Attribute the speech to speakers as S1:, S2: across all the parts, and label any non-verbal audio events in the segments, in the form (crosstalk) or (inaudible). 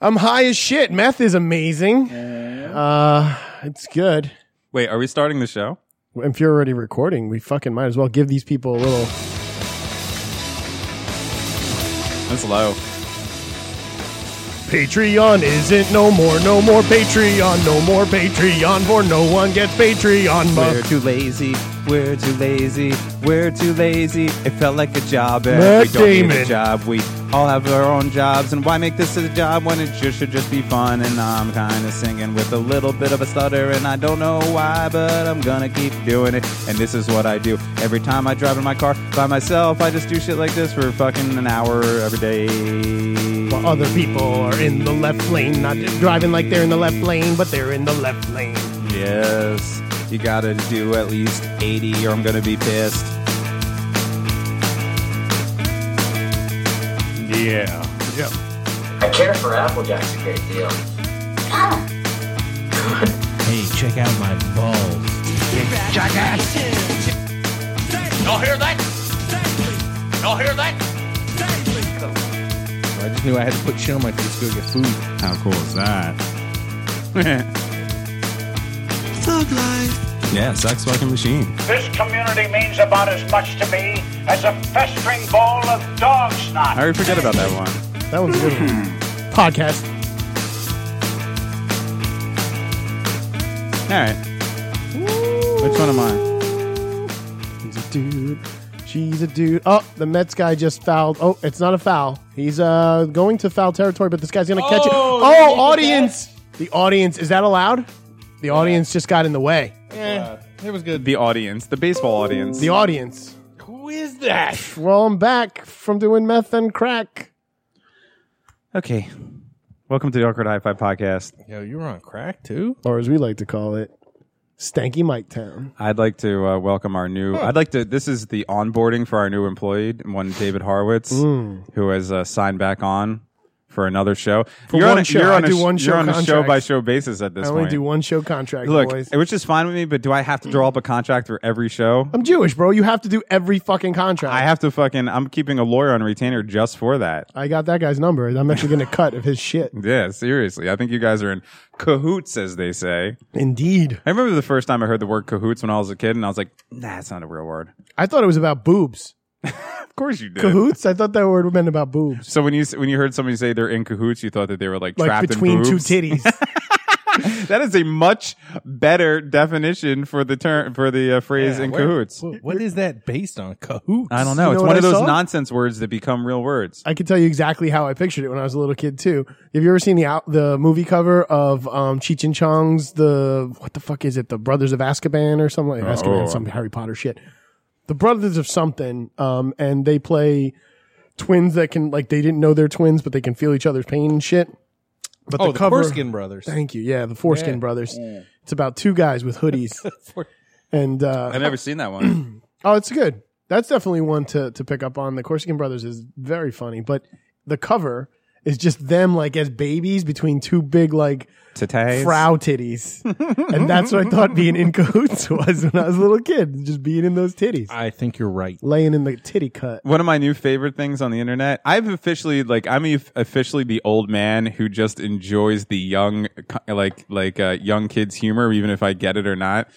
S1: I'm high as shit. Meth is amazing. Uh, it's good.
S2: Wait, are we starting the show?
S1: If you're already recording, we fucking might as well give these people a little.
S2: That's low.
S1: Patreon isn't no more, no more Patreon, no more Patreon, for no one gets Patreon.
S3: We're
S1: But
S3: too lazy. We're too lazy. We're too lazy. It felt like a job, and
S1: Matt
S3: we don't need
S1: Damon.
S3: a job. We all have our own jobs, and why make this a job when it just should just be fun? And I'm kind of singing with a little bit of a stutter, and I don't know why, but I'm gonna keep doing it. And this is what I do every time I drive in my car by myself. I just do shit like this for fucking an hour every day.
S1: While other people are in the left lane, not driving like they're in the left lane, but they're in the left lane.
S3: Yes, you gotta do at least 80 or I'm gonna be pissed.
S1: Yeah. Yep.
S4: I care for Applejack's a great deal.
S5: Hey, check out my balls. I just knew I had to put shit on my face to go get food.
S2: How cool
S1: (laughs)
S2: is that? Thug life. Yeah, sex fucking machine.
S6: This community means about as much to me as a festering ball of dog snot.
S2: I already forget about that one.
S1: That one's good. one. Podcast.
S3: All right. Which one am I?
S1: He's a dude. She's a dude. Oh, the Mets guy just fouled. Oh, it's not a foul. He's uh going to foul territory, but this guy's gonna catch it. Oh, audience! The audience is that allowed? The audience just got in the way.
S5: Eh, It was good.
S2: The audience, the baseball audience.
S1: The audience.
S5: Who is that?
S1: Well, I'm back from doing meth and crack.
S3: Okay. Welcome to the Awkward High Five Podcast.
S5: Yo, you were on crack too?
S1: Or as we like to call it, Stanky Mike Town.
S2: I'd like to uh, welcome our new. I'd like to. This is the onboarding for our new employee, one David Harwitz, who has uh, signed back on for another show.
S1: one
S2: on a,
S1: show.
S2: You're
S1: I
S2: on a,
S1: do
S2: sh-
S1: one show
S2: You're on a show
S1: contracts.
S2: by show basis at this
S1: I only
S2: point.
S1: do one show contract,
S2: Look,
S1: boys.
S2: which is fine with me, but do I have to draw up a contract for every show?
S1: I'm Jewish, bro. You have to do every fucking contract.
S2: I have to fucking. I'm keeping a lawyer on retainer just for that.
S1: I got that guy's number. I'm actually
S2: (laughs)
S1: gonna cut of his shit.
S2: Yeah, seriously. I think you guys are in cahoots, as they say.
S1: Indeed.
S2: I remember the first time I heard the word cahoots when I was a kid, and I was like, nah, it's not a real word.
S1: I thought it was about
S2: (laughs)
S1: boobs.
S2: Of course you did.
S1: Cahoots? I thought that word meant about boobs.
S2: So when you when you heard somebody say they're in cahoots, you thought that they were like,
S1: like
S2: trapped
S1: between
S2: in
S1: two
S2: boobs.
S1: titties.
S2: (laughs) That is a much better definition for the term for the uh, phrase in cahoots.
S5: What, what is that based on? Cahoots?
S2: I don't know.
S1: You know
S2: it's
S1: what
S2: one of
S1: I
S2: those
S1: saw?
S2: nonsense words that become real words.
S1: I can tell you exactly how I pictured it when I was a little kid too. Have you ever seen the out, the movie cover of um, Cheech and Chong's the what the fuck is it? The Brothers of Azkaban or something like
S2: Oh.
S1: Azkaban, some Harry Potter shit. The Brothers of something, um, and they play twins that can like they didn't know they're twins, but they can feel each other's pain and shit. But
S5: Oh,
S1: the
S5: the
S1: cover,
S5: Foreskin Brothers.
S1: thank you, yeah, the Foreskin
S5: Yeah.
S1: Brothers. It's about two guys
S5: (laughs)
S1: with hoodies, and uh,
S2: I've never seen
S1: (clears throat)
S2: that one.
S1: Oh, it's good. That's definitely one to to pick up on. The Corsican Brothers is very funny, but the cover is just them like as babies between two big like
S2: Today,
S1: frow titties, and that's what I thought being in cahoots (laughs) was when I was a little kid, just being in those titties,
S5: I think you're right.
S1: laying in the titty cut.
S2: one of my new favorite things on the internet. I've officially like I'm eff- officially the old man who just enjoys the young co- like like uh, young kids humor, even if I get it or not.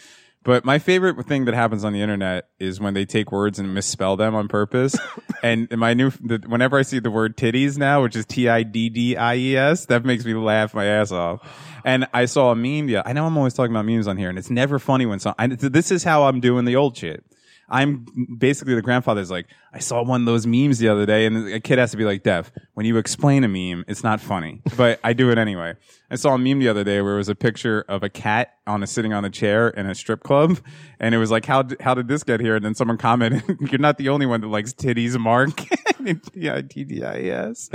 S2: But my favorite thing that happens on the internet is when they take words and misspell them on purpose. and my new, the, whenever I see the word titties now, which is T I D D I E S, that makes me laugh my ass off. And I saw a meme. Yeah, I know I'm always talking about memes on here, and it's never funny when some. I, this is how I'm doing the old shit. I'm basically the grandfather's like, I saw one of those memes the other day, and a kid has to be like, Dev, when you explain a meme, it's not funny, (laughs) but I do it anyway. I saw a meme the other day where it was a picture of a cat on a sitting on a chair in a strip club, and it was like, how d- how did this get here? And then someone commented, (laughs) You're not the only one that likes titties, Mark. (laughs) yeah, T D I E S.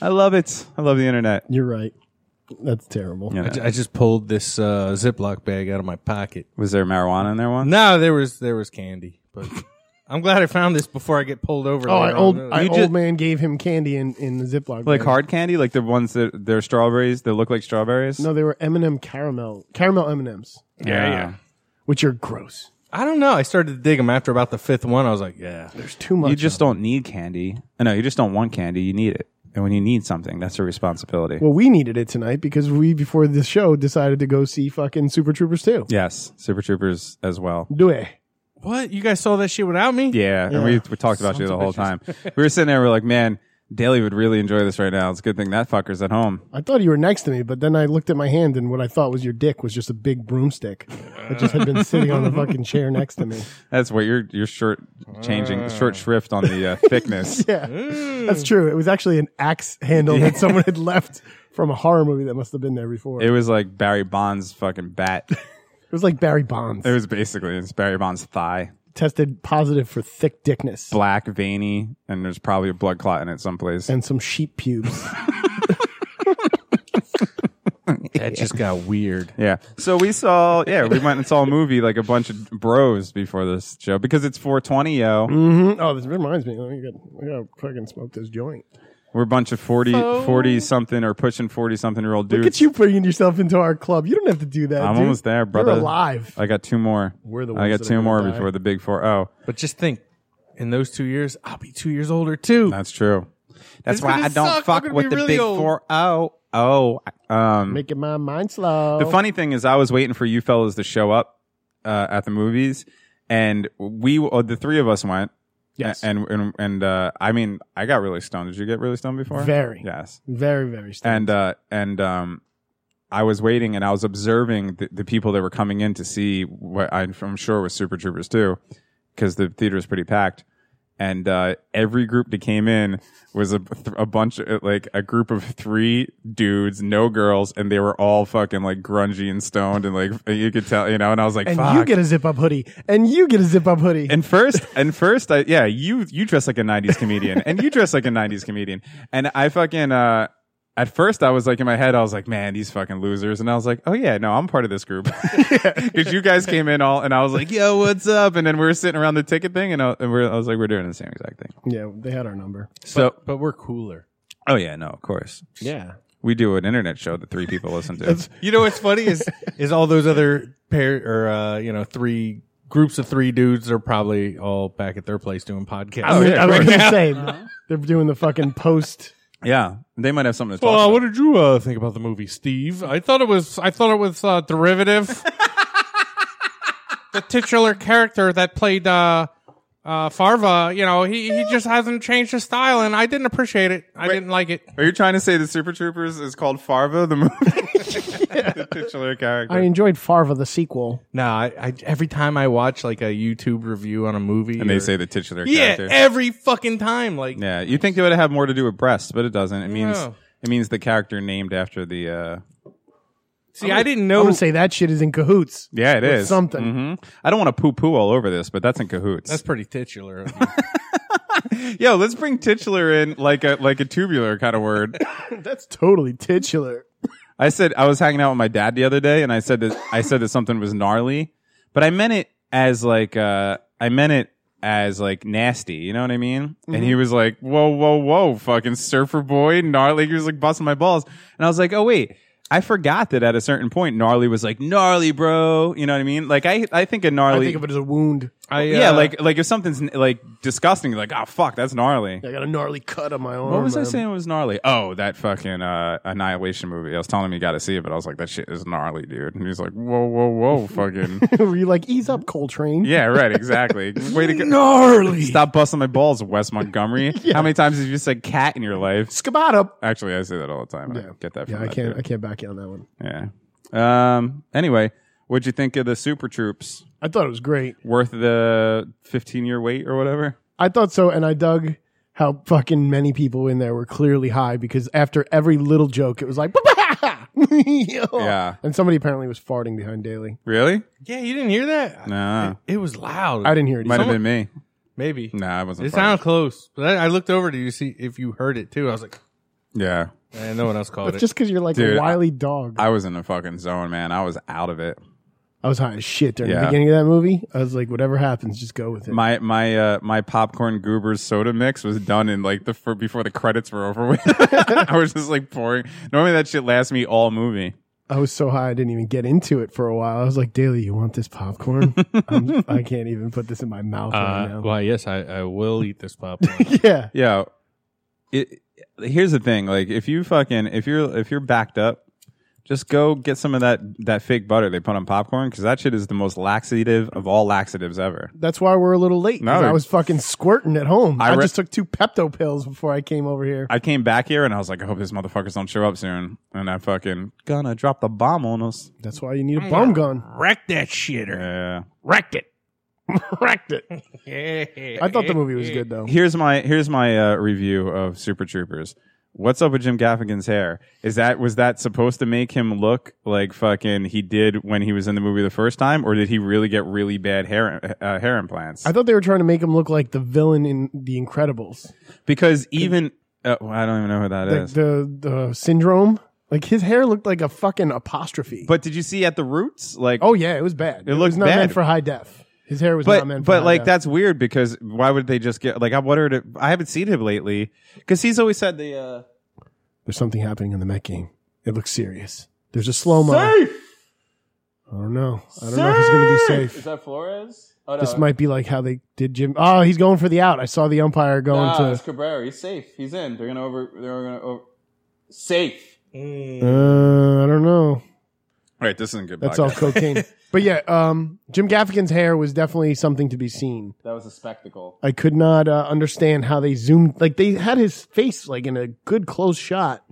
S2: I love it. I love the internet.
S1: You're right. That's terrible.
S2: Yeah.
S5: I, ju- I just pulled this uh, Ziploc bag out of my pocket.
S2: Was there marijuana in there once?
S5: No, there was there was candy,
S1: (laughs)
S5: but I'm glad I found this before I get pulled over.
S1: Oh, I
S5: later
S1: old
S5: on.
S1: I
S2: You
S1: old
S2: just-
S1: man gave him candy in in the Ziploc.
S2: Like
S1: bag.
S2: hard candy, like the ones that they're strawberries, that look like strawberries.
S1: No, they were M and m caramel caramel M and M's,
S2: yeah, yeah.
S1: which are gross.
S5: I don't know. I started to dig them after about the fifth one. I was like, yeah,
S1: There's too much.
S2: You just don't need candy. Uh, No, you just don't want candy. You need it. And when you need something, that's a responsibility.
S1: Well, we needed it tonight because we, before the show, decided to go see fucking Super Troopers 2.
S2: yes, Super Troopers as well.
S1: Do it.
S5: What? You guys saw that shit without me?
S2: Yeah, and we, we talked about you the whole time. we were sitting there, we are like, man, Daly would really enjoy this right now. It's a good thing that fucker's at home.
S1: I thought you were next to me, but then I looked at my hand and what I thought was your dick was just a big broomstick that just had
S2: (laughs)
S1: been sitting on the fucking chair next to me.
S2: That's what your your short changing short shrift on the uh, thickness.
S1: Yeah, Mm. that's true. It was actually an axe handle that someone had left from a horror movie that must have been there before.
S2: It
S1: It
S2: was like Barry Bonds' fucking bat.
S1: was like Barry Bonds.
S2: It was basically it's Barry Bonds' thigh,
S1: tested positive for thick dickness
S2: black, veiny, and there's probably a blood clot in it someplace.
S1: and some sheep
S2: (laughs)
S1: pubes.
S5: That just got weird.
S2: Yeah. So we saw, yeah, we went and saw a movie like a bunch of bros before this show because it's 420, yo.
S1: hmm Oh, this reminds me. Let me get, I gotta fucking smoke this joint.
S2: We're a bunch of 40, 40 something or pushing 40 something year old dudes.
S1: Look at you bringing yourself into our club. You don't have to do that.
S2: I'm
S1: dude.
S2: almost there, brother.
S1: You're alive.
S2: I got two more.
S1: We're the
S2: I
S1: ones
S2: got
S1: that are
S2: two
S1: gonna
S2: more
S1: die.
S2: before the big Oh, 4 0.
S5: But just think, in those two years, I'll be two years older too.
S2: That's true. That's
S5: It's
S2: why
S5: gonna
S2: I don't
S5: suck. I'm
S2: fuck
S5: gonna
S2: with
S5: be
S2: the
S5: really
S2: big
S5: old.
S2: 4 0. Oh, um,
S1: Making my mind slow.
S2: The funny thing is, I was waiting for you fellas to show up uh, at the movies, and we, uh, the three of us went.
S1: Yes.
S2: A- And and and uh, I mean, I got really stoned. Did you get really stoned before?
S1: Very.
S2: Yes.
S1: Very, very stoned.
S2: And uh, and um, I was waiting, and I was observing the, the people that were coming in to see what I'm, I'm sure was Super Troopers too, because the theater was pretty packed. And uh, every group that came in was a, a bunch of like a group of three dudes, no girls, and they were all fucking like grungy and stoned, and like you could tell, you know. And I was like,
S1: and
S2: "Fuck."
S1: you get a zip up hoodie. And you get a zip up hoodie.
S2: And first, and first, I yeah, you you dress like a '90s comedian, and you dress like a '90s comedian, and I fucking uh, at first I was like in my head, I was like, man, these fucking losers, and I was like, oh yeah, no, I'm part of this group (laughs) because you guys came in all, and I was like, yo, what's up? And then we were sitting around the ticket thing, and I, and we're, I was like, we're doing the same exact thing.
S1: yeah, they had our number.
S2: So,
S5: but we're cooler.
S2: oh yeah, no, of course,
S5: Yeah.
S2: we do an internet show that three people listen to.
S5: You know what's funny (laughs) is is all those other pair or uh, you know three groups of three dudes are probably all back at their place doing podcasts.
S2: Oh, yeah, Uh-huh.
S1: I was
S5: (laughs)
S2: right
S1: going to say, they're doing the fucking post.
S2: yeah, they might have something to talk
S5: Well,
S2: about.
S5: what did you uh, think about the movie, Steve? I thought it was I thought it was uh, (laughs) derivative. the titular character that played uh, uh, Farva, you know, he, he just hasn't changed his style, and I didn't appreciate it. I didn't like it.
S2: Are you trying to say the Super Troopers is called Farva
S5: (laughs)
S2: the movie? (laughs) the titular character.
S1: I enjoyed Farva, the sequel.
S5: No, I, I every time I watch like a YouTube review on a movie,
S2: and they
S5: or-
S2: say the titular
S5: yeah,
S2: character.
S5: every fucking time, like
S2: yeah, you think it would have more to do with breasts, but it doesn't. It means
S5: No.
S2: it means the character named after the. uh
S5: see, I didn't
S1: I'm
S5: know.
S1: going to say that shit is in cahoots.
S2: Yeah, it
S1: With
S2: is.
S1: something.
S2: Mhm. I don't want to poo poo all over this, but that's in cahoots.
S5: That's pretty titular. of you.
S2: Yo, let's bring titular in like a like a tubular kind of word.
S1: (laughs) That's totally titular.
S2: I said I was hanging out with my dad the other day, and I said that I said that something was gnarly, but I meant it as like uh I meant it as like nasty. You know what I mean? And
S1: Mm-hmm.
S2: he was like, "Whoa, whoa, whoa, fucking surfer boy, gnarly." He was like busting my balls, and I was like, "Oh wait." I forgot that at a certain point, gnarly was like gnarly, bro. You know what I mean? Like I, I think of
S1: I
S2: gnarly.
S1: think of it as a wound.
S5: I,
S2: yeah,
S5: uh,
S2: like like if something's like disgusting, like oh fuck, that's gnarly.
S1: I got a gnarly cut on my arm.
S2: What was I
S1: man.
S2: saying was gnarly? Oh, that fucking uh, Annihilation movie. I was telling him you got to see it, but I was like, that shit is gnarly, dude. And he's like, whoa, whoa, whoa, fucking. (laughs)
S1: (laughs) Were you like, ease up, Coltrane?
S2: yeah, right,
S1: (laughs)
S2: exactly. Way to go.
S1: Gnarly.
S2: Stop busting my balls,
S1: (laughs)
S2: Wes Montgomery. How many times have you said cat in your life?
S1: Scabat up.
S2: Actually, I say that all the time. I get that from
S1: Yeah, I
S2: that
S1: can't. I
S2: dude.
S1: can't back you on that one.
S2: Yeah. Um, anyway, what'd you think of the Super Troops?
S1: I thought it was great.
S2: Worth the 15 year wait or whatever?
S1: I thought so, and I dug how fucking many people in there were clearly high because after every little joke, it was like, (laughs) yeah. And somebody apparently was farting behind Daly.
S2: Really?
S5: yeah, you didn't hear that?
S2: Nah.
S5: It was loud.
S1: I didn't hear it.
S2: Might have
S1: Someone-
S2: been me.
S5: Maybe.
S2: Nah, I wasn't.
S5: It
S2: part of
S5: sounded close, but I, I looked over to you to see if you heard it too. I was like,
S2: it. Yeah.
S5: eh, no one else called
S1: That's
S5: it.
S1: just because you're like
S2: Dude,
S1: a wily dog. I,
S2: I was in the fucking zone, man. I was out of it.
S1: was high as shit during
S2: Yeah.
S1: the beginning of that movie. I was like, whatever happens, just go with it.
S2: My my uh, my popcorn goobers soda mix was done in like the for, before the credits were over with. (laughs) I was just like pouring. Normally that shit lasts me all movie.
S1: I was so high, I didn't even get into it for a while. I was like, Daly, you want this
S2: (laughs)
S1: popcorn? I'm, I can't even put this in
S5: Uh,
S1: my
S2: Uh,
S1: mouth right now.
S5: why, yes, I, I will eat this popcorn.
S1: Yeah.
S2: Yeah, it here's the thing like if you fucking if you're if you're backed up just go get some of that that fake butter they put on popcorn because that shit is the most laxative of all laxatives ever
S1: That's why we're a little late. 'cause
S2: No.
S1: I was fucking squirting at home. I,
S2: I re-
S1: just took two Pepto pills before I came over here.
S2: i came back here and i was like i hope these motherfuckers don't show up soon and i fucking gonna drop the bomb on us
S1: That's why you need a bomb gun.
S5: (laughs) Wreck that shitter.
S2: yeah
S5: Wreck (laughs) it.
S1: Wrecked it. I thought the movie was good though.
S2: here's my here's my uh, review of super troopers what's up with jim gaffigan's hair is that was that supposed to make him look like fucking he did when he was in the movie the first time or did he really get really bad hair uh, hair implants
S1: I thought they were trying to make him look like the villain in The Incredibles,
S2: Because even uh, well, I don't even know who that is.
S1: like the the syndrome. Like his hair looked like a fucking apostrophe.
S2: but did you see at the roots? Like
S1: oh yeah, it was bad. It,
S2: looks
S1: was not meant
S2: bad.
S1: for high def. His hair was
S2: but
S1: not meant. for
S2: but
S1: high
S2: like
S1: def.
S2: that's weird because why would they just get like I wondered if- I haven't seen him lately because he's always said the uh,
S1: There's something happening in the Met game. It looks serious. There's a slow mo. I don't know. I don't know if he's going to be safe.
S2: is that Flores? Oh, no,
S1: This might be like how they did Jim. Oh, he's going for the out. I saw the umpire going
S2: ah,
S1: to.
S2: it's Cabrera. He's safe. He's in. They're gonna over. They're gonna over. Safe.
S1: Uh, I don't know.
S2: All right, this isn't good.
S1: That's
S2: podcast.
S1: all cocaine. but yeah, um, Jim Gaffigan's hair was definitely something to be seen.
S2: That was a spectacle.
S1: I could not uh, understand how they zoomed. Like they had his face like in a good close shot,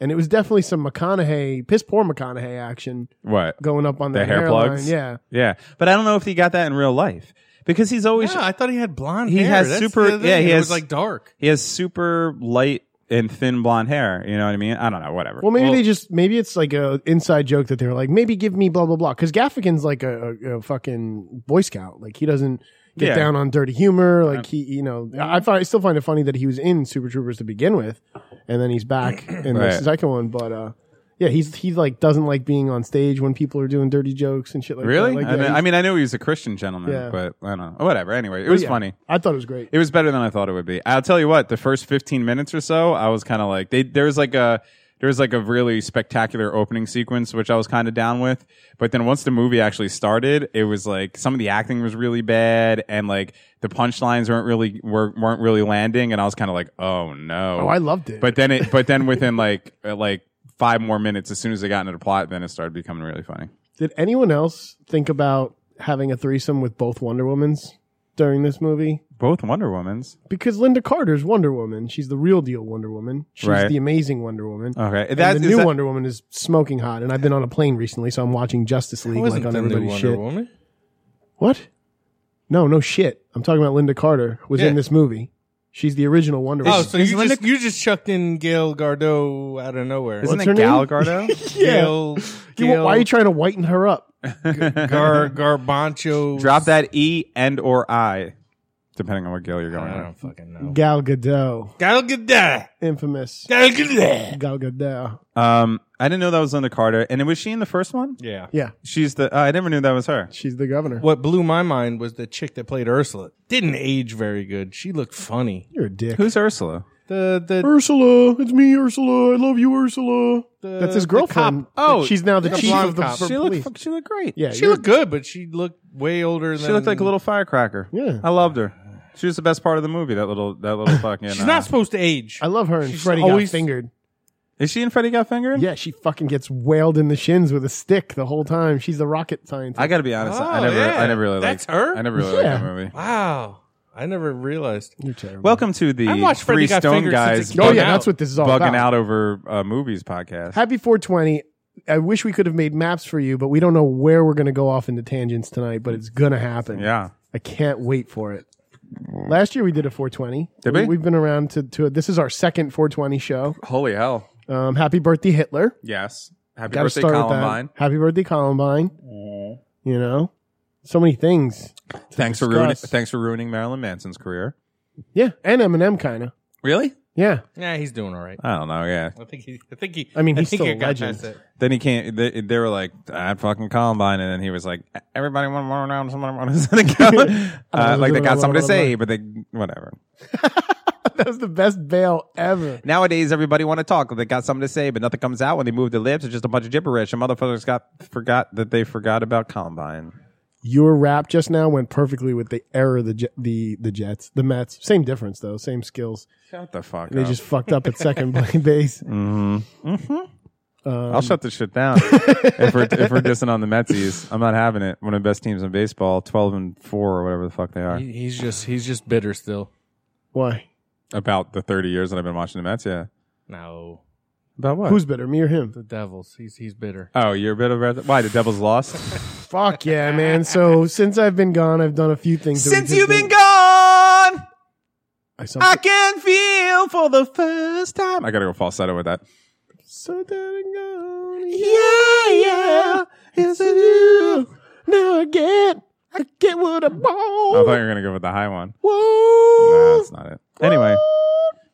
S1: and it was definitely some McConaughey, piss poor McConaughey action
S2: (laughs) What?
S1: going up on
S2: The
S1: the,
S2: hair
S1: hairline.
S2: plugs?
S1: Yeah,
S2: Yeah, but I don't know if he got that in real life because he's always
S5: Yeah, I thought he had blonde
S2: He
S5: hair.
S2: has
S5: That's the
S2: super-
S5: other thing.
S2: yeah, he
S5: it
S2: has-
S5: was like dark.
S2: He has super light and thin blonde hair. You know what I mean? I don't know. Whatever.
S1: Well, maybe they just maybe it's like a inside joke that they were like, maybe give me blah blah blah. Because Gaffigan's like a, a, a fucking Boy Scout. Like he doesn't get
S2: Yeah.
S1: down on dirty humor. Like he, you know, I I find I still find it funny that he was in Super Troopers to begin with, and then he's
S2: (clears throat)
S1: back in
S2: Right.
S1: the second one. But uh, yeah, he's he like doesn't like being on stage when people are doing dirty jokes and shit like
S2: really.
S1: that. Like,
S2: I,
S1: yeah,
S2: mean,
S1: he's-
S2: I mean, I know he was a Christian gentleman,
S1: Yeah.
S2: but I don't know. Whatever. Anyway, it was
S1: yeah.
S2: funny.
S1: I thought it was great.
S2: It was better than I thought it would be. I'll tell you what. The first fifteen minutes or so, I was kind of like, they, there was like a. There was like a really spectacular opening sequence, which I was kind of down with. But then once the movie actually started, it was like some of the acting was really bad, and like the punchlines weren't really were, weren't really landing. And I was kind of like, oh no!
S1: oh, I loved it.
S2: But then it, but then within like uh, like five more minutes, as soon as they got into the plot, then it started becoming really funny.
S1: Did anyone else think about having a threesome with both Wonder Womans during this movie?
S2: Both Wonder Woman's
S1: because Linda Carter's Wonder Woman. She's the real deal Wonder Woman. She's
S2: Right.
S1: the amazing Wonder Woman.
S2: okay.
S1: And the new Wonder Woman is smoking hot, and I've been on a plane recently, so I'm watching Justice League like on everybody's shit.
S5: Woman.
S1: What? No, no shit. I'm talking about Linda Carter was
S5: Yeah.
S1: in this movie. She's the original Wonder Woman.
S5: Oh, so you just, you just chucked in Gail Gardot out of nowhere.
S2: Isn't
S1: What's
S2: it
S1: her name? (laughs)
S2: Gal Gardo?
S5: Gail,
S1: You-
S5: Gail
S1: why are you trying to whiten her up?
S2: (laughs)
S5: Gar, Garbancho.
S2: Drop that E and or I, depending on what Gail you're going
S5: I
S2: on.
S5: don't fucking know.
S1: Gal Gadot,
S5: Gal Gadot.
S1: infamous
S5: Gal Gadot.
S1: Gal Gadot.
S2: Um, I didn't know that was Linda Carter, and was she in the first one?
S5: Yeah.
S1: Yeah,
S2: She's the. Uh, I never knew that was her.
S1: she's the governor.
S5: What blew my mind was the chick that played Ursula. Didn't age very good. She looked funny.
S1: You're a dick.
S2: Who's Ursula?
S5: The the
S1: Ursula, it's me, Ursula. I love you, Ursula. That's
S5: the
S1: his
S5: cop.
S1: girlfriend.
S5: Oh,
S1: she's now the,
S5: the
S1: chief
S5: blonde
S1: of the
S5: cop.
S1: for
S2: She
S1: police.
S2: looked. She looked great.
S1: yeah,
S5: she
S1: you're-
S5: looked good, but she looked way older than
S2: She looked like a little firecracker.
S1: Yeah.
S2: I loved her. She was the best part of the movie. That little.
S5: (coughs)
S2: That little fucking.
S5: She's
S2: uh,
S5: not supposed to age.
S1: I love her and
S5: She's
S1: Freddie
S5: always-
S1: got fingered.
S2: Is she in Freddy Got Fingered?
S1: Yeah, she fucking gets wailed in the shins with a stick the whole time. She's the rocket scientist.
S2: I got to be honest. I
S5: Oh,
S2: never.
S5: yeah.
S2: I never really
S5: That's
S2: liked.
S5: her?
S2: I never really liked
S1: Yeah.
S2: that movie.
S5: wow. I never realized.
S1: You're terrible.
S2: Welcome to the
S5: I watched Freddy
S2: Three
S5: Got
S2: Stone
S5: Fingered since
S2: Guys.
S5: it came
S1: oh
S5: bugging
S1: yeah,
S5: out.
S1: that's what this is all
S2: bugging
S1: about.
S2: out over uh, movies podcast.
S1: Happy 420. I wish we could have made maps for you, but we don't know where we're going to go off into tangents tonight. But it's gonna happen.
S2: yeah,
S1: I can't wait for it. Last year we did a 420.
S2: Did we?
S1: have been around to, to this is our second 420 show.
S2: holy hell!
S1: Um, happy birthday Hitler.
S2: Yes, happy
S1: Gotta
S2: birthday,
S1: start
S2: Columbine.
S1: with that. Happy birthday Columbine. You know, so many things.
S2: Thanks for ruining.
S1: discuss.
S2: Thanks for ruining Marilyn Manson's career.
S1: Yeah, and Eminem kind of.
S2: Really?
S1: Yeah, (laughs)
S5: Yeah, he's doing all right.
S2: I don't know. Yeah.
S5: I think he. I think he.
S1: I mean, he's
S5: think
S1: still
S5: I
S1: a
S5: got
S1: legend.
S5: past that.
S2: Then he can't. They, they were like, "I fucking Columbine," and then he was like, "E, "Everybody want to run around, (laughs) someone
S1: (laughs)
S2: want to go." uh, like they got something to say, but they whatever.
S1: that was the best bail ever.
S2: Nowadays, everybody want to talk. They got something to say, but nothing comes out when they move their lips. It's just a bunch of gibberish. And motherfuckers got forgot that they forgot about Columbine.
S1: Your rap just now went perfectly with the error of the Je- the the Jets, the Mets. Same difference though, same skills.
S2: Shut the fuck
S1: They
S2: up.
S1: just fucked up at second (laughs) base.
S2: Mm-hmm.
S1: Uh,
S2: I'll shut this shit (laughs) down. if, we're, if we're dissing on the Metsies, I'm not having it. One of the best teams in baseball, 12 and 4 or whatever the fuck they are.
S7: He- He's just he's just bitter still.
S1: Why?
S2: About the 30 years that I've been watching the Mets, yeah.
S7: No,
S2: About what?
S1: Who's better, me or him?
S7: the Devils. He's he's bitter.
S2: oh, you're a bit of a. Why? The Devils (laughs) lost?
S1: Fuck yeah, man. So since I've been gone, I've done a few things. that we
S2: Since
S1: just
S2: you've been
S1: didn't-
S2: gone,
S1: I saw
S2: I can feel for the first time. I gotta go falsetto with that.
S1: so dead and gone.
S2: Yeah, yeah. It's you.
S1: Now I get, I get what I
S2: I thought you
S1: want.
S2: were gonna go with the high one.
S1: Whoa.
S2: No, that's not it. Anyway,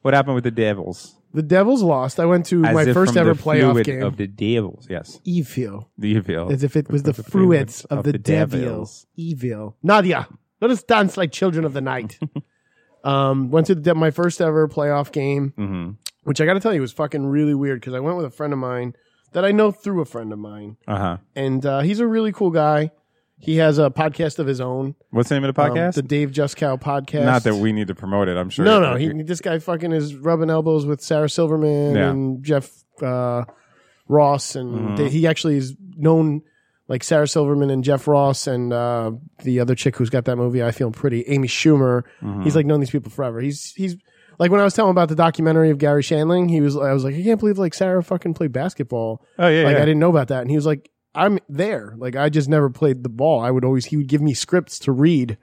S2: what happened with the Devils?
S1: The Devils lost. I went to
S2: As
S1: my
S2: if
S1: first
S2: from
S1: ever
S2: the
S1: playoff
S2: fluid
S1: game.
S2: of the Devils. Yes,
S1: Evil.
S2: the Evil.
S1: As if it was the
S2: the fluid
S1: fruits of, the, devils. Evil. Nadia, let us dance like children of the (laughs) night. um, went to the, my first ever playoff game.
S2: Mm-hmm.
S1: which I got to tell you was fucking really weird because I went with a friend of mine that I know through a friend of mine,
S2: Uh huh.
S1: and uh, he's a really cool guy. He has a podcast of his own,
S2: What's the name of the
S1: um,
S2: podcast?
S1: the Dave Juskow podcast.
S2: Not that we need to promote it. I'm sure.
S1: no, no, he, this guy fucking is rubbing elbows with Sarah Silverman
S2: Yeah.
S1: and Jeff uh, Ross, and
S2: Mhm.
S1: they, he actually is known like Sarah Silverman and Jeff Ross and uh, the other chick who's got that movie. I feel pretty, Amy Schumer.
S2: Mhm.
S1: He's like known these people forever. He's he's like when I was telling him about the documentary of Gary Shandling, he was I was like, I can't believe like Sarah fucking played basketball.
S2: Oh yeah.
S1: like
S2: yeah.
S1: I didn't know about that, and he was like, I'm there. Like I just never played the ball. I would always he would give me scripts to read,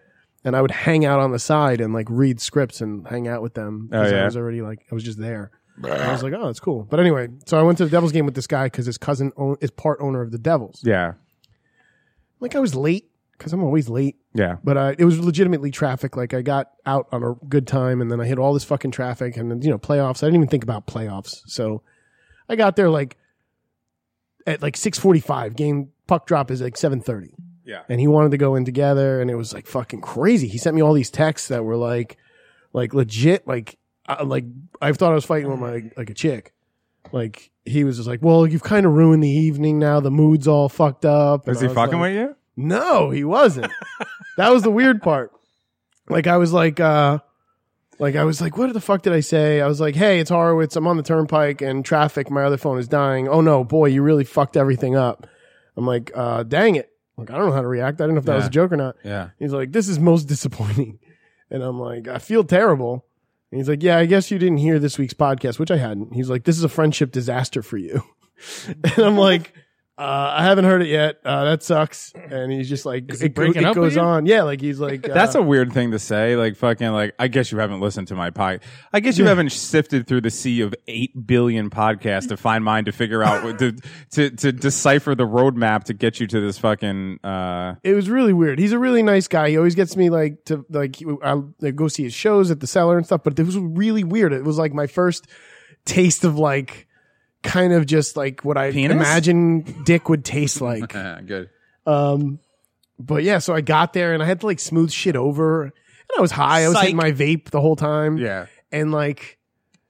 S1: and I would hang out on the side and like read scripts and hang out with them
S2: Oh, yeah.
S1: I was already like I was just there. And I was like, oh, that's cool. But anyway, so I went to the Devils game with this guy because his cousin own, is part owner of the Devils.
S2: Yeah.
S1: Like I was late because I'm always late
S2: Yeah.
S1: but uh, it was legitimately traffic. Like I got out on a good time, and then I hit all this fucking traffic, and then you know playoffs. I didn't even think about playoffs, so I got there like at like six forty five. Game puck drop is like seven thirty.
S2: Yeah.
S1: and he wanted to go in together, and it was like fucking crazy. He sent me all these texts that were like, like legit, like uh, like I thought I was fighting with my like a chick. Like he was just like, well, you've kind of ruined the evening now. The mood's all fucked up.
S2: Was he fucking
S1: with?
S2: with you?
S1: No, he wasn't. that was the weird part. Like I was like, uh, like I was like, what the fuck did I say? I was like, hey, it's Horowitz. I'm on the turnpike and traffic. My other phone is dying. Oh no, boy, you really fucked everything up. I'm like, uh, dang it. Like I don't know how to react. I didn't know if that was
S2: Yeah.
S1: a joke or not.
S2: Yeah.
S1: He's like, this is most (laughs) disappointing. And I'm like, I feel terrible. And he's like, yeah, I guess you didn't hear this week's podcast, which I hadn't. He's like, this is a friendship disaster for you. (laughs) and I'm like, uh, I haven't heard it yet. Uh, that sucks. And he's just like,
S5: he
S1: it, go-
S5: breaking
S1: it
S5: up with
S1: goes
S5: you?
S1: on. Yeah. Like
S5: (laughs)
S1: he's like, uh,
S2: That's a weird thing to say. Like fucking like I guess you haven't listened to my pod. I guess you haven't sifted through the sea of eight billion podcasts to find mine to figure out what to, to to decipher the roadmap to get you to this fucking. uh
S1: it was really weird. He's a really nice guy. He always gets me like to like I like, go see his shows at the cellar and stuff. But it was really weird. It was like my first taste of like kind of just like what I
S2: Penis?
S1: imagine dick would taste like.
S2: Ah, Good.
S1: Um, but yeah, so I got there and I had to like smooth shit over, and I was high. I was hitting my vape the whole time.
S2: Yeah.
S1: and like,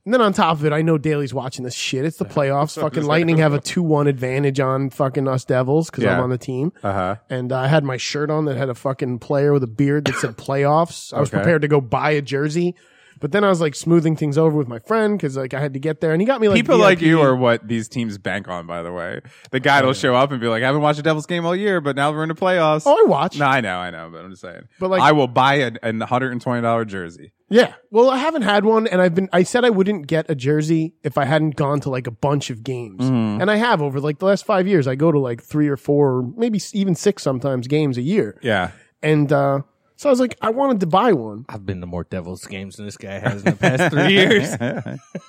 S1: and then on top of it, I know Daly's watching this shit. It's the playoffs. fucking Lightning
S2: (laughs)
S1: have a two-one advantage on fucking us Devils because
S2: Yeah.
S1: I'm on the team,
S2: Uh huh.
S1: and I had my shirt on that had a fucking player with a beard that said playoffs. I was
S2: Okay.
S1: prepared to go buy a jersey. But then I was like smoothing things over with my friend because like I had to get there, and he got me like
S2: People like you
S1: VIP.
S2: are what these teams bank on. By the way, the guy will show up and be like, "I haven't watched a Devils game all year, but now we're in the playoffs."
S1: Oh, I watched.
S2: no, I know, I know, but I'm just saying.
S1: But, like-
S2: I will buy a, an hundred and twenty dollar jersey.
S1: Yeah. Well, I haven't had one, and I've been. I said I wouldn't get a jersey if I hadn't gone to like a bunch of games, and I have over like the last five years. I go to like three or four, or maybe s- even six sometimes games a year,
S2: Yeah. (laughs)
S1: and uh, so I was like, I wanted to buy one.
S7: I've been to more Devils games than this guy has in the past three (laughs) years.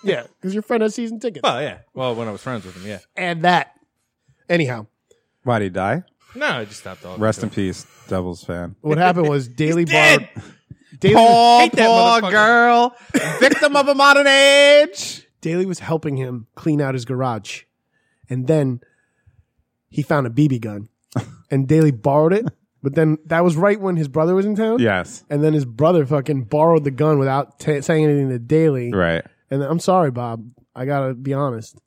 S1: Yeah, because your friend has season tickets,
S7: Well, yeah. Well, when I was friends with him, yeah.
S1: and that. Anyhow,
S2: Why did he die?
S7: No, I just stopped all.
S2: Rest in peace, Devils fan.
S1: what happened was Daily Bar.
S7: dead!
S1: Daily,
S2: Poor,
S7: that
S2: poor
S7: motherfucker.
S2: girl, victim of a modern age.
S1: Daly was helping him clean out his garage, and then he found a BB gun, and Daly borrowed it. But then that was right when his brother was in town.
S2: Yes,
S1: And then his brother fucking borrowed the gun without t- saying anything to Daly.
S2: right.
S1: And I'm sorry, Bob. I gotta be honest.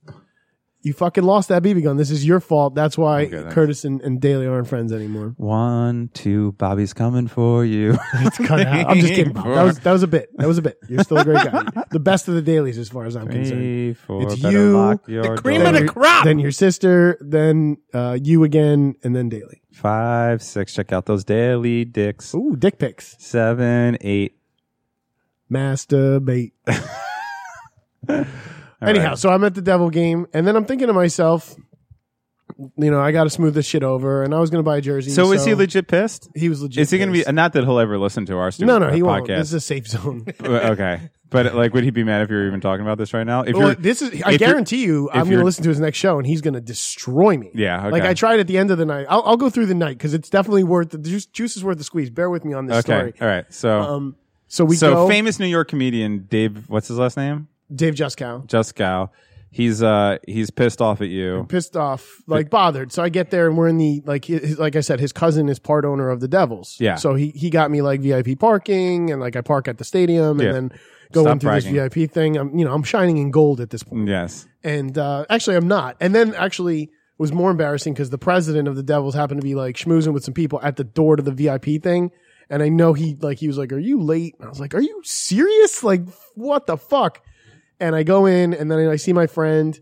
S1: you fucking lost that BB gun. This is your fault. That's why
S2: thanks.
S1: Curtis and, and Daly aren't friends anymore.
S2: One, two, Bobby's coming for you.
S1: (laughs) Cut it out. I'm just kidding. Bob. That
S2: (laughs)
S1: was that was a bit. That was a bit. You're still a great guy. The best of the dailies, as far as I'm concerned.
S2: Three, four,
S1: It's
S2: better
S1: you,
S2: lock your
S5: cream
S2: door.
S5: of the crop.
S1: Then your sister, then uh, you again, and then Daly.
S2: Five, six, check out those daily dicks.
S1: Ooh, dick pics.
S2: Seven, eight.
S1: masturbate. Anyhow, so I'm at the devil game, and then I'm thinking to myself, you know, I got to smooth this shit over, and I was going to buy a jersey.
S2: So is he legit pissed?
S1: He was legit.
S2: Is he going to
S1: pissed.
S2: be, not that he'll ever listen to our stupid
S1: No, no, he
S2: podcast.
S1: won't. This is a safe
S2: (laughs)
S1: zone.
S2: But- okay. But like, would he be mad if you were even talking about this right now? If
S1: Well,
S2: you're,
S1: this is. I
S2: if you're-
S1: guarantee you, I'm going
S2: you're-
S1: to listen to his next show, and he's going to destroy me.
S2: Yeah, okay.
S1: Like I tried at the end of the night. I'll, I'll go through the night because it's definitely worth the juice, juice is worth the squeeze. Bear with me on this
S2: okay.
S1: story.
S2: All right. So,
S1: Um, so we
S2: so
S1: go.
S2: famous New York comedian Dave, what's his last name?
S1: Dave Juskow
S2: Juskow. He's uh he's pissed off at you.
S1: pissed off, like bothered. So I get there and we're in the like his, like I said, his cousin is part owner of the Devils.
S2: Yeah.
S1: So he he got me like VIP parking and like I park at the stadium
S2: Yeah.
S1: and then go
S2: Stop
S1: in through
S2: bragging.
S1: this VIP thing. I'm you know I'm shining in gold at this point.
S2: Yes.
S1: And uh, actually I'm not. And then actually it was more embarrassing because the president of the Devils happened to be like schmoozing with some people at the door to the VIP thing. And I know he like he was like, "Are you late?" And I was like, "Are you serious? Like what the fuck?" And I go in and then I see my friend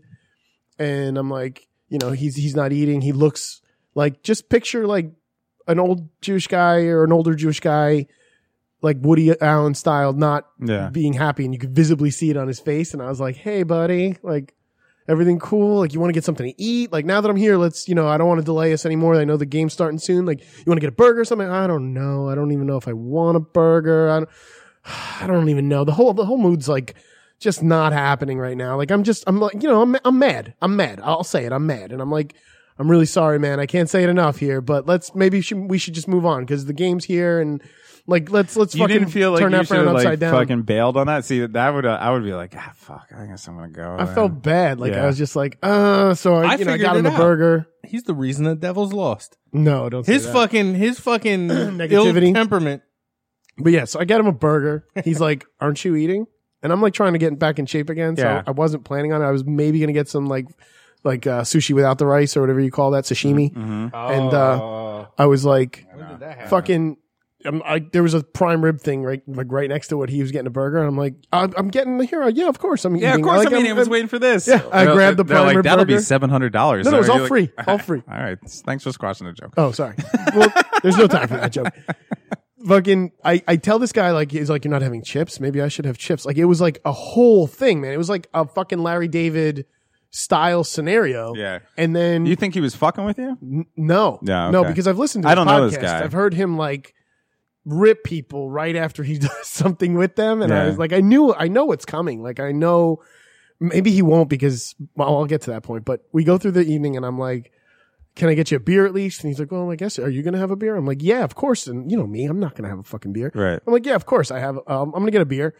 S1: and I'm like, you know, he's he's not eating. He looks like just picture like an old Jewish guy or an older Jewish guy, like Woody Allen style, not
S2: Yeah.
S1: being happy, and you could visibly see it on his face. And I was like, hey, buddy, like everything cool? Like you want to get something to eat? Like now that I'm here, let's you know, I don't want to delay us anymore. I know the game's starting soon. Like you want to get a burger or something? I don't know. I don't even know if I want a burger. I don't, (sighs) I don't even know. The whole the whole mood's like just not happening right now. Like I'm just I'm like you know I'm I'm mad. I'm mad. I'll say it. I'm mad, and I'm like I'm really sorry, man. I can't say it enough here, but let's maybe should, we should just move on because the game's here and like let's let's
S2: You
S1: fucking
S2: didn't feel like
S1: turn
S2: you
S1: that
S2: should
S1: frown
S2: have
S1: upside
S2: like
S1: down.
S2: fucking bailed on that. See, that would uh, I would be like, ah, fuck. I guess I'm gonna go.
S1: I
S2: then."
S1: felt bad. Like
S2: Yeah.
S1: I was just like, uh. So I,
S7: I
S1: you know, I
S7: figured
S1: got him
S7: it
S1: the
S7: out.
S1: burger.
S7: He's the reason the devil's lost.
S1: No, don't. say
S5: His
S1: that.
S5: fucking his
S7: (clears throat)
S5: fucking ill
S1: Negativity.
S5: temperament.
S1: But yeah, so I got him a burger. He's like, (laughs) "Aren't you eating?" And I'm like trying to get back in shape again. So
S2: Yeah.
S1: I wasn't planning on it. I was maybe gonna get some like like uh, sushi without the rice or whatever you call that sashimi.
S7: Mm-hmm. Oh.
S1: And uh, I was like, "Fucking." I'm, I, there was a prime rib thing right like right next to what he was getting a burger, and I'm like, I'm, I'm getting the hero. Yeah, of course I'm eating.
S2: Yeah, of course.
S1: Like,
S2: I mean, I was waiting for this. Yeah,
S1: I grabbed the prime
S2: like,
S1: rib
S2: That'll be
S1: burger.
S2: seven hundred dollars.
S1: No, no, it was all free. All free.
S2: All right. Thanks for squashing the joke.
S1: Oh, sorry. Well, there's no time for that joke. Fucking, I, I tell this guy, like, he's like, you're not having chips. Maybe I should have chips. Like, it was like a whole thing, man. It was like a fucking Larry David style scenario.
S2: Yeah.
S1: And then,
S2: You think he was fucking with you?
S1: no.
S2: Yeah,
S1: No,
S2: okay.
S1: because I've listened to
S2: I
S1: his
S2: don't
S1: podcast.
S2: know this guy.
S1: I've heard him, like, rip people right after he (laughs) does something with them. And
S2: Yeah.
S1: I was like, I knew, I know what's coming. Like, I know maybe he won't because, well, I'll get to that point. But we go through the evening and I'm like, can I get you a beer at least? And he's like, well, I guess, are you going to have a beer? I'm like, yeah, of course. And you know me, I'm not going to have a fucking beer.
S2: Right.
S1: I'm like, yeah, of course I have. Um, I'm going to get a beer.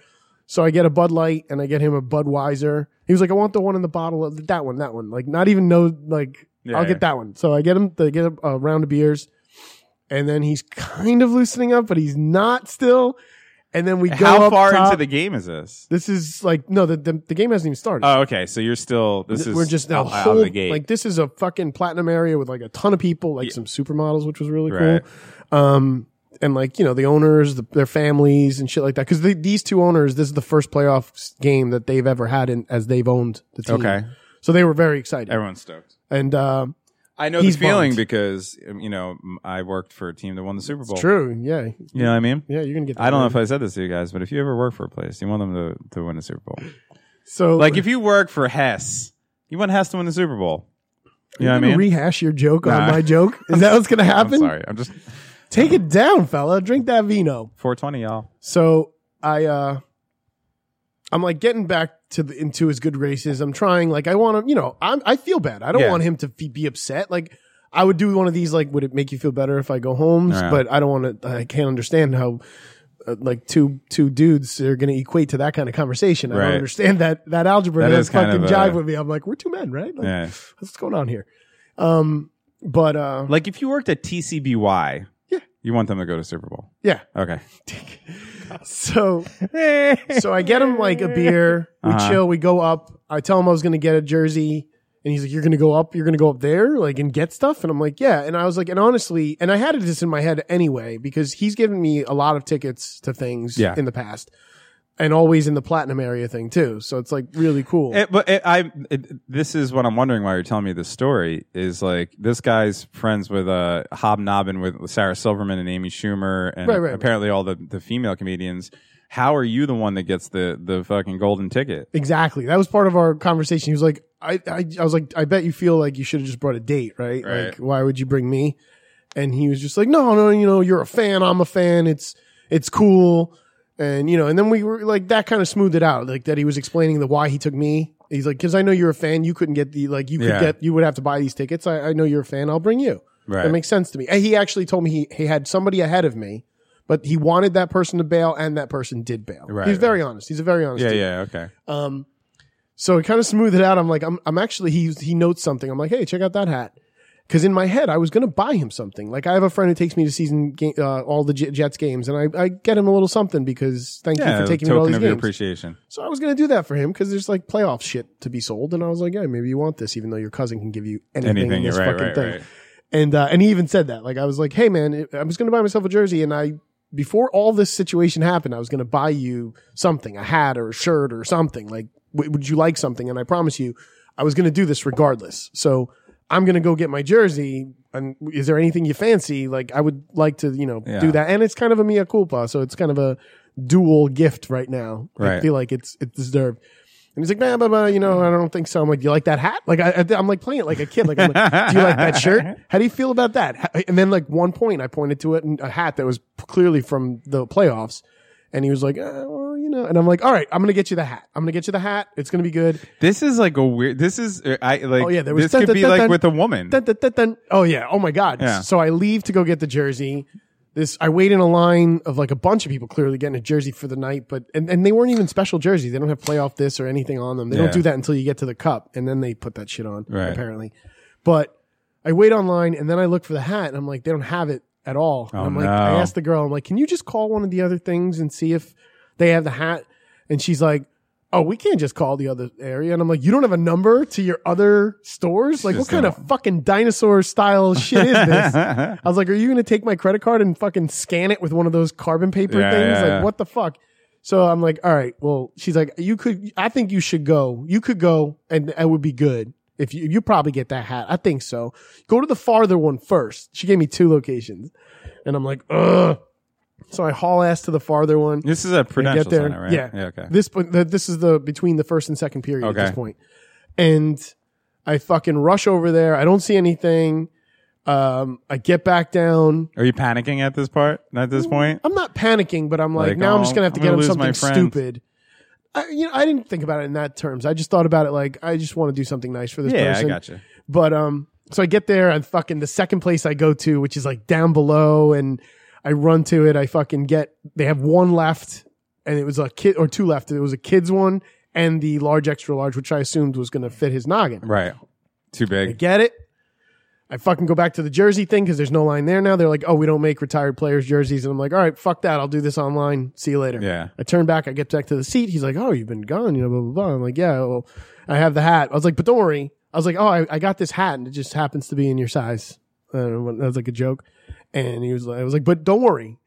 S1: So I get a Bud Light and I get him a Budweiser. He was like, I want the one in the bottle of that one, that one. Like, not even know, like,
S2: Yeah,
S1: I'll
S2: yeah.
S1: get that one. So I get him to get a, a round of beers and then he's kind of loosening up, but he's not still. And then we go
S2: How
S1: up
S2: far
S1: top.
S2: into the game is this?
S1: This is like, no, the, the, the game hasn't even started.
S2: Oh, okay. So you're still. This is
S1: We're just now
S2: out, out of
S1: whole
S2: the gate.
S1: like this is a fucking platinum area with like a ton of people, like some supermodels, which was really
S2: Right.
S1: cool. Um, and like you know the owners, the, their families, and shit like that. Because these two owners, this is the first playoff s- game that they've ever had in, as they've owned the team.
S2: Okay.
S1: so they were very excited,
S2: Everyone's stoked.
S1: and uh,
S2: I know
S1: He's
S2: the feeling
S1: bummed.
S2: because um, you know m- I worked for a team that won the Super Bowl.
S1: true, yeah,
S2: You know what I mean?
S1: yeah, you're gonna get. That
S2: I don't know
S1: right.
S2: if I said this to you guys, but if you ever work for a place, you want them to, to win a Super Bowl.
S1: so.
S2: Like if you work for Hess, you want Hess to win the Super Bowl. You know what I
S1: Gonna
S2: mean?
S1: rehash your joke
S2: Nah.
S1: on my
S2: (laughs)
S1: joke. Is that what's gonna
S2: I'm
S1: happen?
S2: sorry. I'm just
S1: Take it down, fella. Drink that vino.
S2: 420, y'all.
S1: So I uh I'm like getting back to the into his good graces. I'm trying like I want to, you know, I'm I feel bad. I don't
S2: Yeah.
S1: want him to be, be upset. Like I would do one of these like would it make you feel better if I go home?
S2: Yeah.
S1: But I don't want to I can't understand how uh, like two two dudes are going to equate to that kind of conversation. I
S2: Right.
S1: don't understand that that algebra
S2: That
S1: that
S2: is kind
S1: fucking
S2: of a-
S1: jive with me. I'm like, we're two men, right? Like,
S2: Yeah.
S1: What's going on here? Um but uh (laughs)
S2: Like if you worked at TCBY,
S1: Yeah.
S2: you want them to go to Super Bowl.
S1: yeah.
S2: Okay.
S1: So, (laughs) so I get him like a beer. We
S2: Uh-huh.
S1: chill. We go up. I tell him I was going to get a jersey. And he's like, "You're gonna go up. You're gonna go up there, like, and get stuff." And I'm like, "Yeah." And I was like, and honestly, and I had this in my head anyway because he's given me a lot of tickets to things
S2: Yeah.
S1: in the past, and always in the platinum area thing too. So it's like really cool.
S2: It, Eh, but it, I, it, this is what I'm wondering why you're telling me this story is like this guy's friends with uh, hobnobbing with Sarah Silverman and Amy Schumer and
S1: Right, right,
S2: apparently all the, the female comedians. How are you the one that gets the the fucking golden ticket?
S1: Exactly. That was part of our conversation. He was like, I, I, I was like, I bet you feel like you should have just brought a date, right?
S2: Right.
S1: Like, why would you bring me? And he was just like, no, no, you know, you're a fan. I'm a fan. It's, it's cool. And, you know, and then we were like, that kind of smoothed it out, like that he was explaining the why he took me. He's like, cause I know you're a fan. You couldn't get the, like, you could
S2: Yeah.
S1: get, you would have to buy these tickets. I, I know you're a fan. I'll bring you.
S2: Right.
S1: That makes sense to me. And he actually told me he, he had somebody ahead of me, but he wanted that person to bail and that person did bail.
S2: Right,
S1: He's
S2: right.
S1: very honest. He's a very honest
S2: Yeah,
S1: dude.
S2: yeah, okay.
S1: So it kind of smoothed it out. I'm like, I'm, I'm actually, he, he notes something. I'm like, hey, check out that hat. Cause in my head, I was going to buy him something. Like I have a friend who takes me to season game, uh, all the J- Jets games and I, I get him a little something because thank
S2: Yeah,
S1: you for taking me to all
S2: token
S1: these
S2: of your
S1: games.
S2: appreciation.
S1: so I was going to do that for him because there's like playoff shit to be sold. And I was like, yeah, maybe you want this, even though your cousin can give you anything. in
S2: Anything,
S1: this
S2: you're right,
S1: fucking
S2: right,
S1: thing
S2: right.
S1: and uh, and he even said that like i was like hey man it- i was going to buy myself a jersey and i before all this situation happened i was going to buy you something a hat or a shirt or something like w- would you like something and i promise you i was going to do this regardless so i'm going to go get my jersey and is there anything you fancy like i would like to you know
S2: Yeah.
S1: do that and it's kind of a mea culpa so it's kind of a dual gift right now i
S2: Right.
S1: feel like it's it's deserved and he's like, nah, blah, blah, you know, I don't think so. I'm like, do you like that hat? Like, I, I- I'm like playing it like a kid. Like, I'm like, do you like that shirt? How do you feel about that? Ha- And then, like, one point I pointed to it and a hat that was clearly from the playoffs. And he was like, uh, well, you know, and I'm like, all right, I'm going to get you the hat. I'm going to get you the hat. It's going to be good.
S2: This is like a weird. This is uh, I like.
S1: Oh, yeah, there was
S2: this could
S1: dun,
S2: be
S1: dun,
S2: like
S1: dun,
S2: with a woman. (laughs)
S1: Dun, dun, dun, dun. Oh, yeah. Oh, my God.
S2: Yeah.
S1: So I leave to go get the jersey. This I wait in a line of like a bunch of people clearly getting a jersey for the night, but and, and they weren't even special jerseys. They don't have playoff this or anything on them. They
S2: Yeah.
S1: don't do that until you get to the cup, and then they put that shit on
S2: Right.
S1: apparently. But I wait online and then I look for the hat and I'm like, they don't have it at all. And
S2: Oh,
S1: I'm like,
S2: no.
S1: I asked the girl, I'm like, can you just call one of the other things and see if they have the hat? And she's like, Oh, we can't just call the other area. And I'm like, you don't have a number to your other stores? Like, what
S2: just
S1: kind
S2: not-
S1: of fucking dinosaur
S2: (laughs)
S1: style shit is this? I was like, are you going to take my credit card and fucking scan it with one of those carbon paper
S2: Yeah,
S1: things?
S2: yeah,
S1: like,
S2: yeah.
S1: what the fuck? So I'm like, all right, well, she's like, you could, I think you should go. You could go and it would be good. If you, you probably get that hat. I think so. Go to the farther one first. She gave me two locations and I'm like, ugh. So I haul ass to the farther one.
S2: this is a
S1: I
S2: prudential
S1: get there.
S2: center, right?
S1: Yeah.
S2: okay.
S1: This, but the, this is the between the first and second period
S2: Okay.
S1: at this point. And I fucking rush over there. I don't see anything. Um, I get back down.
S2: Are you panicking at this part? At
S1: Mm,
S2: this point?
S1: I'm not panicking, but I'm like,
S2: Like,
S1: now
S2: oh,
S1: I'm just gonna have to
S2: I'm
S1: get
S2: gonna
S1: him
S2: lose my
S1: something
S2: friends.
S1: stupid. I, you know, I didn't think about it in that terms. I just thought about it like I just want to do something nice for this
S2: Yeah,
S1: person.
S2: I gotcha.
S1: But um, so I get there and fucking the second place I go to, which is like down below, and I run to it. I fucking get. They have one left, and it was a kid or two left. It was a kids one and the large extra large, which I assumed was gonna fit his noggin.
S2: Right. Too
S1: I
S2: big.
S1: get it. I fucking go back to the jersey thing because there's no line there now. They're like, oh, we don't make retired players' jerseys. And I'm like, all right, fuck that. I'll do this online. See you later.
S2: Yeah.
S1: I turn back. I get back to the seat. He's like, oh, you've been gone. You know, blah, blah, blah. I'm like, yeah, well, I have the hat. I was like, but don't worry. I was like, oh, I, I got this hat and it just happens to be in your size. I don't know, what- that was like a joke. And he was like, I was like, but don't worry.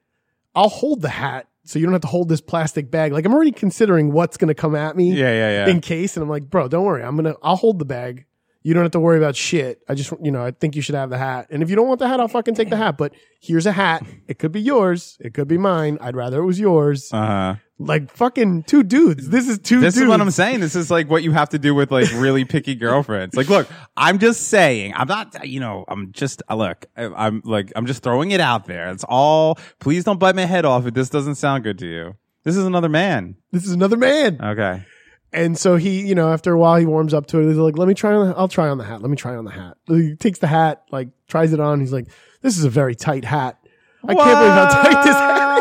S1: I'll hold the hat so you don't have to hold this plastic bag. Like, I'm already considering what's going to come at me
S2: Yeah, yeah, yeah.
S1: in case. And I'm like, bro, don't worry. I'm gonna I'll hold the bag. You don't have to worry about shit. I just you know I think you should have the hat. And if you don't want the hat, I'll fucking take the hat. But here's a hat. It could be yours. It could be mine. I'd rather it was yours.
S2: Uh huh.
S1: Like fucking two dudes. This is two.
S2: This
S1: dudes.
S2: is what I'm saying. This is like what you have to do with like really picky girlfriends. Like, look, I'm just saying, I'm not, you know, I'm just, uh, look, I, I'm like, I'm just throwing it out there. It's all, please don't bite my head off if this doesn't sound good to you. This is another man.
S1: This is another man.
S2: Okay.
S1: And so he, you know, after a while, he warms up to it. He's like, "Let me try on. The, I'll try on the hat. Let me try on the hat." He takes the hat, like tries it on. He's like, "This is a very tight hat. I can't believe how tight this hat." is." (laughs)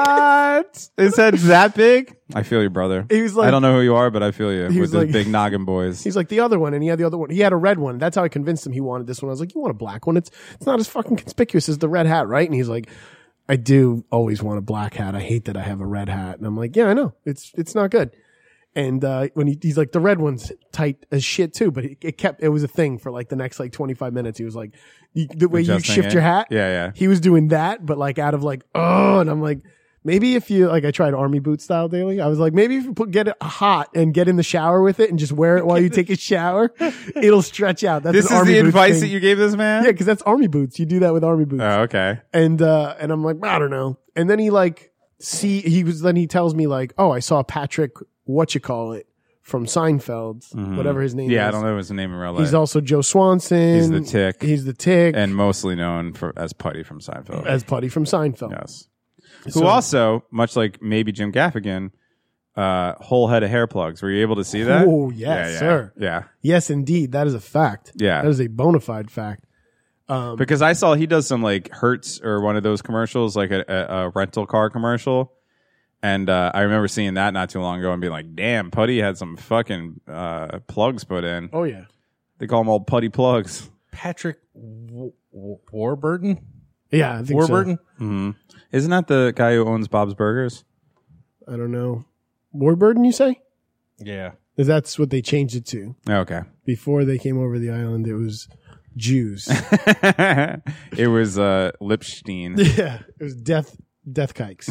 S2: What? His head's that big? I feel you, brother.
S1: He was like-
S2: I don't know who you are, but I feel you
S1: He
S2: with
S1: was
S2: the
S1: like-
S2: big noggin boys.
S1: He's like the other one, and (laughs) he had the other one. He had a red one. That's how I convinced him he wanted this one. I was like, "You want a black one? It's it's not as fucking conspicuous as the red hat, right?" And he's like, "I do always want a black hat. I hate that I have a red hat." And I'm like, "Yeah, I know. It's it's not good." And uh, when he, he's like, the red one's tight as shit too, but it, it kept, it was a thing for like the next like 25 minutes. He was like, you, the way
S2: Adjusting
S1: you shift
S2: it.
S1: your hat.
S2: Yeah, yeah.
S1: He was doing that, but like out of like, oh, and I'm like, maybe if you, like I tried army boot style daily. I was like, maybe if you put, get it hot and get in the shower with it and just wear it while you take a
S2: (laughs)
S1: shower, it'll stretch out. That's
S2: This
S1: an
S2: is
S1: army
S2: the
S1: boot
S2: advice
S1: thing.
S2: that you gave this man.
S1: Yeah, because that's army boots. You do that with army boots.
S2: Oh, okay.
S1: And uh and I'm like, I don't know. And then he like see he was then he tells me like, Oh, I saw Patrick what you call it from Seinfeld, whatever his name is.
S2: Mm-hmm. Yeah, I don't know his name in real life.
S1: He's also Joe Swanson.
S2: He's the Tick.
S1: He's the tick
S2: and mostly known for as Putty from Seinfeld.
S1: as Putty from Seinfeld.
S2: yes. Who also, much like maybe Jim Gaffigan, uh, whole head of hair plugs. Were you able to see that?
S1: Oh, yes,
S2: Yeah, yeah,
S1: sir.
S2: Yeah.
S1: Yes, indeed. That is a fact.
S2: Yeah.
S1: That is a bona fide fact. Um,
S2: Because I saw he does some like Hertz or one of those commercials, like a, a, a rental car commercial. And uh, I remember seeing that not too long ago and being like, damn, Putty had some fucking uh, plugs put in.
S1: Oh yeah.
S2: They call them old Putty plugs.
S5: Patrick w- w- Warburton.
S1: Yeah, I think so.
S5: Warburton.
S1: Mm-hmm.
S2: Isn't that the guy who owns Bob's Burgers?
S1: I don't know. Warburton, you say?
S5: Yeah.
S1: 'Cause That's what they changed it to.
S2: Okay.
S1: Before they came over the island, it was
S2: (laughs)
S1: Jews. (laughs)
S2: it was uh, Lipstein.
S1: yeah. It was death death kikes.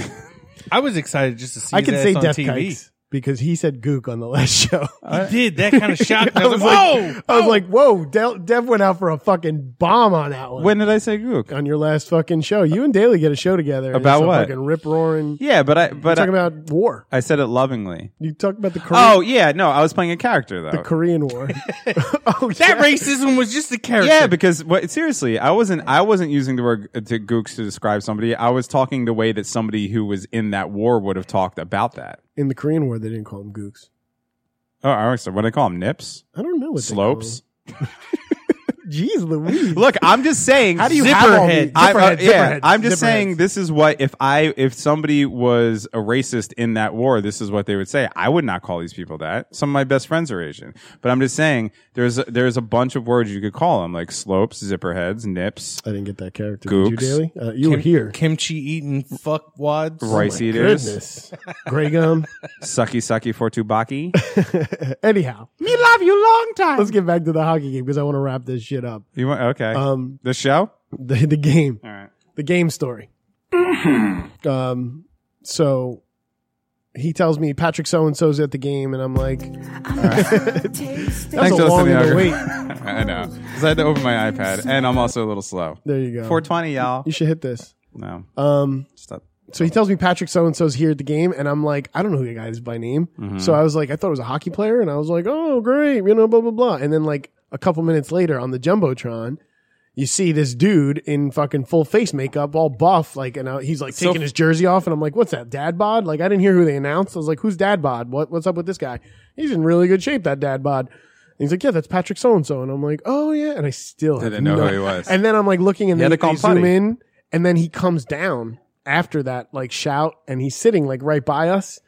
S5: I was excited just to see.
S1: I can
S5: that
S1: say
S5: on
S1: Death
S5: TV.
S1: Kikes because he said gook on the last (laughs) show.
S5: He did that kind of shocked me. I was, like, whoa.
S1: I
S2: Oh.
S1: was like, whoa, Del- Dev went out for a fucking bomb on that one.
S2: (laughs) When did I say gook?
S1: on your last fucking show, you and Daly get a show together. and
S2: About
S1: it's a
S2: what?
S1: Fucking rip roaring.
S2: Yeah, but I but I,
S1: Talking about war.
S2: I said it lovingly.
S1: You talk about the Korean,
S2: Oh yeah, no, I was playing a character though.
S1: the Korean
S2: (laughs)
S1: War. (laughs) oh,
S5: that
S1: yeah.
S5: racism was just a character.
S2: yeah, because what, seriously, I wasn't I wasn't using the word uh, to gooks to describe somebody. I was talking the way that somebody who was in that war would have talked about that.
S1: In the Korean War, they didn't call them gooks.
S2: Oh, I so what do they call them? Nips,
S1: I don't know what they call
S2: slopes.
S1: them. Jeez Louise.
S2: Look, I'm just saying.
S1: How do you
S2: zipper
S1: have all
S2: head.
S1: these-
S2: I,
S1: zipper
S2: uh,
S1: head, zipper
S2: yeah,
S1: head,
S2: I'm just
S1: zipper
S2: saying
S1: head.
S2: this is what if I if somebody was a racist in that war, this is what they would say. I would not call these people that. Some of my best friends are Asian, but I'm just saying there's a, there's a bunch of words you could call them like slopes, zipper heads, nips,
S1: I didn't get that character.
S2: Gooks.
S1: Did you, Daly? Uh, you were here.
S5: Kimchi eating fuckwads.
S2: rice
S1: Oh
S2: eaters,
S1: Goodness. Grey gum.
S2: sucky sucky for tubaki.
S1: (laughs) Anyhow,
S2: Me love you long time.
S1: let's get back to the hockey game because I want to wrap this shit up.
S2: You want okay?
S1: Um,
S2: the show.
S1: the, the game.
S2: All right.
S1: the game
S2: (clears throat)
S1: story. um, so he tells me Patrick so and so's at the game, and I'm like, that was
S2: Thanks
S1: a
S2: for
S1: long
S2: listening,
S1: and a
S2: Ogre.
S1: wait.
S2: (laughs) I know because I had to open my iPad, and I'm also a little slow.
S1: There you go.
S2: 420, y'all.
S1: You should hit this.
S2: No,
S1: Um,
S2: stop.
S1: so he tells me Patrick so and so's here at the game, and I'm like, I don't know who the guy is by name.
S2: Mm-hmm.
S1: So I was like, I thought it was a hockey player, and I was like, oh great, you know, blah blah blah. And then like a couple minutes later on the jumbotron. You see this dude in fucking full face makeup, all buff, like, and uh, he's like
S2: So-
S1: taking his jersey off, and I'm like, "What's that, dad bod?" Like, I didn't hear who they announced. I was like, "Who's dad bod? What what's up with this guy? He's in really good shape, that dad bod." And he's like, "Yeah, that's Patrick so and so," and I'm like, "Oh yeah," and I still have
S2: Didn't know who he
S1: (laughs)
S2: was.
S1: And then I'm like looking, and
S2: You had
S1: then
S2: to call
S1: they
S2: him Putty.
S1: zoom in, and then he comes down after that, like shout, and he's sitting like right by us.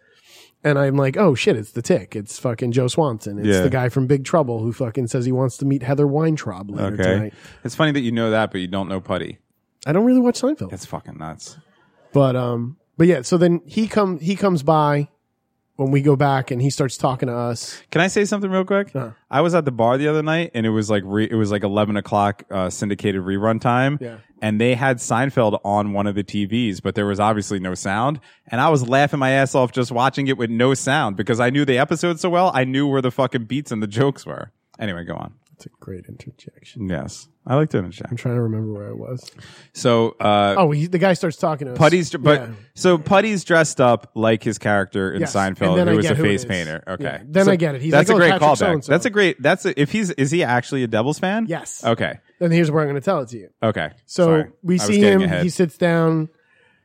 S1: And I'm like, oh shit, it's the tick. It's fucking Joe Swanson. It's
S2: Yeah.
S1: the guy from Big Trouble who fucking says he wants to meet Heather Weintraub later
S2: Okay.
S1: tonight.
S2: It's funny that you know that, but you don't know Putty.
S1: I don't really watch Seinfeld.
S2: That's fucking nuts.
S1: But um, but yeah. So then he come he comes by when we go back, and he starts talking to us.
S2: Can I say something real quick?
S1: Sure.
S2: I was at the bar the other night, and it was like re- it was like eleven o'clock uh, syndicated rerun time.
S1: Yeah.
S2: And they had Seinfeld on one of the TVs, but there was obviously no sound. And I was laughing my ass off just watching it with no sound because I knew the episode so well. I knew where the fucking beats and the jokes were. Anyway, go on.
S1: That's a great interjection.
S2: Yes, I like doing it.
S1: I'm
S2: Jack.
S1: trying to remember where I was.
S2: So, uh,
S1: Oh, he, the guy starts talking to us.
S2: Putty's, but
S1: Yeah.
S2: so Putty's dressed up like his character in
S1: Yes. And
S2: Seinfeld,
S1: then
S2: who
S1: I
S2: was
S1: get
S2: a
S1: who it
S2: face
S1: is.
S2: painter. Okay,
S1: Yeah. Then
S2: So
S1: I get it. He's
S2: that's
S1: like,
S2: a
S1: "Oh,
S2: great
S1: Patrick
S2: callback.
S1: so-and-so."
S2: That's a great. That's a, if he's is he actually a Devils fan?
S1: Yes.
S2: Okay.
S1: And here's where I'm going to tell it to you.
S2: Okay.
S1: So
S2: Sorry.
S1: we
S2: I was
S1: see
S2: getting
S1: him.
S2: ahead.
S1: He sits down.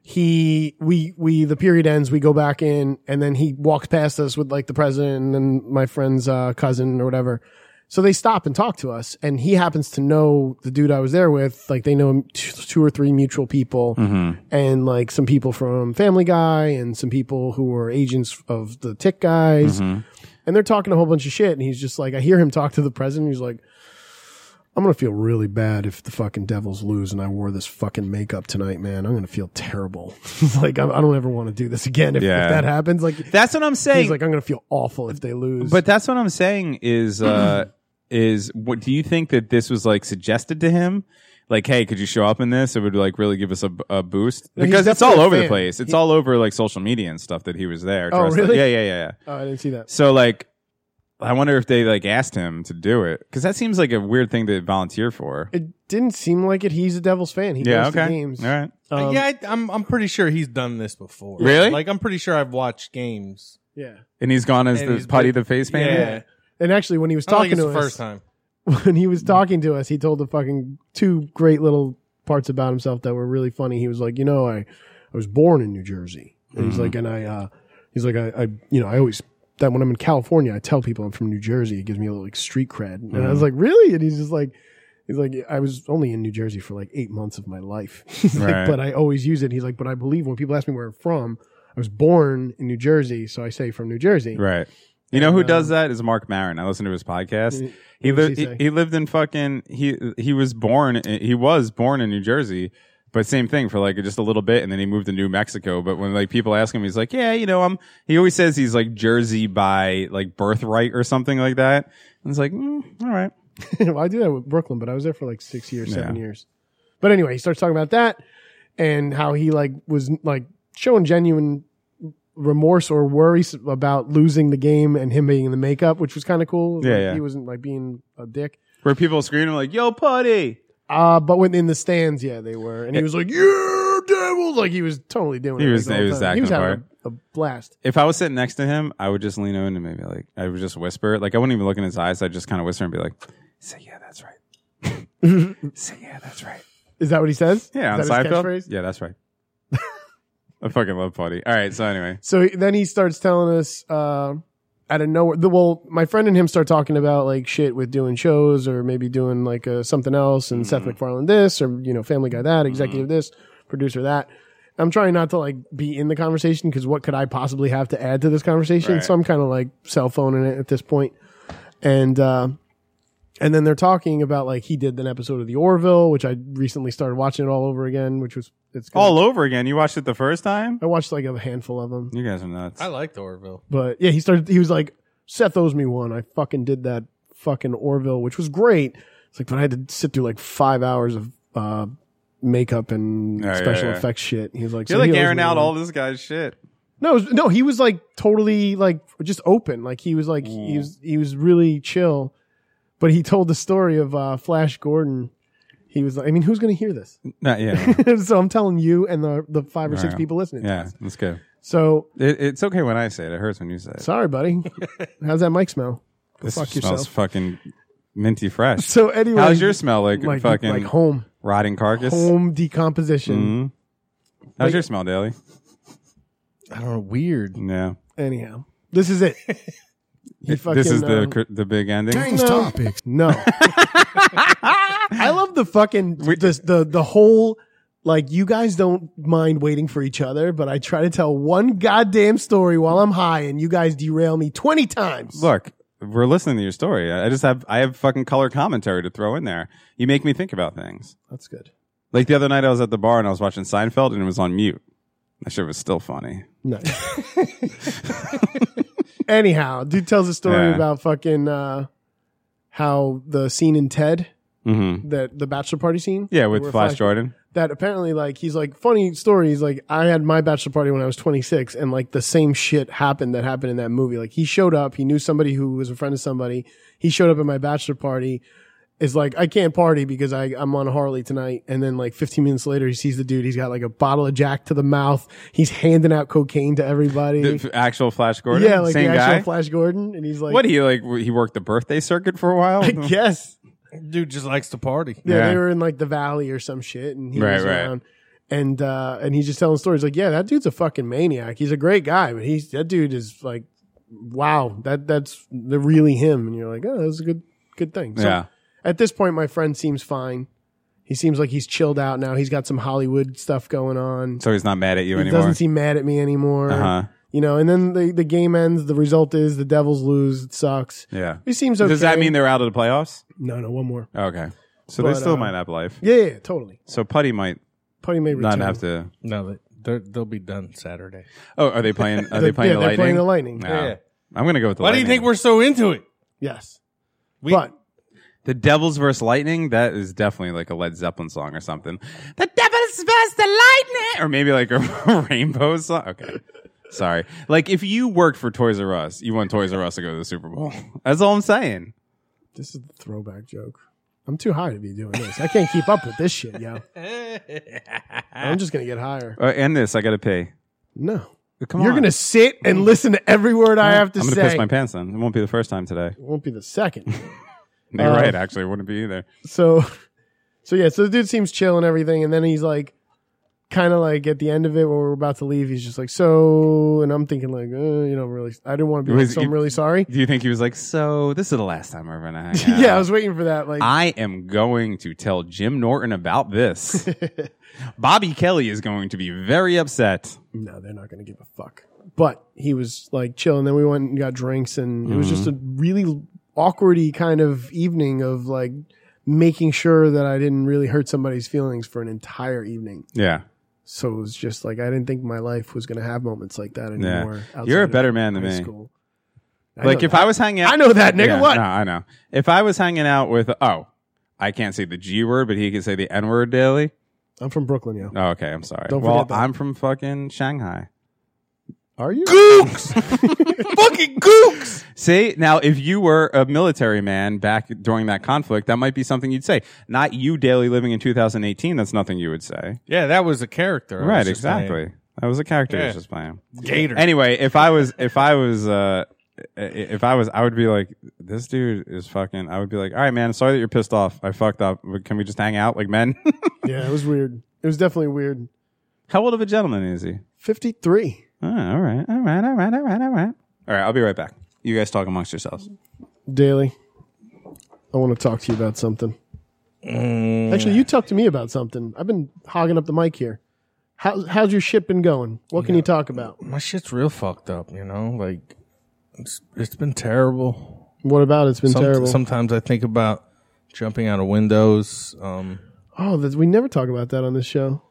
S1: He we we the period ends. We go back in, and then he walks past us with like the president and my friend's uh, cousin or whatever. So they stop and talk to us, and he happens to know the dude I was there with. Like they know him t- two or three mutual people,
S2: Mm-hmm.
S1: and like some people from Family Guy, and some people who were agents of the Tick
S2: Mm-hmm.
S1: guys. And they're talking a whole bunch of shit, and he's just like, I hear him talk to the president. He's like, I'm gonna feel really bad if the fucking Devils lose and I wore this fucking makeup tonight, man. I'm gonna feel terrible. (laughs) It's like I, I don't ever want to do this again if,
S2: Yeah.
S1: if that happens. Like
S2: That's what I'm saying.
S1: he's like, I'm gonna feel awful if they lose.
S2: But that's what I'm saying
S1: (clears throat)
S2: is uh is what do you think that this was like suggested to him? Like, hey, could you show up in this? It would like really give us a, a boost
S1: No, he's
S2: because it's all
S1: definitely a
S2: over the
S1: fan.
S2: place. It's all over like social media and stuff that he was there.
S1: Oh,
S2: dressed up.
S1: really?
S2: Yeah, yeah, yeah, yeah.
S1: oh, I didn't see that.
S2: So like, I wonder if they like asked him to do it because that seems like a weird thing to volunteer for.
S1: It didn't seem like it. He's a Devils fan. He
S2: yeah.
S1: goes
S2: Okay.
S1: to games.
S2: All right.
S1: Um,
S7: Uh, yeah, I, I'm I'm pretty sure he's done this before.
S2: Really?
S7: Like I'm pretty sure I've watched games.
S1: yeah.
S2: And he's gone as
S7: And
S2: the
S7: he's
S2: putty
S7: been-
S2: the face man.
S7: Yeah.
S1: And actually, when he was
S5: I don't think
S1: talking
S5: it's
S1: to
S5: the
S1: us,
S5: first time.
S1: (laughs) when he was talking to us, he told the fucking two great little parts about himself that were really funny. He was like, you know, I, I was born in New Jersey. And he's like, and I, uh, he's like, I, I, you know, I always, that when I'm in California, I tell people I'm from New Jersey. It gives me a little like street cred. And I was like, really? And he's just like, he's like, I was only in New Jersey for like eight months of my life. (laughs) He's like,
S2: Right.
S1: but I always use it. He's like, but I believe when people ask me where I'm from, I was born in New Jersey. So I say from New Jersey.
S2: Right. You know who
S7: uh,
S2: does that is Mark Maron. I listen to his podcast. He
S1: what does
S2: lived.
S1: he
S2: He,
S1: say?
S2: he lived in fucking. He he was born. He was born in New Jersey, but same thing for like just a little bit, and then he moved to New Mexico. But when like people ask him, he's like, yeah, you know, I'm. He always says he's like Jersey by like birthright or something like that. And it's like, mm, all right.
S1: (laughs) well, I do that with Brooklyn, but I was there for like six years, seven
S2: Yeah.
S1: years. But anyway, he starts talking about that and how he like was like showing genuine remorse or worries about losing the game and him being in the makeup, which was kind of cool.
S2: Yeah,
S1: Like,
S2: yeah.
S1: he wasn't like being a dick.
S2: Where people scream like, yo, putty.
S1: Uh, but when in the stands, yeah, they were, and he was like, "Yeah, devils!" Like he was totally doing
S2: He
S1: it.
S2: was-
S1: like, the
S2: he
S1: whole
S2: was
S1: time. he was
S2: acting
S1: having a, a blast.
S2: If I was sitting next to him, I would just lean over and maybe like I would just whisper. Like I wouldn't even look in his eyes. I'd just kind of whisper and be like, say yeah,
S1: (laughs)
S2: that's right. say yeah, that's right.
S1: Is that what he says?
S2: Yeah, on
S1: Is that his
S2: Seinfeld.
S1: catchphrase?
S2: Yeah, that's right. (laughs) I fucking love Putty. All right, so anyway,
S1: So then he starts telling us uh, out of nowhere. The, well, my friend and him start talking about like shit with doing shows or maybe doing like uh, something else and
S2: Mm-hmm.
S1: Seth MacFarlane this or you know Family Guy that executive this producer that. I'm trying not to like be in the conversation because what could I possibly have to add to this conversation?
S2: Right.
S1: So I'm kind of like cell phoning it at this point, and uh, and then they're talking about like he did an episode of the Orville, which I recently started watching it all over again, which was it's good. Oh.
S2: all over again. You watched it the first time.
S1: I watched like a handful of them.
S2: You guys are nuts.
S7: I liked Orville.
S1: But yeah, he started. He was like, "Seth owes me one. I fucking did that fucking Orville, which was great." It's like, but I had to sit through like five hours of uh, makeup and
S2: Yeah, yeah,
S1: special
S2: yeah.
S1: effects shit. He was like,
S2: You're
S1: "So he
S2: like
S1: owes
S2: airing
S1: me
S2: out
S1: one."
S2: all this guy's shit.
S1: No, it was- no, he was like totally like just open. Like he was like
S2: Mm.
S1: he was he was really chill. But he told the story of uh, Flash Gordon. He was like, I mean, who's going to hear this? (laughs)
S2: Not yeah,
S1: so I'm telling you and the the five or six
S2: Right.
S1: people listening.
S2: (laughs) yeah. Let's go.
S1: So
S2: It, it's okay when I say it. It hurts when you say it.
S1: sorry,
S2: (laughs)
S1: buddy. How's that mic smell? Go
S2: this
S1: fuck
S2: smells
S1: yourself.
S2: fucking minty fresh.
S1: So anyway,
S2: How's your smell like?
S1: like
S2: fucking
S1: like home
S2: rotting carcass.
S1: home decomposition?
S2: Mhm. How's
S1: Like-
S2: your smell, Daly?
S7: I don't know. Weird.
S2: Yeah.
S1: Anyhow, this is
S2: (laughs)
S1: it. He fucking,
S2: this is the
S1: um,
S2: cr- the big ending.
S1: no. topics.
S2: (laughs)
S1: No, I love the fucking
S2: We-
S1: this, the the whole. Like you guys don't mind waiting for each other, but I try to tell one goddamn story while I'm high, and you guys derail me twenty times.
S2: Look, we're listening to your story. I I just have I have fucking color commentary to throw in there. You make me think about things.
S1: That's good.
S2: Like the other night, I was at the bar and I was watching Seinfeld, and it was on mute. That shit was still funny.
S1: No. (laughs) Anyhow, dude tells a story
S2: Yeah.
S1: about fucking uh, how the scene in Ted,
S2: Mm-hmm.
S1: that the bachelor party scene,
S2: Yeah, with
S1: where
S2: Flash, Jordan.
S1: that apparently like he's like funny stories like i had my bachelor party when i was 26 and like the same shit happened that happened in that movie like he showed up he knew somebody who was a friend of somebody he showed up at my bachelor party is like i can't party because I, i'm on a harley tonight and then like 15 minutes later he sees the dude he's got like a bottle of jack to the mouth he's handing out cocaine to everybody
S2: The f- actual Flash Gordon.
S1: yeah like
S2: same
S1: the
S2: guy.
S1: actual flash gordon and he's like
S2: what he like? w- He worked the birthday circuit for a
S1: (laughs)
S2: while.
S1: i guess
S7: Dude just likes to party.
S1: Yeah,
S2: Yeah.
S1: they were in like the valley or some shit, and he
S2: Right,
S1: was
S2: right.
S1: around. And uh, and he's just telling stories like, yeah, that dude's a fucking maniac. He's a great guy, but he's that dude is like, wow, that that's the really him. And you're like, oh, that's a good good thing. So
S2: yeah.
S1: At this point, my friend seems fine. He seems like he's chilled out now. He's got some Hollywood stuff going on.
S2: So he's not mad at you
S1: he
S2: anymore.
S1: doesn't seem mad at me anymore.
S2: Uh huh.
S1: You know. And then the the game ends. The result is the Devils lose. It sucks.
S2: Yeah.
S1: He seems okay.
S2: Does that mean they're out of the playoffs?
S1: no, no, one more.
S2: Okay. So
S1: But,
S2: they still
S1: uh,
S2: might have life.
S1: Yeah, yeah, totally.
S2: So Putty might
S1: Putty may
S2: not
S1: return.
S2: have to.
S7: No, they they'll be done Saturday.
S2: Oh, are they playing?
S1: (laughs)
S2: Are they playing
S1: yeah,
S2: the
S1: they're
S2: lightning?
S1: playing the lightning.
S2: No.
S7: Yeah.
S2: I'm gonna go with the.
S5: Why do
S2: lightning.
S5: you think we're so into it?
S1: Yes,
S5: We,
S1: but
S2: the Devils versus Lightning? That is definitely like a Led Zeppelin song or something. The Devils versus the Lightning, or maybe like a (laughs) Rainbow song. Okay, sorry. Like if you worked for Toys R Us, you want Toys R Us to go to the Super Bowl. (laughs) That's all I'm saying.
S1: this is a throwback joke. I'm too high to be doing this. I can't keep up with this shit, yo. I'm just gonna get higher.
S2: Uh, and this, I gotta pay.
S1: No,
S2: Come
S1: you're
S2: on. Mm.
S1: gonna sit and listen to every word I have to
S2: I'm gonna
S1: say.
S2: piss my pants on. It won't be the first time today.
S1: It won't be the second. (laughs)
S2: You're
S1: Uh,
S2: right. Actually, it wouldn't be either.
S1: so so yeah so the dude seems chill and everything and then he's like kind of like at the end of it when we're about to leave he's just like so and i'm thinking like uh, you know really i didn't want to be like,
S2: Was
S1: so i'm
S2: he-
S1: really sorry
S2: Do you think he was like, so this is the last time we're gonna hang
S1: (laughs) yeah.
S2: out?
S1: i was waiting for that like
S2: I am going to tell Jim Norton
S1: (laughs)
S2: about this. Bobby Kelly is going to be very upset.
S1: no they're not gonna give a fuck but he was like chill and then we went and got drinks and it was just a
S2: Mm-hmm.
S1: really awkwardy kind of evening of like making sure that i didn't really hurt somebody's feelings for an entire evening
S2: Yeah.
S1: so it was just like i didn't think my life was gonna have moments like that
S2: Yeah.
S1: anymore outside
S2: You're a
S1: of
S2: better man than
S1: high
S2: me.
S1: school. I
S2: Like
S1: know
S2: if
S1: that.
S2: I was hanging out
S1: I know that nigga.
S2: Yeah,
S1: what?
S2: No, I know. If I was hanging out with oh, I can't say the G word, but he can say the N word daily.
S1: I'm from Brooklyn, yo.
S2: Oh, okay, I'm sorry.
S1: Don't
S2: well,
S1: forget that.
S2: I'm from fucking Shanghai.
S1: Are you?
S2: fucking gooks. See, now if you were a military man back during that conflict, that might be something you'd say. Not you daily living in 2018, that's nothing you would say.
S5: yeah, that was a character. I was
S2: Right,
S5: just saying.
S2: exactly. That was a character he
S5: Yeah.
S2: was just playing.
S5: Gator.
S2: Anyway, if I was, if I was, uh, i- if I was, I would be like, this dude is fucking. I would be like, all right, man, sorry that you're pissed off. I fucked up. But Can we just hang out like men? (laughs)
S1: yeah, it was weird. It was definitely weird.
S2: How old of a gentleman is he?
S1: 53.
S2: Oh, all right, all right, all right, all right, all right. All right, I'll be right back. You guys talk amongst yourselves.
S1: Daily. I want to talk to you about something.
S7: Mm.
S1: Actually, you talk to me about something. I've been hogging up the mic here. How, how's your shit been going? What can you talk about?
S7: My shit's real fucked up, you know. Like it's it's been terrible.
S1: What about it's been
S7: Some-
S1: terrible?
S7: Sometimes I think about jumping out of windows. Um,
S1: oh, that, we never talk about that on this show.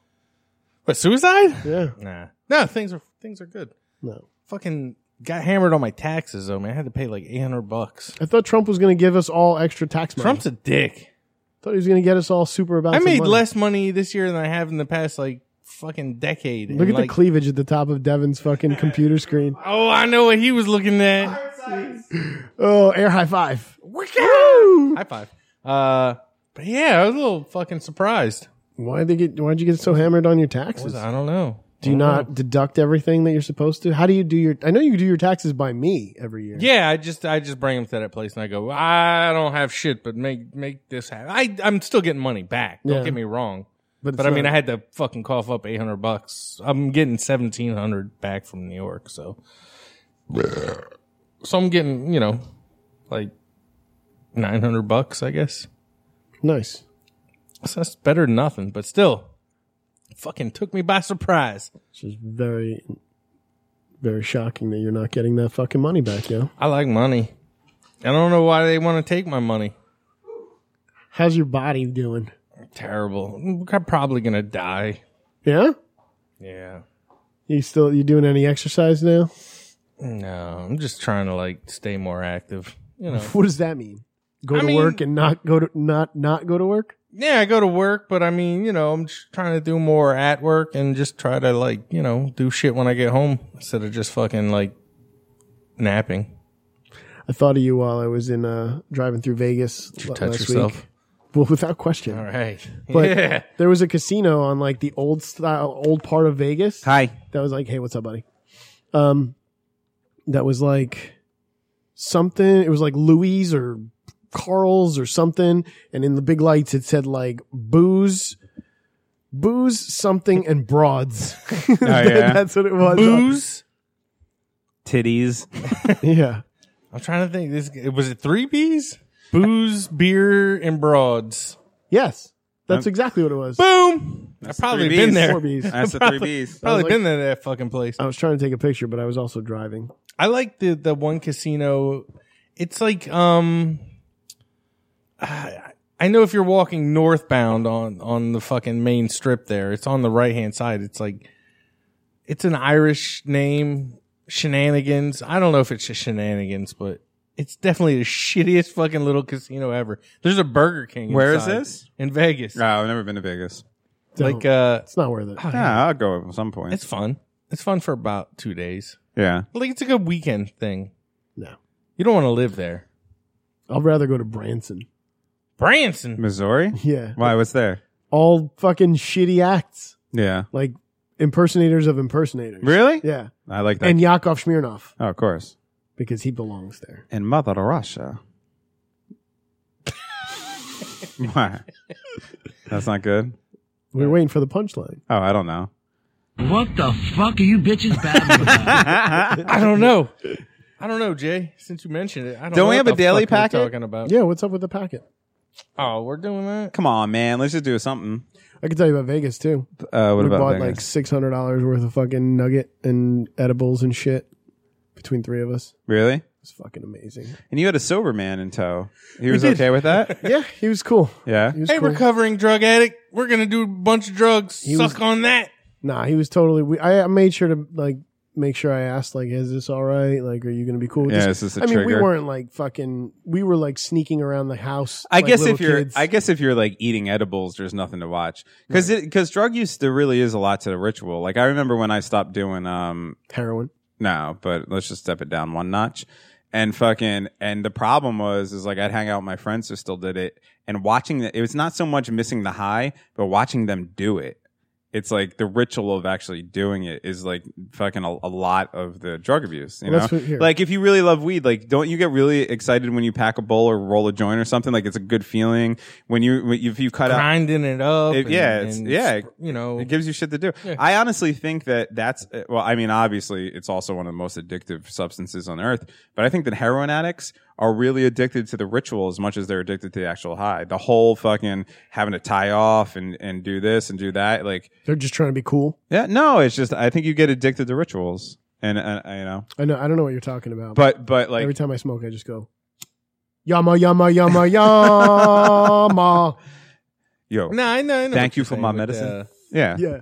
S5: But suicide?
S1: Yeah.
S7: nah, no, things are things are good.
S1: No.
S7: Fucking got hammered on my taxes though, man. I had to pay like eight hundred bucks.
S1: I thought Trump was going to give us all extra tax money.
S7: Trump's a dick.
S1: thought he was going to get us all super about
S7: I made
S1: money.
S7: less money this year than I have in the past like fucking decade.
S1: Look
S7: And,
S1: at
S7: like,
S1: the cleavage at the top of Devin's fucking computer
S7: (laughs)
S1: screen.
S5: Oh, I know what he was looking at.
S1: Oh, air high five.
S7: high five. Uh, but yeah, I was a little fucking surprised.
S1: Why they get? Why'd you get so hammered on your taxes?
S7: I don't know.
S1: Do you not deduct everything that you're supposed to? How do you do your? I know you do your taxes by me every year.
S7: Yeah, I just I just bring them to that place and I go, I don't have shit, but make make this happen. I I'm still getting money back. Don't
S1: Yeah.
S7: get me wrong.
S1: but,
S7: But I mean, I had to fucking cough up eight hundred bucks. I'm getting seventeen hundred back from New York, so so I'm getting you know like nine hundred bucks, I guess.
S1: nice.
S7: So that's better than nothing, but still, fucking took me by surprise.
S1: It's just very, very shocking that you're not getting that fucking money back, yo.
S7: I like money. I don't know why they want to take my money.
S1: How's your body doing?
S7: Terrible. I'm probably gonna die.
S1: Yeah.
S7: Yeah.
S1: You still you doing any exercise now?
S7: No, I'm just trying to like stay more active. You know.
S1: What does that mean? Go
S7: I
S1: to
S7: mean-
S1: work and not go to not not go to work?
S7: yeah, I go to work, but I mean, you know, I'm just trying to do more at work and just try to like, you know, do shit when I get home instead of just fucking like napping.
S1: I thought of you while I was in uh driving through Vegas l-
S7: Touch
S1: last
S7: yourself.
S1: week. Well, without question.
S7: All right.
S1: But
S7: (laughs) yeah.
S1: there was a casino on like the old style, old part of Vegas.
S2: Hi.
S1: that was like, hey, what's up, buddy? Um, that was like something. It was like Louis or Carl's or something. And in the big lights, it said like booze, booze, something, and
S2: (laughs)
S1: broads. (laughs)
S2: Oh, yeah?
S1: That's what it was.
S7: Booze.
S2: Titties.
S1: Yeah.
S7: I'm trying to think. This was it. Three B's. Booze, beer, and broads.
S1: Yes.
S2: Um,
S1: That's exactly what it was.
S7: Boom. I've probably
S2: three
S7: been
S2: Bs.
S7: there.
S1: Four Bs.
S2: That's the three B's.
S7: Probably
S1: like-
S7: been there to that fucking place.
S1: I was trying to take a picture, but I was also driving.
S7: I like the the one casino. It's like um, I- I know if you're walking northbound on on the fucking main strip there, it's on the right hand side. It's like it's an Irish name, shenanigans. I don't know if it's just shenanigans, but it's definitely the shittiest fucking little casino ever. There's a Burger King.
S2: Where is
S7: inside
S2: this?
S7: In Vegas.
S2: No, I've never been to Vegas.
S7: Like uh
S1: It's not worth it.
S2: Yeah, I'll go at some point.
S7: it's fun. It's fun for about two days.
S2: yeah.
S7: Like it's a good weekend thing.
S1: No.
S7: You don't want to live there.
S1: I'd rather go to Branson.
S7: Branson.
S2: Missouri?
S1: Yeah.
S2: Why? What's there?
S1: All fucking shitty acts.
S2: Yeah.
S1: Like impersonators of impersonators.
S2: Really?
S1: Yeah.
S2: I like that.
S1: And Yakov Smirnov,
S2: oh, of course.
S1: because he belongs there.
S2: And Mother Russia. Why? That's not good.
S1: We were waiting for the punchline.
S2: Oh, I don't know.
S8: What the fuck are you bitches
S1: (laughs)
S8: babbling about?
S7: I don't know. I don't know, Jay. Since you mentioned it, I don't.
S2: Don't
S7: know
S2: we
S7: what
S2: have a
S7: the
S2: daily
S7: fuck we're
S2: packet?
S7: Talking about.
S1: Yeah, what's up with the packet?
S7: Oh, we're doing that.
S2: Come on, man. Let's just do something.
S1: I can tell you about Vegas too.
S2: Uh, what
S1: we
S2: about
S1: bought
S2: Vegas?
S1: like six hundred dollars worth of fucking nugget and edibles and shit between three of us.
S2: really?
S1: It's fucking amazing.
S2: And you had a sober man in tow. He was okay
S1: (laughs)
S2: with that?
S1: Yeah, he was cool.
S2: Yeah.
S1: He was
S7: Hey,
S1: cool.
S7: recovering drug addict. We're gonna do a bunch of drugs. Suck
S1: was-
S7: on that.
S1: Nah, he was totally. We- I I made sure to like make sure I asked like, is this all right? Like, are you gonna be cool with
S2: Yeah,
S1: this?
S2: is this a
S1: I mean, we
S2: trigger?
S1: weren't like fucking. We were like sneaking around the house.
S2: I
S1: like,
S2: guess
S1: little
S2: if you're,
S1: kids.
S2: I guess if you're like eating edibles, there's nothing to watch because because drug use there really is a lot to the ritual. Like I remember when I stopped doing um
S1: heroin.
S2: no, but let's just step it down one notch. And fucking, and the problem was, is like I'd hang out with my friends who still did it and watching the, it was not so much missing the high, but watching them do it. It's like the ritual of actually doing it is like fucking a, a lot of the drug abuse, you
S1: Well,
S2: know?
S1: that's what- here.
S2: like if you really love weed, like don't you get really excited when you pack a bowl or roll a joint or something? Like it's a good feeling when you, when you if you cut out.
S7: Grinding it up.
S2: uh, It-
S7: and-
S2: yeah, it's-
S7: and,
S2: yeah.
S7: You know,
S2: It gives you shit to do. I honestly think that that's uh, well. I mean, obviously, it's also one of the most addictive substances on earth. But I think that heroin addicts are really addicted to the ritual as much as they're addicted to the actual high. The whole fucking having to tie off and and do this and do that. Like,
S1: They're just trying to be cool.
S2: yeah, no, it's just I think you get addicted to rituals, and uh, you know,
S1: I know. I don't know what you're talking about.
S2: but but like
S1: every time I smoke, I just go yama yama yama yama.
S2: yo,
S7: no, I know. I know
S2: thank you for my medicine.
S7: uh,
S2: yeah,
S1: yeah,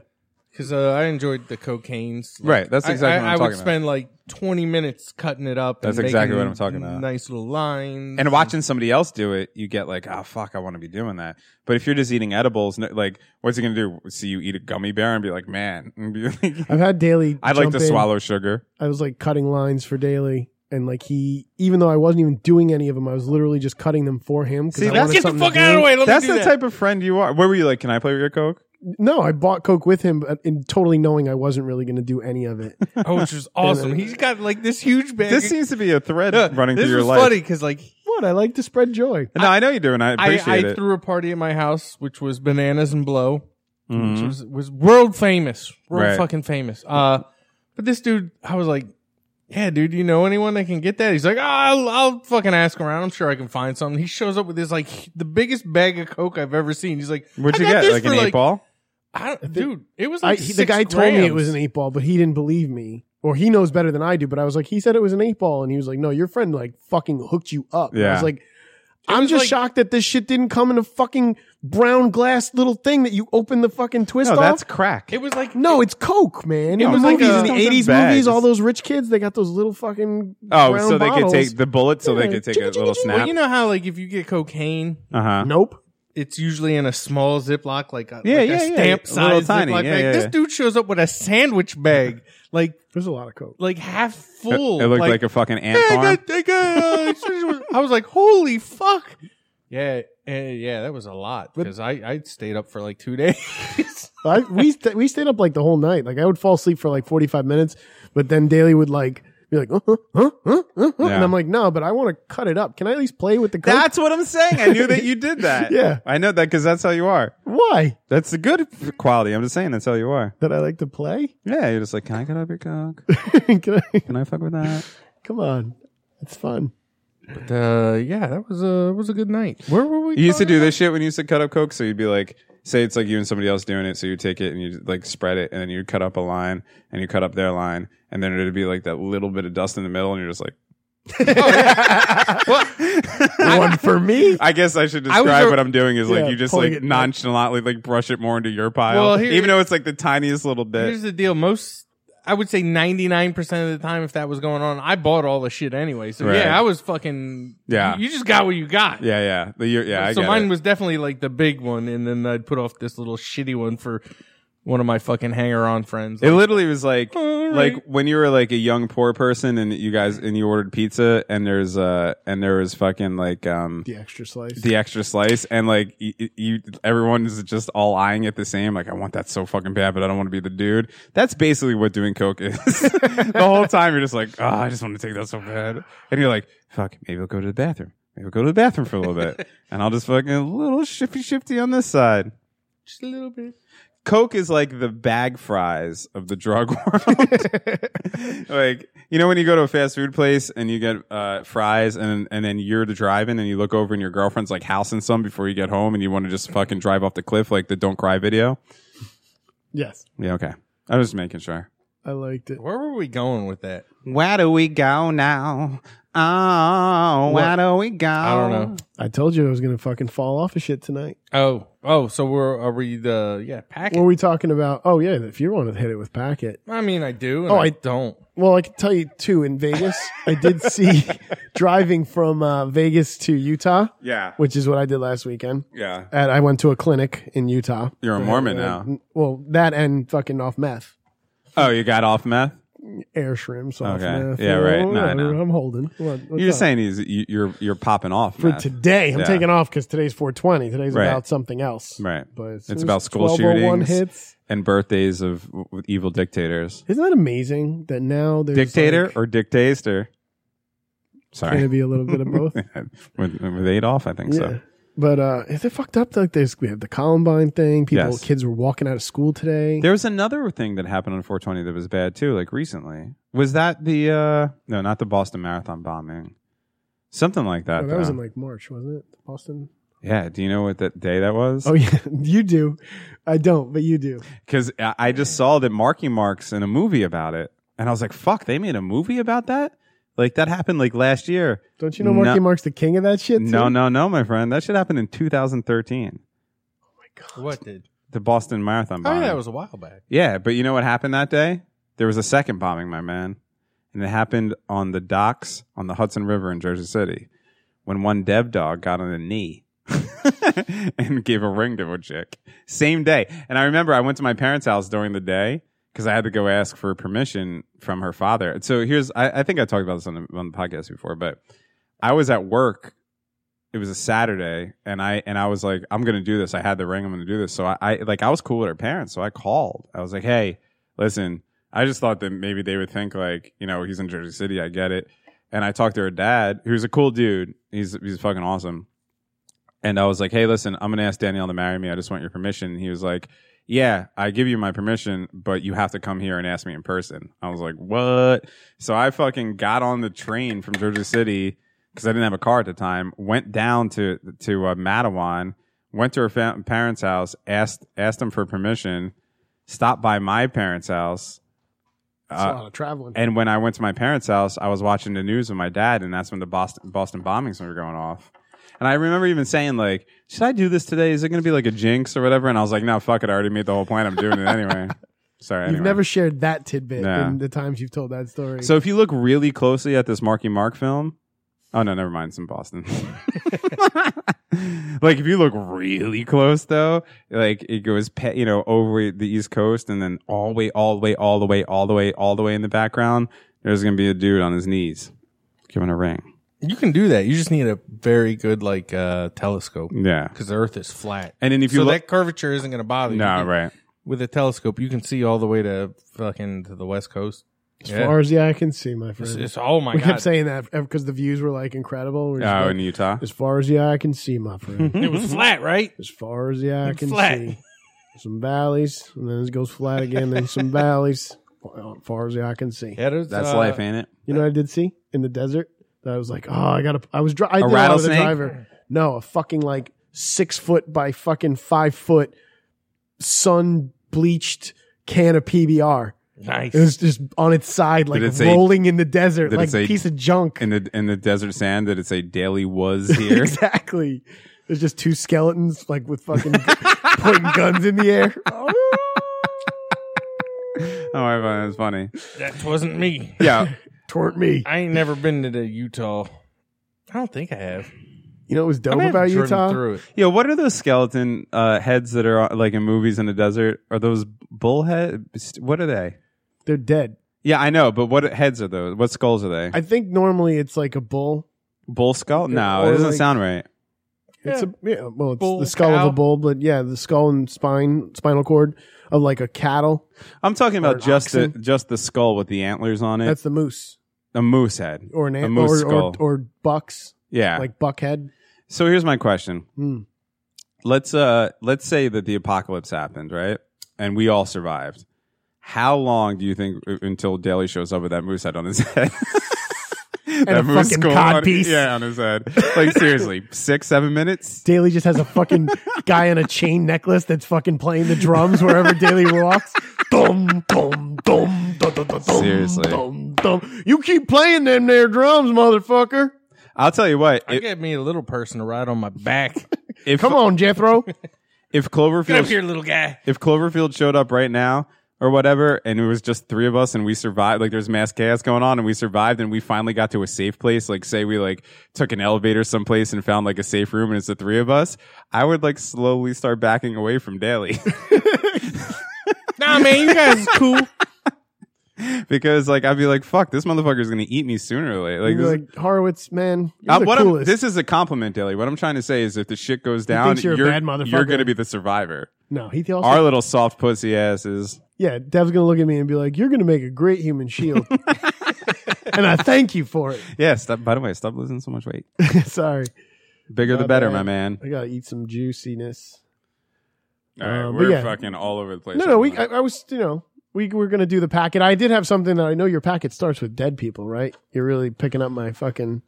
S7: Because uh, I enjoyed the cocaine's. Like,
S2: Right, that's
S7: I-
S2: exactly
S7: I,
S2: what I'm
S7: I
S2: talking
S7: would
S2: about.
S7: spend like 20 minutes cutting it up.
S2: That's
S7: and
S2: exactly what
S7: making
S2: I'm talking about.
S7: Nice little lines.
S2: and watching somebody else do it, you get like, oh fuck, I want to be doing that. But if you're just eating edibles, no, like, what's he gonna do? See you eat a gummy bear and be like, man, (laughs) and be like,
S1: I've had daily.
S2: I'd like
S1: jump
S2: to
S1: in.
S2: swallow sugar.
S1: I was like cutting lines for daily. And like he, even though I wasn't even doing any of them, I was literally just cutting them for him. 'cause
S2: See,
S1: I
S2: that's-
S1: wanted
S2: Get
S7: Get the
S1: something to
S7: fuck out of
S1: do.
S7: the way. Let
S2: That's
S7: me do
S2: the
S7: that.
S2: type of friend you are. Where were you like, can I play with your coke?
S1: No, I bought coke with him, but in totally knowing I wasn't really going to do any of it.
S7: Oh, which
S1: (laughs)
S7: is awesome. He's got like this huge bag.
S2: This
S7: of- (laughs)
S2: seems to be a thread
S7: Uh,
S2: running
S7: this
S2: through your
S7: was
S2: life.
S7: funny because like
S1: what? I like to spread joy.
S2: No, I, know you do, and I
S7: I,
S2: appreciate
S7: I
S2: it.
S7: threw a party at my house, which was bananas and blow, which was, was world famous, world
S2: Mm-hmm. Right.
S7: fucking famous. Uh, but this dude, I was like, yeah, dude, you know anyone that can get that? He's like, "Ah, I'll, I'll fucking ask around. I'm sure I can find something. He shows up with this like the biggest bag of coke I've ever seen. He's like,
S2: What'd
S7: "I
S2: you get?
S7: got this
S2: Like
S7: for,
S2: an eight ball?
S7: I don't- dude, it was
S1: I,
S7: like
S1: he,
S7: six
S1: the guy told me it was an
S7: grams.
S1: eight ball, but he didn't believe me, or he knows better than I do. But I was like, he said it was an eight ball, and he was like, no, your friend like fucking hooked you up. And I
S2: Yeah.
S1: was like, I'm
S7: was
S1: just
S7: like-
S1: shocked that this shit didn't come in a fucking brown glass little thing that you open the fucking twist
S2: No,
S1: off.
S2: that's crack.
S7: It was like
S1: No, it's Coke, man.
S7: It
S1: in the
S7: was like
S1: movies,
S7: a-
S1: in the
S2: Those are
S1: eighties
S2: bags.
S1: movies, all those rich kids, they got those little fucking
S2: oh,
S1: brown
S2: so they could
S1: bottles.
S2: take the bullet, so they
S1: Yeah.
S2: could take a little
S7: Well,
S2: snap.
S7: you know how like if you get cocaine,
S2: Uh huh.
S1: Nope.
S7: it's usually in a small Ziploc, like a,
S2: Yeah, yeah,
S7: like a
S2: yeah.
S7: stamp
S2: A little
S7: size
S2: tiny.
S7: Ziploc
S2: Yeah,
S7: bag.
S2: yeah,
S7: This
S2: yeah.
S7: dude shows up with a sandwich (laughs) bag, like
S1: There's a lot of Coke.
S7: like half
S2: It,
S7: full.
S2: it looked like, a fucking ant
S7: "Yeah, I
S2: farm.
S7: got- I (laughs) got, uh, I was like, holy fuck. Yeah, and yeah, that was a lot because I, I stayed up for like two (laughs) days.
S1: I, we st- we stayed up like the whole night. Like I would fall asleep for like 45 minutes, but then Daly would like be like, uh, huh, huh, huh, huh, huh.
S2: Yeah.
S1: and I'm like, no, but I want to cut it up. Can I at least play with the Coke?
S2: That's what I'm saying. I knew that you did (laughs) that.
S1: Yeah.
S2: I know that because that's how you are.
S1: Why
S2: That's the good quality. I'm just saying that's how you are.
S1: that I like to play. (laughs)
S2: Yeah, you're just like, can I get up your cock?
S1: Can I-
S2: Can I fuck with that?
S1: Come on, it's fun.
S7: But, uh, yeah, that was a was a good night. Where were we?
S2: You used to
S7: talking
S2: do this shit when you used to cut up coke. So you'd be like, say it's like you and somebody else doing it. So you take it and you like spread it, and then you cut up a line, and you cut up their line, and then it'd be like (laughs) that little bit of dust in the middle, and you're just like,
S1: (laughs) One for me.
S2: I guess I should
S5: was
S2: describe
S5: a-
S2: what I'm doing is like
S1: Yeah,
S2: you just
S1: pulling
S2: like
S1: it back.
S2: nonchalantly like brush it more into your pile,
S7: Well, here-
S2: even though it's like the tiniest little
S7: Here's
S2: bit.
S7: the deal. Most, I would say 99% of the time, if that was going on, I bought all the shit anyway. So
S2: Right.
S7: yeah, I was fucking.
S2: Yeah.
S7: You just got what you got.
S2: Yeah, yeah, the, year- yeah. I
S7: so
S2: get
S7: mine
S2: it.
S7: was definitely like the big one, and then I'd put off this little shitty one for one of my fucking hanger on friends.
S2: It literally was like
S7: All
S2: like when you were like a young poor person and you guys and you ordered pizza and there's uh and there was fucking like um
S1: The extra slice.
S2: the extra slice and like you, you everyone's just all eyeing at the same like I want that so fucking bad but I don't want to be the dude. That's basically what doing coke is. (laughs) the whole time you're just like, "Oh, I just want to take that so bad." And you're like, "Fuck, maybe I'll go to the bathroom." Maybe I'll go to the bathroom for a little bit and I'll just fucking a little shifty shifty on this side.
S7: just a little bit.
S2: Coke is like the bag fries of the drug (laughs) world. like, you know, when you go to a fast food place and you get uh, fries and, and then you're the driving and you look over and your girlfriend's like housing some before you get home and you want to just fucking drive off the cliff like the don't cry video.
S1: Yes,
S2: Yeah, okay. I was just making sure.
S1: I liked it.
S7: Where were we going with that?
S2: Where do we go now? Oh, where do we go?
S7: I don't know.
S1: I told you I was gonna fucking fall off of shit tonight.
S7: Oh, oh, so we're are we the yeah packet?
S1: What were we talking about? Oh yeah, if you want to hit it with packet.
S7: I mean, I do.
S1: Oh,
S7: oh, I,
S1: I-
S7: don't.
S1: Well, I can tell you too. In Vegas, I did (laughs) see driving from uh, Vegas to Utah,
S2: Yeah.
S1: which is what I did last weekend.
S2: Yeah.
S1: And I went to a clinic in Utah.
S2: You're a Mormon now.
S7: Uh,
S1: And- Well, that and fucking off meth,
S2: Oh, you got off meth?
S1: air shrimps off
S2: Okay.
S1: meth.
S2: Yeah, right. No, I know.
S1: I'm holding. What, what's
S2: You're just
S1: up?
S2: saying he's, you, you're, you're popping off.
S1: for
S2: meth.
S1: today. I'm
S2: Yeah.
S1: taking off because today's 420. Today's
S2: Right.
S1: about something else.
S2: Right.
S1: But as
S2: It's
S1: soon as
S2: about school
S1: 1201
S2: shootings.
S1: hits.
S2: and birthdays of w- w- evil dictators.
S1: Isn't that amazing that now there's
S2: Dictator
S1: like,
S2: or Dick Taster?
S1: going to
S2: Sorry.
S1: be a little bit of
S2: (laughs)
S1: both?
S2: with, with Adolf, I think so.
S1: But uh, is it fucked up? Like there's we have the Columbine thing. People,
S2: Yes.
S1: kids were walking out of school today.
S2: There was another thing that happened on 420 that was bad too, like recently. Was that the, uh, no, not the Boston Marathon bombing. Something like that.
S1: Oh, that was
S2: though.
S1: in like March, wasn't it? Boston.
S2: yeah. Do you know what that day that was?
S1: Oh yeah, (laughs) you do. I don't, but you do.
S2: Because I I just saw that Marky Mark's in a movie about it. And I was like, fuck, they made a movie about that? Like that happened like last year.
S1: Don't you know Marky
S2: No.
S1: Mark's the king of that shit? Too?
S2: No, no, no, my friend. That should happen in 2013.
S7: What did?
S2: The Boston Marathon
S7: Oh,
S2: bombing.
S7: yeah, that was a while back.
S2: Yeah, but you know what happened that day? There was a second bombing, my man. And it happened on the docks on the Hudson River in Jersey City when one dev dog got on a knee (laughs) and gave a ring to a chick. Same day. And I remember I went to my parents' house during the day because I had to go ask for permission from her father. And So here's, I, I think I talked about this on the, on the podcast before, but I was at work. It was a Saturday, and I and I was like, I'm gonna do this. I had the ring. I'm gonna do this. So I, I like I was cool with her parents. So I called. I was like, Hey, listen. I just thought that maybe they would think like, you know, he's in Jersey City. I get it. And I talked to her dad, who's a cool dude. He's he's fucking awesome. And I was like, Hey, listen, I'm gonna ask Danielle to marry me. I just want your permission. And he was like, Yeah, I give you my permission, but you have to come here and ask me in person. I was like, What? So I fucking got on the train from Jersey City because I didn't have a car at the time. Went down to to uh, Mattawan, went to her fa- parents' house, asked asked them for permission, stopped by my parents' house. uh,
S1: It's a lot of traveling.
S2: And when I went to my parents' house, I was watching the news with my dad, and that's when the Boston Boston bombings were going off. And I remember even saying like, "Should I do this today? Is it going to be like a jinx or whatever?" And I was like, "No, fuck it. I already made the whole plan. I'm doing
S1: (laughs)
S2: it anyway." Sorry,
S1: You've
S2: anyway.
S1: never shared that tidbit
S2: Nah.
S1: in the times you've told that story.
S2: So if you look really closely at this Marky Mark film, oh no, never mind, it's in Boston. (laughs) like if you look really close though, like it goes, pe- you know, over the East Coast and then all the way, all the way, all the way, all the way, all the way in the background, there's gonna be a dude on his knees giving a ring.
S7: You can do that. You just need a very good like uh telescope
S2: Yeah,
S7: because the Earth is flat.
S2: and then if you
S7: so
S2: look,
S7: that curvature isn't going to bother you.
S2: no,
S7: You-
S2: right,
S7: With a telescope, you can see all the way to fucking to the west coast.
S1: as
S7: yeah.
S1: far as the eye can see, my
S7: It's,
S1: friend.
S7: it's- oh my
S1: we
S7: god!
S1: kept saying that because the views were like incredible. We're just
S2: oh,
S1: like,
S2: in Utah,
S1: as far as the eye can see, my friend.
S7: (laughs) it was flat, right?
S1: as far as the eye
S7: It's
S1: can
S7: flat.
S1: see. Some valleys, and then it goes flat again, then
S7: (laughs)
S1: some valleys, well, as far as the eye can see.
S7: Yeah, there's,
S2: that's
S7: uh,
S2: life, ain't it?
S1: You know what I did see in the desert? That I was like, oh, I got to, I was, dri- I
S2: A
S1: did out of the
S2: rattlesnake?
S1: driver. No, a fucking like six foot by fucking five foot sun bleached can of PBR.
S7: Nice.
S1: It was just on its side, like
S2: it say-
S1: rolling in the desert,
S2: did it
S1: like
S2: say-
S1: a piece of junk.
S2: in the in the desert sand that it's a daily was
S7: (laughs)
S1: (laughs)
S2: here.
S1: exactly. There's just two skeletons, like with fucking (laughs) pointing guns in the
S2: (laughs)
S1: air.
S2: (laughs) oh, I find that's funny.
S7: That wasn't me.
S2: Yeah,
S1: Toward me.
S7: I ain't never been to the Utah. I don't think I have.
S1: You know what was
S7: I
S1: dope
S7: may have
S1: about
S7: driven
S1: Utah?
S7: Through it.
S2: yeah. What are those skeleton uh, heads that are like in movies in the desert? Are those bull head? What are they?
S1: They're dead.
S2: Yeah, I know, but what heads are those? What skulls are they?
S1: I think normally it's like a bull.
S2: bull skull? No,
S1: Or
S2: it doesn't
S1: like-
S2: sound right.
S1: It's a yeah, well, it's
S5: Bull,
S1: the skull
S5: cow.
S1: of a bull, but yeah, the skull and spine, spinal cord of like a cattle.
S2: I'm talking
S1: Or
S2: about just the,
S1: oxen.
S2: just the skull with the antlers on it.
S1: That's the moose
S2: a moose head.
S1: or an
S2: A
S1: ant,
S2: moose
S1: or,
S2: skull.
S1: or or bucks
S2: yeah.
S1: like buckhead.
S2: so here's my question.
S1: Hmm.
S2: Let's uh let's say that the apocalypse happened, right? And we all survived. How long do you think uh, until Daly shows up with that moose head on his (laughs) head? and
S1: a fucking codpiece.
S2: yeah, on his head. Like seriously, six, seven minutes.
S1: Daly just has a
S2: (laughs)
S1: fucking guy on a chain necklace that's fucking playing the drums wherever Daly walks. Dum dum dum dum dum dum.
S2: Seriously.
S1: dum dum. You keep playing them there drums, motherfucker.
S2: I'll tell you what.
S7: I
S2: If,
S7: get me a little person to ride on my back.
S2: if
S1: Come on,
S2: (laughs)
S1: Jethro.
S2: if
S7: Get up
S2: Cloverfield
S7: here, little guy.
S2: if Cloverfield showed up right now or whatever, and it was just three of us and we survived, like there's mass chaos going on and we survived and we finally got to a safe place, like say we like took an elevator someplace and found like a safe room and it's the three of us, I would like slowly start backing away from Daly (laughs)
S7: Nah, man, you guys is cool.
S2: because like I'd be like, fuck, this motherfucker's gonna eat me sooner or later. Like,
S1: You're
S2: this,
S1: like Horowitz, man. You're
S2: Uh,
S1: the
S2: what I'm-
S1: coolest.
S2: this is a compliment, Daly. What I'm trying to say is if the shit goes down,
S1: thinks you're a bad
S2: you're,
S1: motherfucker.
S2: you're gonna be the survivor.
S1: no, he also
S2: Our little soft pussy asses.
S1: yeah, Dev's gonna look at me and be like, "You're gonna make a great human shield," and I thank you for
S2: (laughs)
S1: it.
S2: Yeah, stop, by the way, stop losing so much weight.
S1: Sorry,
S2: Bigger the
S1: My
S2: better,
S1: bad.
S2: my man.
S1: I gotta eat some juiciness.
S2: All right,
S1: Uh, but
S2: we're
S1: yeah.
S2: fucking all over the place.
S1: No, no, we. I,
S2: everyone.
S1: I was, you know, we were gonna do the packet. I did have something that I know your packet starts with dead people, right? You're really picking up my fucking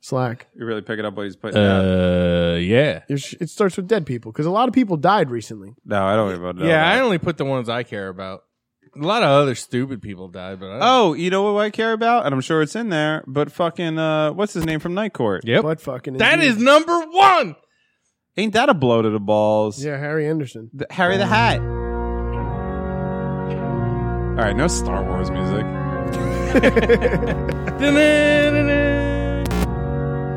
S1: slack.
S2: You're really picking up what he's putting out.
S7: Uh, yeah.
S1: Your sh- It starts with dead people because a lot of people died recently.
S2: No, I don't even know.
S7: Yeah, I
S2: that.
S7: only put the ones I care about. A lot of other stupid people died, but I don't.
S2: Oh, you know what I care about, and I'm sure it's in there. But fucking, uh, what's his name from Night Court?
S7: yep.
S1: But fucking
S7: That
S1: indeed.
S7: is number one.
S2: Ain't that a blow to the balls?
S1: yeah, Harry Anderson.
S2: The- Harry the Hat. All right, no Star Wars music.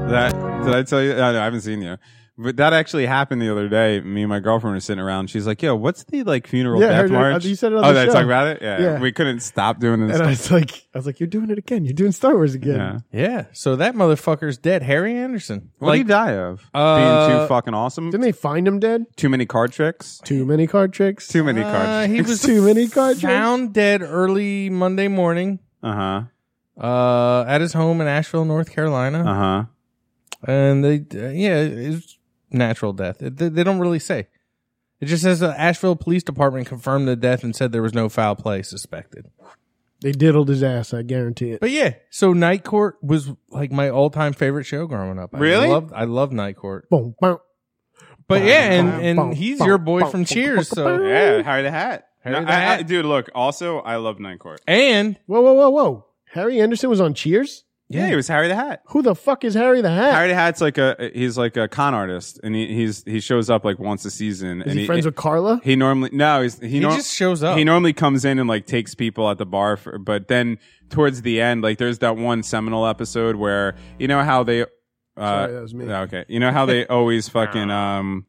S2: That did I tell you? I, I haven't seen you, but that actually happened the other day. Me and my girlfriend were sitting around. She's like, "Yo, what's the like funeral
S1: Yeah, I
S2: death
S1: heard it.
S2: march?"
S1: You said it on
S2: oh,
S1: the show.
S2: did I talk about it? Yeah.
S1: Yeah.
S2: we couldn't stop doing this.
S1: And I was like, I was like, you're doing it again. You're doing Star Wars again.
S2: Yeah.
S7: Yeah. So that motherfucker's dead. Harry Anderson.
S2: What do you die of? Being
S7: Uh,
S2: too fucking awesome.
S1: Didn't they find him dead?
S2: too many card tricks.
S1: Too many card tricks.
S2: Too many
S7: Uh,
S2: card
S7: he
S2: tricks. (laughs)
S7: was (laughs)
S1: Too many card tricks.
S7: found dead early Monday morning
S2: Uh huh.
S7: uh, at his home in Asheville, North Carolina,
S2: Uh huh.
S7: and they uh, yeah, it's natural death. It, they, they don't really say. It just says the Asheville Police Department confirmed the death and said there was no foul play suspected.
S1: They diddled his ass. I guarantee it.
S7: But yeah, so Night Court was like my all-time favorite show growing up.
S2: Really?
S7: I loved, I love Night Court.
S1: Boom, boom.
S7: But yeah,
S1: bum,
S7: and
S1: bum,
S7: and he's
S1: bum,
S7: your boy
S1: bum,
S7: from
S1: bum,
S7: Cheers.
S1: bum, bum,
S7: So
S1: bum.
S2: Yeah, Harry the Hat.
S7: Harry
S2: No,
S7: the
S2: I- I-
S7: Hat.
S2: dude, look. Also, I love Nine Court.
S7: and
S1: Whoa, whoa, whoa, whoa. Harry Anderson was on Cheers?
S2: Yeah, he was Harry the Hat.
S1: Who the fuck is Harry the Hat?
S2: Harry the Hat's like a he's like a con artist, and he he's he shows up like once a season.
S1: is
S2: and
S1: he, friends with Carla?
S2: He normally no, he's, he,
S7: he
S2: nor-
S7: just shows up.
S1: Oh.
S2: he normally comes in and like takes people at the bar, for, but then towards the end, like there's that one seminal episode where you know how they. Uh,
S1: Sorry, that was me.
S2: Okay, you know
S1: (laughs)
S2: how they always fucking um,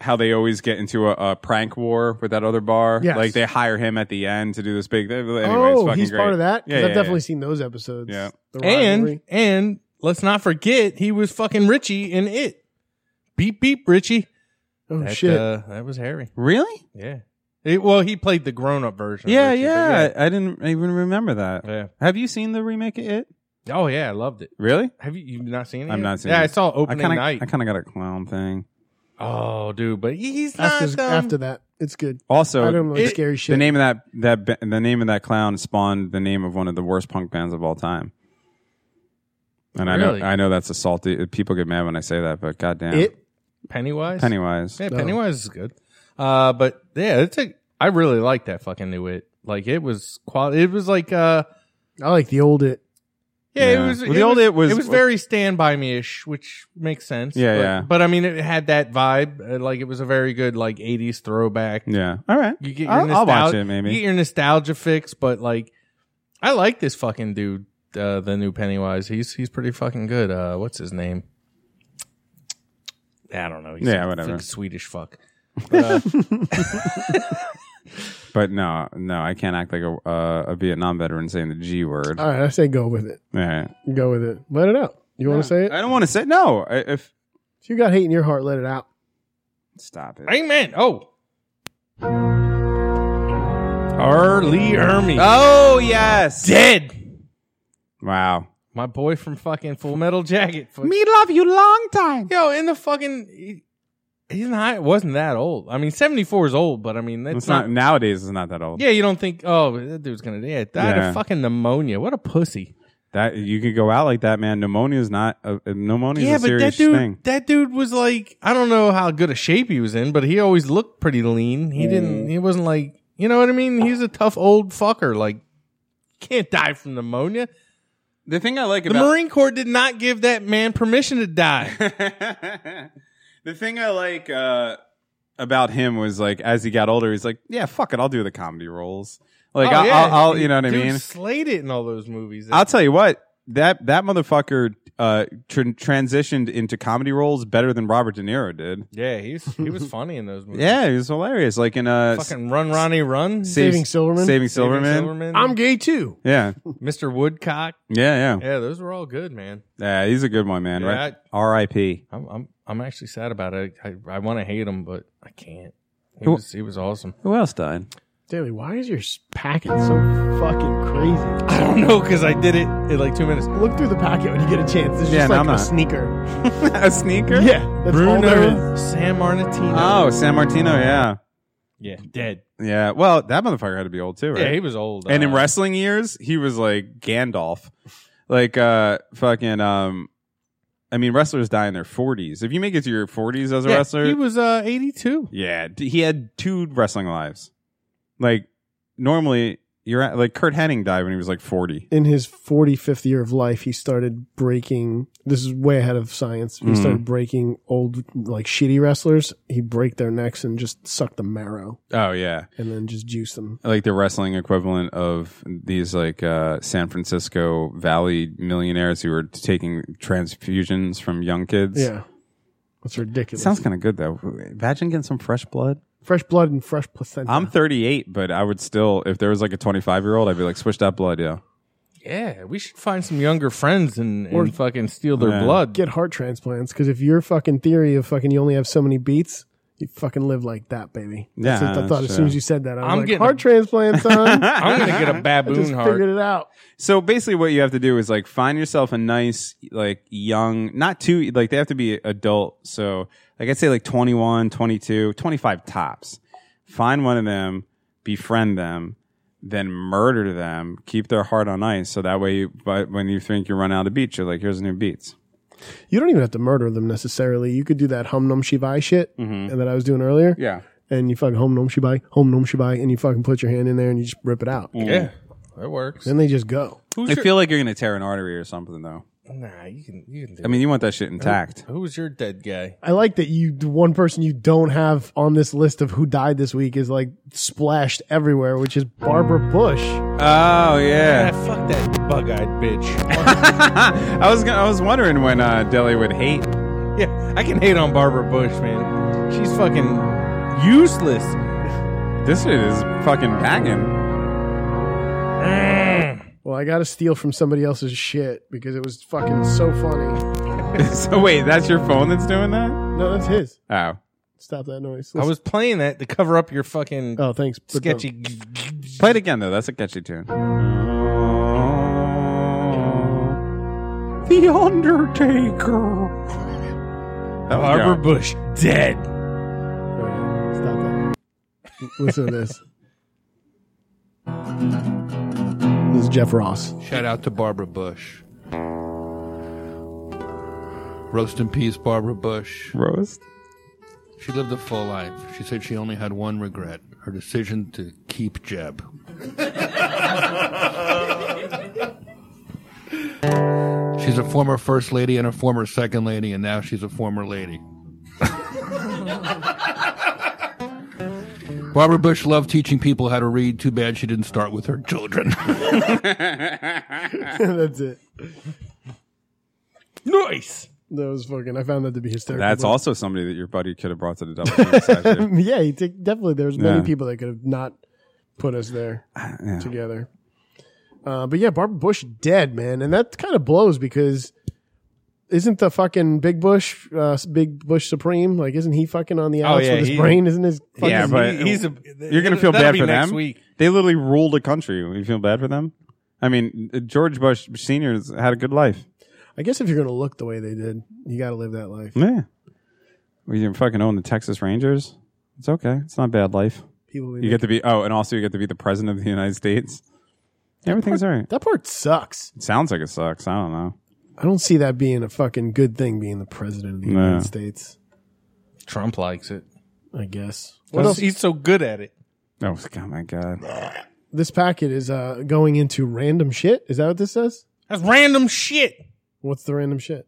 S2: how they always get into a, a prank war with that other bar.
S1: Yes.
S2: Like they hire him at the end to do this big. Anyway, it's
S1: oh,
S2: fucking
S1: he's
S2: great.
S1: part of that. 'Cause
S2: Yeah,
S1: I've
S2: yeah,
S1: definitely seen those episodes.
S2: Yeah.
S1: The
S7: and
S1: rivalry.
S7: and let's not forget he was fucking Richie in it. Beep beep Richie.
S1: oh
S7: that,
S1: shit,
S7: Uh, that was Harry.
S2: yeah. really?
S7: Yeah. It- well, he played the grown up version. of
S2: Yeah,
S7: Richie,
S2: yeah.
S7: but
S2: I didn't even remember that.
S7: yeah.
S2: Have you seen the remake of it?
S7: Yeah. Oh yeah, I loved it.
S2: Really?
S7: Have you you not seen it?
S2: I'm
S7: yet?
S2: not seeing
S7: Yeah,
S2: it.
S7: I saw
S2: I
S7: opening
S2: kind of I
S7: night.
S2: kind of got a clown thing.
S7: oh, dude, but he- he's not
S1: after,
S7: um,
S1: after that, it's good.
S2: Also,
S1: I don't like
S7: it-
S1: scary
S2: The
S1: shit.
S2: name of that that ba- the name of that clown spawned the name of one of the worst punk bands of all time. And I
S7: Really?
S2: know I know that's a salty. People get mad when I say that, but goddamn,
S1: it
S7: Pennywise.
S2: Pennywise.
S7: Yeah, Pennywise is good. Uh, but yeah, it's a. I really like that fucking new it. Like it was quality. It was like uh
S1: I like the old it.
S7: yeah,
S2: Yeah.
S7: it was
S2: Well,
S7: it
S2: the old
S7: was,
S2: It was-
S7: it was very stand by me ish, which makes sense.
S2: Yeah,
S7: but,
S2: yeah.
S7: But I mean, it had that vibe. Uh, Like it was a very good like '80s throwback.
S2: Yeah. All right.
S7: You get your
S2: I'll, I'll
S7: nostal-
S2: watch it maybe.
S7: You get your nostalgia fix, but like, I like this fucking dude. Uh, the new Pennywise. He's he's pretty fucking good. Uh, what's his name? I don't know. He's
S2: Yeah,
S7: a
S2: whatever.
S7: big Swedish fuck.
S2: But no, no, I can't act like a uh, a Vietnam veteran saying the G word.
S1: All right, I say go with it.
S2: All right.
S1: Go with it. Let it out. You want to say it?
S2: I don't want to say no. I, if
S1: If you got hate in your heart, let it out.
S2: stop it.
S7: Amen. Oh. R. Lee Ermey.
S2: Oh yes.
S7: uh, Dead.
S2: Wow.
S7: My boy from fucking Full Metal Jacket. Fuck-
S2: Me love you long time.
S7: Yo, in the fucking. he- He's not. Wasn't that old? I mean, seventy four is old, but I mean, that's
S2: It's
S7: not.
S2: not nowadays. It's not that old.
S7: Yeah, you don't think? Oh, that dude's gonna die. Yeah, died
S2: Yeah.
S7: of fucking pneumonia. What a pussy.
S2: That you could go out like that, man. Pneumonia is not a, pneumonia is a serious
S7: that dude.
S2: thing.
S7: That dude was like, I don't know how good a shape he was in, but he always looked pretty lean.
S2: Mm.
S7: He didn't. He wasn't like, you know what I mean? He's a tough old fucker. Like, can't die from pneumonia.
S2: The thing I like
S7: The Marine Corps did not give that man permission to die.
S2: (laughs) the thing I like uh, about him was like as he got older, he's like, yeah, fuck it, I'll do the comedy roles. (laughs) Like
S7: Oh,
S2: I'll,
S7: yeah.
S2: I'll, I'll, you know what I
S7: Dude
S2: mean.
S7: Slayed it in all those movies.
S2: I'll tell you what that that motherfucker uh, tr- transitioned into comedy roles better than Robert De Niro did.
S7: yeah, he was, he was funny
S2: (laughs)
S7: in those movies.
S2: Yeah, he was hilarious. Like in uh,
S7: Fucking Run Ronnie Run.
S2: Sa-
S1: Saving Silverman?
S2: Saving Silverman.
S7: Silverman.
S2: Mm.
S1: I'm gay too.
S2: Yeah,
S7: Mr. Woodcock.
S2: yeah, yeah.
S7: Yeah, those were all good, man.
S2: Yeah, he's a good one, man.
S7: Yeah,
S2: Right?
S7: I-
S2: R.I.P.
S7: I'm I'm, I'm actually sad about it. I I, I want to hate him, but I can't. He
S2: Who-
S7: was he was awesome.
S2: Who else died?
S1: Daily, why is your s- packet so fucking crazy?
S7: (laughs) I don't know because I did it in like two minutes.
S1: Look through the packet when you get a chance. It's
S2: Yeah,
S1: just
S2: no,
S1: like
S2: I'm
S1: a
S2: not.
S1: sneaker.
S2: a sneaker?
S1: Yeah, that's all there is.
S7: Bruno San Martino.
S2: Oh, San Martino. Yeah,
S7: yeah, dead.
S2: yeah. Well, that motherfucker had to be old too, right?
S7: Yeah, he was old.
S2: and in
S7: uh,
S2: wrestling years, he was like Gandalf, like uh fucking um. I mean, wrestlers die in their forties. If you make it to your forties as a
S7: yeah,
S2: wrestler,
S7: he was uh 82.
S2: yeah, d- he had two wrestling lives. Like normally, you're at, like Kurt Hennig died when he was like forty.
S1: In his 45th year of life, he started breaking. This is way ahead of science. He
S2: Mhm.
S1: started breaking old, like shitty wrestlers. He break their necks and just suck the marrow
S2: Oh yeah,
S1: and then just juice them.
S2: like the wrestling equivalent of these like uh, San Francisco Valley millionaires who were taking transfusions from young kids.
S1: Yeah, that's ridiculous.
S2: Sounds kind of good though. Imagine getting some fresh blood.
S1: fresh blood and fresh placenta.
S2: I'm 38, but I would still, if there was like a 25 year old, I'd be like, switch that blood, yeah.
S7: Yeah, we should find some younger friends and, and
S1: Or-
S7: fucking steal their
S2: Yeah.
S7: blood.
S1: get heart transplants because if your fucking theory of fucking you only have so many beats, you fucking live like that, baby. That's
S2: Yeah,
S1: what I thought
S2: that's
S1: as soon as
S2: true.
S1: you said that. I was
S7: I'm
S1: like,
S7: getting
S1: heart
S7: a-
S1: transplant,
S2: (laughs)
S1: son. I
S7: I'm gonna (laughs) get a
S1: just
S7: baboon
S1: figured
S7: heart.
S1: it out.
S2: So basically, what you have to do is like find yourself a nice, like young, not too, like they have to be adult. So, like I'd say like 21, 22, 25 tops. Find one of them, befriend them, then murder them, keep their heart on ice. So that way, you, but when you think you run out of beats, you're like, here's new beats.
S1: You don't even have to murder them necessarily. You could do that hum num shivai shit
S2: Mm-hmm.
S1: that I was doing earlier.
S2: Yeah.
S1: And you fucking hum num shibai, hum num shibai, and you fucking put your hand in there and you just rip it out.
S7: Yeah, that works.
S1: Then they just go.
S7: Who's
S2: I
S7: your-
S2: feel like you're going to tear an artery or something, though.
S7: nah, you can you can do.
S2: I mean, you want that shit intact.
S7: it. Who was your dead guy?
S1: I like that you, the one person you don't have on this list of who died this week is like splashed everywhere, which is Barbara Bush.
S2: Oh, yeah.
S7: Ah, fuck that bug eyed bitch. (laughs)
S2: I was gonna, I was wondering when uh, Deli would hate.
S7: Yeah, I can hate on Barbara Bush, man. She's fucking useless.
S2: This shit is fucking banging.
S1: Well, I got to steal from somebody else's shit because it was fucking so funny.
S2: (laughs) so wait, that's your phone that's doing that?
S1: No, that's his.
S2: Oh,
S1: Stop that noise.
S7: I was playing that to cover up your fucking
S1: Oh, thanks. but
S7: sketchy.
S1: don't-
S2: play it again though. That's a catchy tune. The Undertaker. That was
S7: Barbara
S2: good.
S7: Bush dead.
S1: Alright, Stop that. Listen to this. This is Jeff Ross. (laughs)
S9: Shout out to Barbara Bush. Roast in peace, Barbara Bush.
S2: roast.
S9: She lived a full life. She said she only had one regret her decision to keep Jeb. She's a former first lady and a former second lady, and now she's a former lady. Barbara Bush loved teaching people how to read. Too bad she didn't start with her children.
S1: That's it.
S7: Nice.
S1: That was fucking. I found that to be hysterical.
S2: That's also somebody that your buddy could have brought to the double team
S7: (laughs)
S2: session.
S1: (laughs) Yeah, he took- definitely. There's many
S2: Yeah.
S1: people that could have not put us there
S2: (sighs) yeah.
S1: together. Uh, but yeah, Barbara Bush dead, man, and that kind of blows because isn't the fucking Big Bush, uh, Big Bush Supreme? Like, isn't he fucking on the outs
S7: yeah,
S1: with his
S7: he-
S1: brain? Isn't his fucking
S2: Oh, (laughs) Yeah, but
S7: He- (laughs) he's a-
S2: you're gonna feel
S7: that'll
S2: bad
S7: be
S2: for
S7: next
S2: them.
S7: week.
S2: They literally ruled the country. You feel bad for them? I mean, George Bush Senior had a good life.
S1: I guess if you're gonna look the way they did, you got to live that life.
S2: Yeah, we didn't fucking own the Texas Rangers. It's okay. It's not bad life.
S1: People,
S2: You get to be oh, and also you get to be the president of the United States. Everything's all right.
S1: that part sucks.
S2: It sounds like it sucks. I don't know.
S1: I don't see that being a fucking good thing. Being the president of the
S2: No.
S1: United States,
S7: Trump likes it.
S1: I guess.
S7: What else? He's so good at it.
S2: Oh (laughs) God, my God.
S1: This packet is uh, going into random shit. Is that what this says?
S7: That's random shit.
S1: What's the random shit?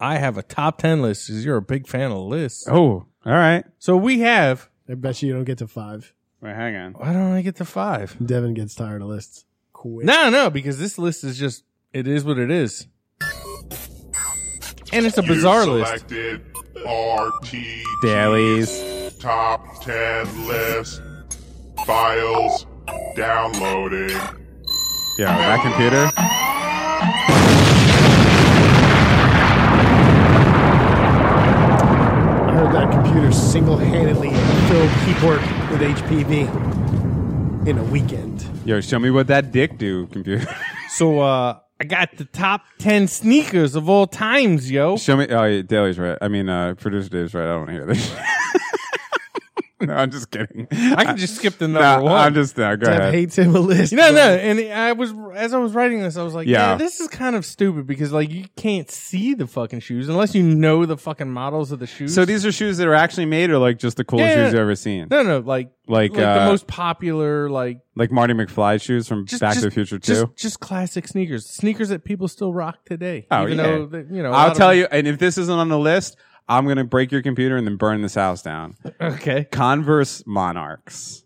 S7: I have a top 10 list because you're a big fan of lists.
S2: Oh, all right.
S7: So we have.
S1: I bet you don't get to five.
S2: Wait, hang on.
S7: Why don't I get to five?
S1: Devin gets tired of lists. Quick.
S7: No, no, because this list is just. It is what it is. And it's a bizarre list.
S10: Selected RT
S2: Dailies.
S10: top 10 list files downloading.
S2: Yeah, that computer.
S1: I heard that computer single-handedly filled keyboard with HPV in a weekend.
S2: Yo, show me what that dick do, computer. (laughs)
S7: So uh I got the top 10 sneakers of all times, yo.
S2: show me. Oh, yeah, Daly's right. I mean, uh, producer Dave's right. I don't hear this. (laughs) no, I'm just kidding.
S7: I can just skip the
S2: Nah,
S7: number one.
S2: I'm just no. Go
S1: Dev
S2: ahead.
S1: hates him a list.
S7: You know, (laughs) no, and I was as I was writing this, I was like, yeah.
S2: Yeah.
S7: this is kind of stupid because like you can't see the fucking shoes unless you know the fucking models of the shoes.
S2: so these are shoes that are actually made, or like just the coolest
S7: Yeah,
S2: shoes
S7: yeah.
S2: you've ever seen,
S7: no, no, like
S2: Like,
S7: the
S2: uh,
S7: most popular, like
S2: like Marty McFly shoes from
S7: just
S2: Back
S7: just-
S2: to the Future Two.
S7: just, just classic sneakers, sneakers that people still rock today.
S2: Oh,
S7: even
S2: yeah.
S7: though that, you know, a lot
S2: I'll
S7: of
S2: tell
S7: them-
S2: you. And if this isn't on the list, I'm gonna break your computer and then burn this house down.
S7: Okay,
S2: Converse Monarchs.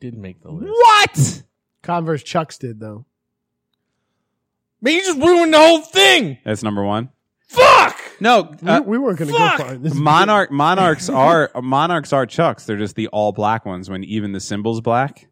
S7: did make the list.
S2: What?
S1: Converse Chucks did though.
S7: Man, you just ruined the whole thing.
S2: That's number one.
S7: Fuck.
S2: No,
S1: We,
S2: uh,
S1: we weren't going to go
S7: fuck!
S1: far. This is-
S2: monarch monarchs are monarchs are chucks. They're just the all black ones when even the symbol's black.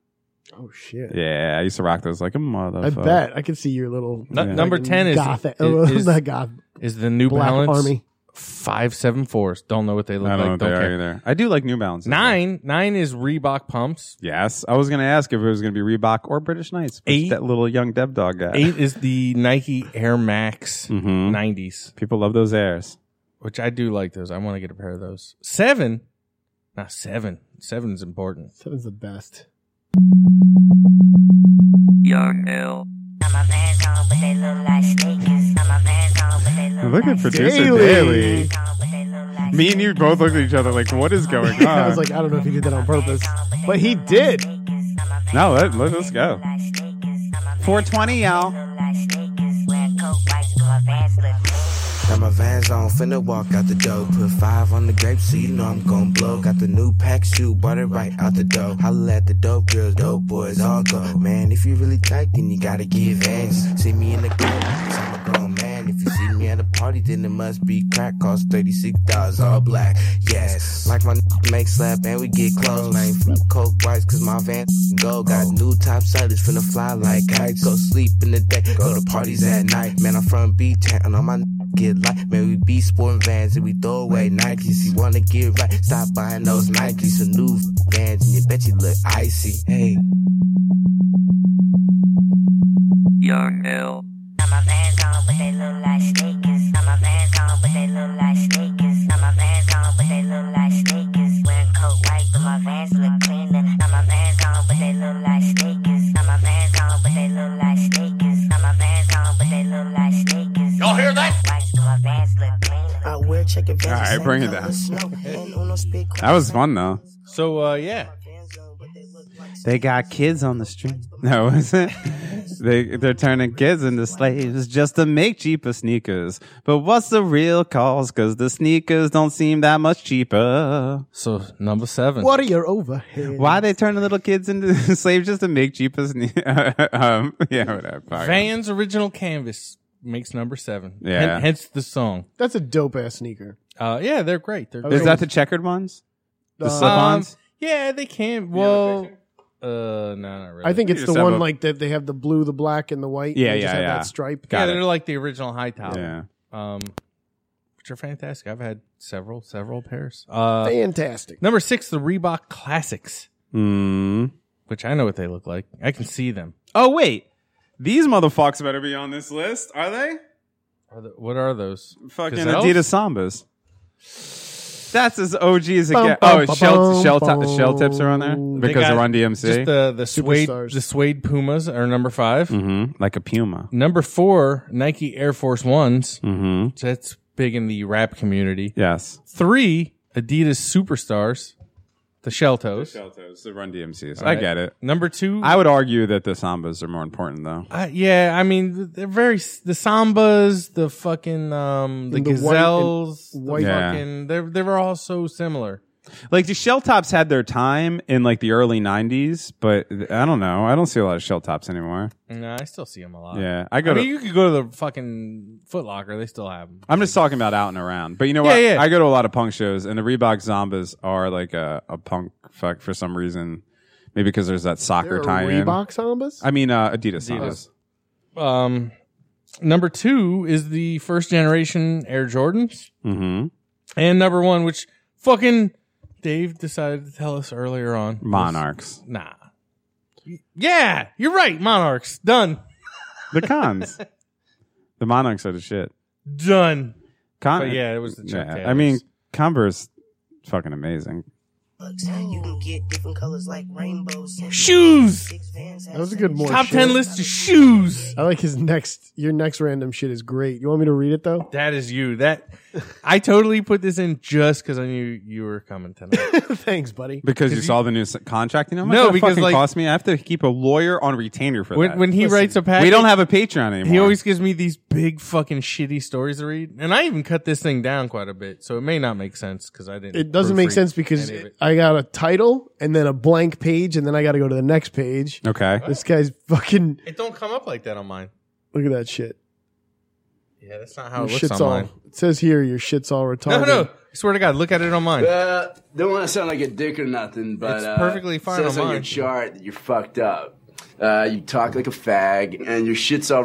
S1: oh shit!
S2: Yeah, I used to rock those like a motherfucker.
S1: I bet I can see your little
S7: Nu- number 10 is-
S1: gothic. (laughs)
S2: (laughs)
S7: is-
S1: oh,
S7: is-
S1: not goth.
S7: Is the New
S1: Black
S7: Balance
S1: Army.
S7: five seven fours? Don't know what they look
S2: I don't know
S7: like.
S2: what they
S7: Don't
S2: are
S7: care.
S2: either. I do like New Balance.
S7: Nine, nine is Reebok pumps.
S2: Yes, I was gonna ask if it was gonna be Reebok or British Knights. but
S7: Eight.
S2: that little young dev dog guy.
S7: Eight is the Nike Air Max
S2: Mhm.
S7: 90s,
S2: People love those airs.
S7: which I do like those. I want to get a pair of those. Seven, not seven. Seven's important.
S1: Seven's the best.
S2: Look at producer
S1: Daily.
S2: Daily. Me and you both looked at each other like, "What is going on?"
S1: I was like, I don't know if he did that on purpose, but he did.
S2: "No, let, let us go." 420, y'all.
S3: Got my vans on, finna walk out the door. Put five on the grapes, so you know I'm gon' blow. Got the new pack shoe, bought it right out the door. Holla at the dope girls, dope boys, all go. Man, if you really tight, then you gotta give ass. See me in the club, i I'm a grown man. If you see me at a party, then it must be crack. Cost 36 dollars, all black. Yes, like my n- make slap and we get close. Man, flip coke whites, cause my van go. Got new top sellers, finna fly like kites. Go sleep in the day, go to parties at night. Man, I'm from B-Town, and all my n- get light. Man, we be sporting vans and we throw away Nikes. You wanna get right? Stop buying those Nikes. Some new vans and you bet you look icy. Hey.
S6: Y'all hear that?
S3: I wear check and
S2: All right, bring it down. That was fun though.
S7: So, uh, yeah.
S3: They got kids on the (laughs) street. No, is it? They they're turning kids into slaves just to make cheaper sneakers. But what's the real cause? Cause the sneakers don't seem that much cheaper.
S7: So number seven.
S1: What are your overhead?
S3: Why they turn the little kids into (laughs) slaves just to make cheaper sneakers? (laughs) um, yeah, whatever.
S7: Van's original canvas makes number seven.
S2: Yeah.
S7: Hen- hence the song.
S1: That's a dope ass sneaker.
S7: Uh, yeah, they're great. They're
S3: Is
S7: great.
S3: that the checkered ones? The
S1: Uh,
S7: Um,
S3: slip-ons?
S7: yeah, they can. Well, uh, no, not really.
S1: I think it's
S2: You
S1: the
S2: just have
S1: one
S2: a-
S1: like that they have the blue, the black, and the white.
S2: Yeah,
S1: They just
S2: yeah,
S1: have
S2: yeah.
S1: That stripe.
S7: yeah,
S2: Got it.
S7: they're like the original high top.
S2: Yeah.
S7: Um, which are fantastic. I've had several, several pairs. Uh,
S1: Fantastic.
S7: number six, the Reebok Classics,
S3: Hmm.
S2: Mm.
S7: which I know what they look like. I can see them.
S2: Oh wait, these motherfuckers better be on this list, are they?
S7: Are the, what are those?
S2: Fucking
S7: Gazelles?
S2: Adidas Sambas. That's as OG as it
S1: Bum,
S2: gets.
S1: bum,
S2: Oh,
S1: bum,
S2: shell shell,
S1: bum.
S2: ti- shell tips are on there
S1: They
S2: because
S7: got
S2: they're on DMC.
S7: Just the the suede
S1: Superstars.
S7: the suede Pumas are number 5
S2: hmm Like a puma.
S7: Number four, Nike Air Force Ones.
S2: Mm-hmm.
S7: So that's big in the rap community.
S2: Yes.
S7: Three, Adidas Superstars, the Shell Toes.
S2: Sheltos, the Run DMCs. I
S7: Right.
S2: get it.
S7: Number two,
S2: I would argue that the Sambas are more important though.
S7: Uh, yeah, I mean, they're very the sambas, the fucking um, the,
S1: And the white- and
S7: gazelles,
S1: white-
S7: the
S2: Yeah.
S7: fucking they they were all so similar.
S2: Like the shell tops had their time in like the early '90s, but I don't know. I don't see a lot of shell tops anymore.
S7: No, uh, I still see them a lot.
S2: Yeah, I
S7: I
S2: go to.
S7: mean, you could go to the fucking Foot Locker; they still have them.
S2: I'm just talking about out and around. But you know
S7: Yeah,
S2: what?
S7: yeah.
S2: I go to a lot of punk shows, and the Reebok Zambas are like a, a punk fuck for some reason. Maybe because there's that
S1: There
S2: soccer
S1: are
S2: tie in.
S1: Reebok Sambas.
S2: I mean, uh, Adidas Sambas.
S7: Um, number two is the first generation Air Jordans,
S2: Mm-hmm.
S7: and number one, which fucking Dave decided to tell us earlier on, was-
S2: Monarchs.
S7: Nah, yeah, you're right. Monarchs done, (laughs)
S2: The cons. the Monarchs are the shit.
S7: done.
S2: Con-
S7: But yeah, it was the Chuck
S2: Yeah, I
S7: Taylors.
S2: mean, Converse, fucking amazing.
S11: You can get different colors like rainbows.
S7: Shoes.
S1: That was a good morning.
S7: Top
S1: shit.
S7: ten list of shoes.
S1: I like his next. Your next random shit is great. You want me to read it
S7: (laughs)
S1: though?
S7: That is you. That I totally put this in just because I knew you were coming tonight.
S1: Thanks, buddy.
S2: Because you, saw the new s- contract, you know, how much
S7: No,
S2: that
S7: because,
S2: fucking
S7: like-
S2: cost me. I have to keep a lawyer on retainer (laughs) for
S7: when
S2: that.
S7: when he writes a package,
S2: we don't have a Patreon anymore.
S7: He always gives me these big fucking shitty stories to read, and I even cut this thing down quite a bit, so it may not make sense because I didn't.
S1: It doesn't make
S7: proofread
S1: sense because
S7: any of it.
S1: I got a title and then a blank page and then I got to go to the next page.
S2: okay.
S1: This guy's fucking.
S7: it don't come up like that on mine.
S1: Look at that shit.
S7: Yeah, that's not how
S1: Your
S7: it looks
S1: shit's
S7: Oh, on
S1: all.
S7: mine.
S1: It says here your shit's (laughs) all
S7: No,
S1: retarded.
S7: no, I swear to God, look at it on mine.
S8: Uh, don't want to sound like a dick or nothing, but
S7: It's
S8: uh,
S7: perfectly fine
S8: it Says
S7: on
S8: on
S7: mine.
S8: your chart that you're fucked up. Uh, you talk like a fag, and your shit's all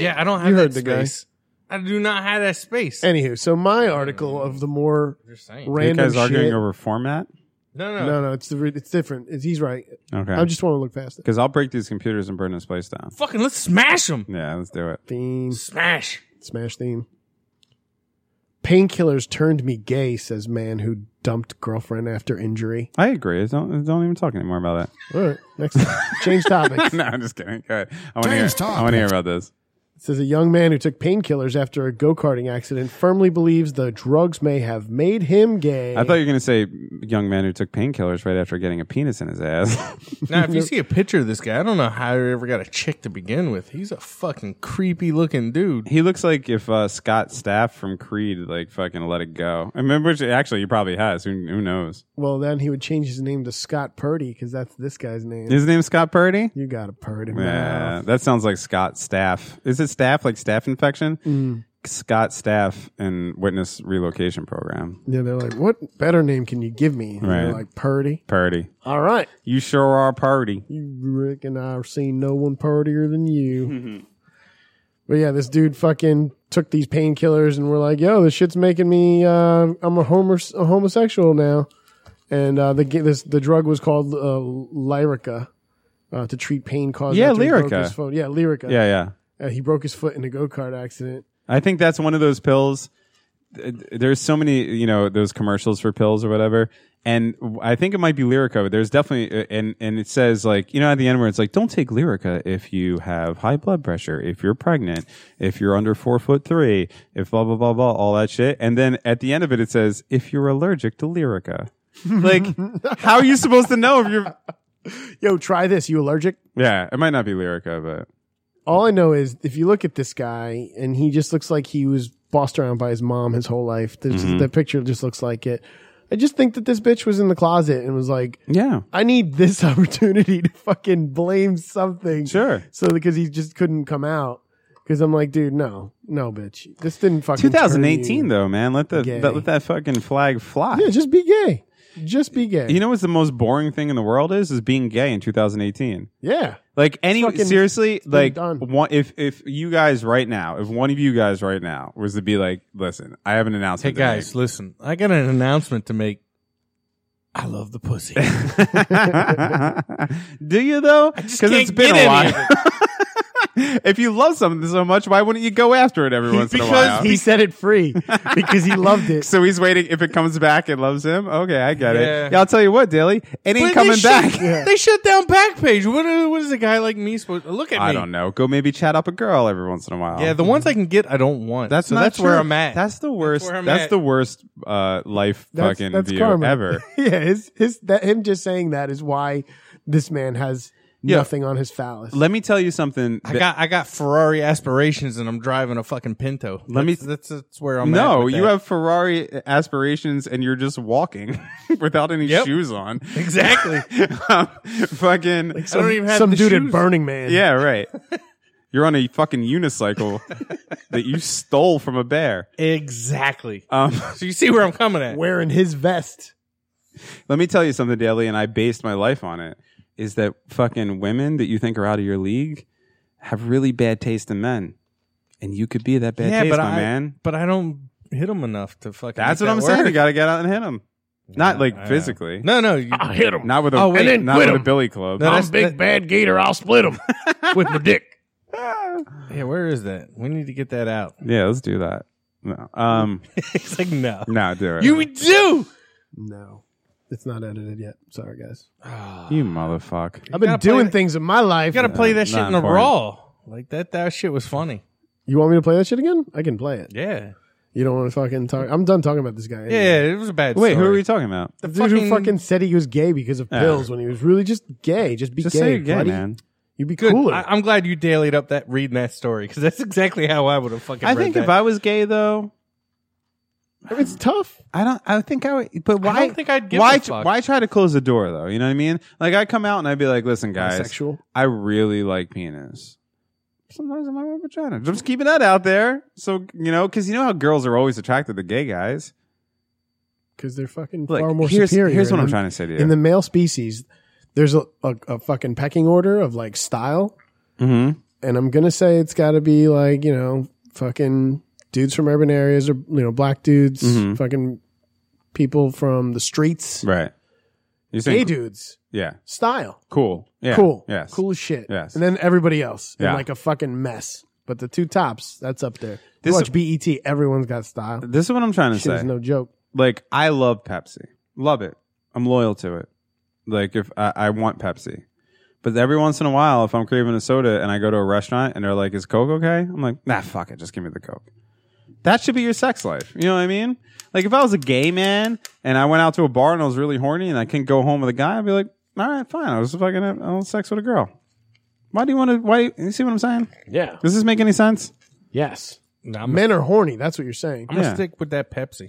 S7: (laughs) Yeah, I don't have
S1: You
S7: that
S1: heard the guy.
S7: space. I do not have that space.
S1: Anywho, so my article of the more
S7: Just saying.
S2: You
S1: random
S2: guys arguing
S1: shit.
S2: over format?
S7: No, no,
S1: No, no, it's the re- it's different. It's, he's right.
S2: Okay.
S1: I just want to look past it.
S2: Because I'll break these computers and burn this place down.
S7: Fucking let's smash them.
S2: Yeah, let's do it.
S1: Theme,
S7: Smash.
S1: smash theme. Painkillers turned me gay, says man who dumped girlfriend after injury.
S2: I agree. Don't don't even talk anymore about
S1: All right, next
S2: (laughs)
S1: change topic.
S2: that. (laughs) no, I'm just kidding. Go ahead. I want to hear. I want to hear about this.
S1: says a young man who took painkillers after a go-karting accident firmly believes the drugs may have made him gay.
S2: I thought you were gonna say young man who took painkillers right after getting a penis in his ass. (laughs)
S1: (laughs)
S7: Now, if you see a picture of this guy, I don't know how he ever got a chick to begin with. He's a fucking creepy looking dude.
S2: he looks like if uh, Scott Staff from Creed like fucking let it go. I mean, which actually he probably has. Who, who knows?
S1: well, then he would change his name to Scott Purdy because that's this guy's name.
S2: His name's Scott Purdy.
S1: you got a Purdy
S2: Yeah,
S1: mouth.
S2: that sounds like Scott Staff. Is it staff like staff infection? Scott Staff and witness relocation program.
S1: Yeah, they're like, what better name can you give me? And they're
S2: Right.
S1: like Purdy.
S2: Purdy.
S1: All right,
S2: You sure are Purdy.
S1: you Rick and I've seen no one purdier than you.
S2: (laughs)
S1: but yeah, this dude fucking took these painkillers and we're like, yo, this shit's making me. Uh, I'm a homer, a homosexual now. And uh, the ga- this the drug was called uh, Lyrica. Uh, to treat pain caused
S2: Yeah,
S1: after he broke
S2: Lyrica.
S1: his foot. yeah Lyrica
S2: Yeah, yeah.
S1: Uh, he broke his foot in a go kart accident.
S2: I think that's one of those pills. th- There's so many, you know, those commercials for pills or whatever. And I think it might be Lyrica, but there's definitely, uh, and, and it says like, you know, at the end where it's like, don't take Lyrica if you have high blood pressure, if you're pregnant, if you're under four foot three, if blah, blah, blah, blah, all that shit. And then at the end of
S1: (laughs)
S2: it, it says, if you're allergic to Lyrica. like, how are you supposed to know if you're
S1: Yo, try this. You allergic?
S2: Yeah, it might not be Lyrica, but
S1: All I know is if you look at this guy and he just looks like he was bossed around by his mom his whole life. This
S2: Mhm.
S1: the picture just looks like it. I just think that this bitch was in the closet and was like,
S2: "Yeah,
S1: I need this (laughs) opportunity to fucking blame something."
S2: Sure.
S1: So because he just couldn't come out. Because I'm like, dude, no, no, bitch, this didn't fucking. turn
S2: 2018
S1: you-
S2: though, man. Let the
S1: gay.
S2: let that fucking flag fly.
S1: Yeah, just be gay. Just be gay.
S2: You know what's the most boring thing in the world is is being gay in 2018.
S1: yeah.
S2: Like any
S1: fucking-
S2: seriously,
S1: it's been
S2: like
S1: done.
S2: one if if you guys right now, if one of you guys right now was to be like, listen, I have an
S7: Hey
S2: announcement. to
S7: guys, listen. I got an announcement to make. I love the pussy.
S1: (laughs)
S2: make." (laughs) do you though? Because it's
S7: can't
S2: been
S7: get
S2: a
S7: any
S2: while. (laughs) if you love something so much, why wouldn't you go after it every once in a while?
S1: he set it free because he loved it.
S2: (laughs) so he's waiting. If it comes back and loves him, okay, I get
S7: Yeah.
S2: it. Yeah, I'll tell you what, Dilly, it ain't
S7: But they
S2: coming
S7: shut-
S2: back.
S1: Yeah.
S7: They shut down Backpage. What, are- what is a guy like me supposed to look
S2: (laughs)
S7: at?
S2: I
S7: me.
S2: don't know. Go maybe chat up a girl every once in a while.
S7: Yeah, the ones I can get, I don't want.
S2: That's
S7: so
S2: not
S7: that's
S2: true.
S7: where I'm at.
S2: That's the worst.
S7: where I'm
S2: That's,
S7: at.
S2: the worst uh, life
S1: That's-
S2: fucking
S1: that's
S2: view
S1: karma.
S2: ever.
S1: (laughs) yeah, his his that him just saying that is why this man has
S2: Yeah.
S1: nothing on his phallus.
S2: (laughs) Let me tell you something.
S7: I
S2: that-
S7: got I got Ferrari aspirations, and I'm driving a fucking Pinto.
S2: Let me-
S7: That's- That's that's where I'm. at
S2: no,
S7: with
S2: you
S7: that.
S2: have Ferrari aspirations, and you're just walking (laughs) without any
S7: Yep.
S2: shoes on.
S7: (laughs)
S2: (laughs)
S7: exactly.
S2: um, fucking um,
S1: some,
S2: (laughs)
S7: don't even have
S1: some
S7: the
S1: dude at
S7: shoes.
S1: Burning Man.
S2: yeah, right. You're on a fucking (laughs) unicycle that you stole from a bear.
S7: exactly.
S2: Um,
S7: So you see where I'm coming at.
S1: wearing his vest.
S2: let me tell you something, Daly, and I based my life on it. Is that fucking women that you think are out of your league have really bad taste in men, and you could be that bad
S7: yeah,
S2: taste,
S7: but
S2: my
S7: I
S2: man.
S7: but I don't hit them enough to fucking.
S2: That's
S7: make
S2: what I'm
S7: that
S2: saying. You
S7: work.
S2: got to get out and hit him. Not like
S7: I know.
S2: physically.
S7: No,
S2: (laughs)
S7: no, you,
S1: hit him.
S2: Not with a
S7: Oh, wait. And then
S2: not
S1: quit
S2: with a
S1: him.
S2: billy club.
S7: No, that's- that-
S1: bad gator. I'll split
S7: (laughs)
S1: him with my dick.
S7: yeah. Where is that? We need to get that out.
S2: yeah, let's do that. No.
S7: (laughs)
S2: Um
S7: it's like no.
S2: no, do it.
S7: You do.
S1: No, it's not edited yet. Sorry, guys.
S2: You motherfucker.
S1: I've been
S7: gotta play
S1: doing
S7: that-
S1: things in my life.
S7: You gotta play that shit
S2: not
S7: in the
S2: important.
S7: raw. Like that. That shit was funny.
S1: you want me to play that shit again? I can play it.
S7: Yeah.
S1: You don't want to fucking talk. I'm done talking about this guy.
S7: Yeah.
S1: anyway.
S7: It was a bad.
S2: Wait, who
S7: story.
S2: are we talking about?
S1: The dude who
S7: fucking-
S1: fucking said he was gay because of
S2: Yeah.
S1: pills when he was really just gay. Just be
S2: Just
S1: gay,
S2: say you're gay,
S1: buddy.
S2: man.
S1: You'd be
S7: Good.
S1: cooler.
S7: I, I'm glad you dailied up that reading that story because that's exactly how I would have fucking.
S2: I
S7: read
S2: think
S7: that.
S2: if I was gay though,
S1: it's tough.
S2: I don't. I think I would. But why?
S7: don't think I'd give
S2: why?
S7: a fuck.
S2: Why try to close the door though? You know what I mean? Like I come out and I'd be like, "Listen, guys,
S1: Bisexual.
S2: I really like penis. Sometimes I might want vagina. I'm just keeping that out there. So you know, because you know how girls are always attracted to gay guys.
S1: because they're fucking
S2: Look,
S1: far more
S2: here's-
S1: superior.
S2: here's what
S1: in
S2: I'm
S1: the-
S2: trying to say to you.
S1: In the male species, there's a, a, a fucking pecking order of like style,
S2: Mm-hmm.
S1: and I'm gonna say it's got to be like you know fucking dudes from urban areas or you know black dudes,
S2: Mhm.
S1: fucking people from the streets,
S2: Right. You're saying
S1: gay dudes,
S2: Yeah.
S1: style,
S2: Cool. Yeah.
S1: cool,
S2: Yes.
S1: cool as shit,
S2: Yes.
S1: and then everybody else in
S2: Yeah.
S1: like a fucking mess. But the two tops, that's up there. You
S2: This-
S1: watch BET, everyone's got style.
S2: This is what I'm trying to
S1: Shit
S2: say.
S1: is no joke.
S2: like I love Pepsi. Love it. I'm loyal to it. Like if I, I want Pepsi. But every once in a while, if I'm craving a soda and I go to a restaurant and they're like, "Is Coke okay?" I'm like, "Nah, fuck it, just give me the Coke." That should be your sex life. You know what I mean? Like if I was a gay man and I went out to a bar and I was really horny and I couldn't go home with a guy, I'd be like, "All right, fine, I was fucking, I was sex with a girl." Why do you want to? Why you see what I'm saying?
S1: Yeah.
S2: Does this make any sense?
S1: Yes.
S7: Nah, I'm,
S1: Men are horny. That's what you're saying.
S7: I'm gonna
S2: Yeah.
S7: stick with that Pepsi.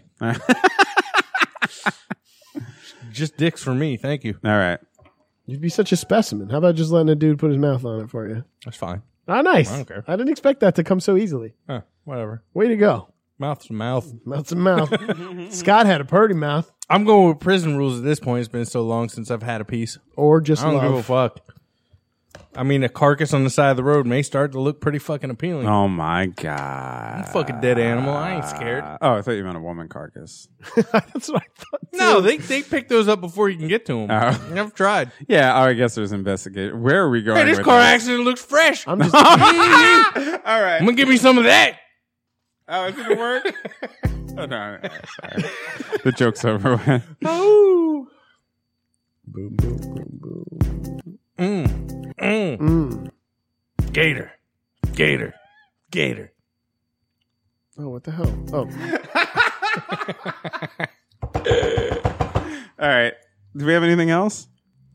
S7: Just dicks for me, thank you.
S2: All right.
S1: You'd be such a specimen. How about just letting a dude put his mouth on it for you?
S7: That's fine.
S1: Ah, nice.
S7: I don't care.
S1: didn't expect that to come so easily.
S7: Huh, whatever.
S1: Way to go.
S7: Mouth to mouth.
S1: Mouth to
S2: (laughs)
S1: mouth. Scott had a purty mouth,
S7: I'm going with prison rules at this point. It's been so long since I've had a piece.
S1: or just
S7: I don't give a
S1: love.
S7: fuck. I mean, a carcass on the side of the road may start to look pretty fucking appealing.
S2: Oh my god.
S7: I'm a fucking dead animal. I ain't scared.
S2: Uh, oh, I thought you meant a woman carcass.
S1: (laughs) That's what I thought.
S7: No, they they pick those up before you can get to them.
S2: Oh.
S7: I've tried.
S2: Yeah, oh, I guess there's investigate. Where are we going?
S7: Hey, this
S2: with
S7: car
S2: this?
S7: accident looks fresh. I'm
S1: I'm
S2: (laughs)
S1: just.
S2: All right.
S7: gonna give me some of that.
S2: Oh, is it gonna work? oh, no, no, no, sorry. the joke's over. with. (laughs)
S7: Oh. Boom, boom, boom, boom. (laughs) Mm. Mm.
S1: Mm.
S7: Gator. Gator. Gator.
S1: Oh, what the hell? Oh,
S2: All right. Do we have anything else?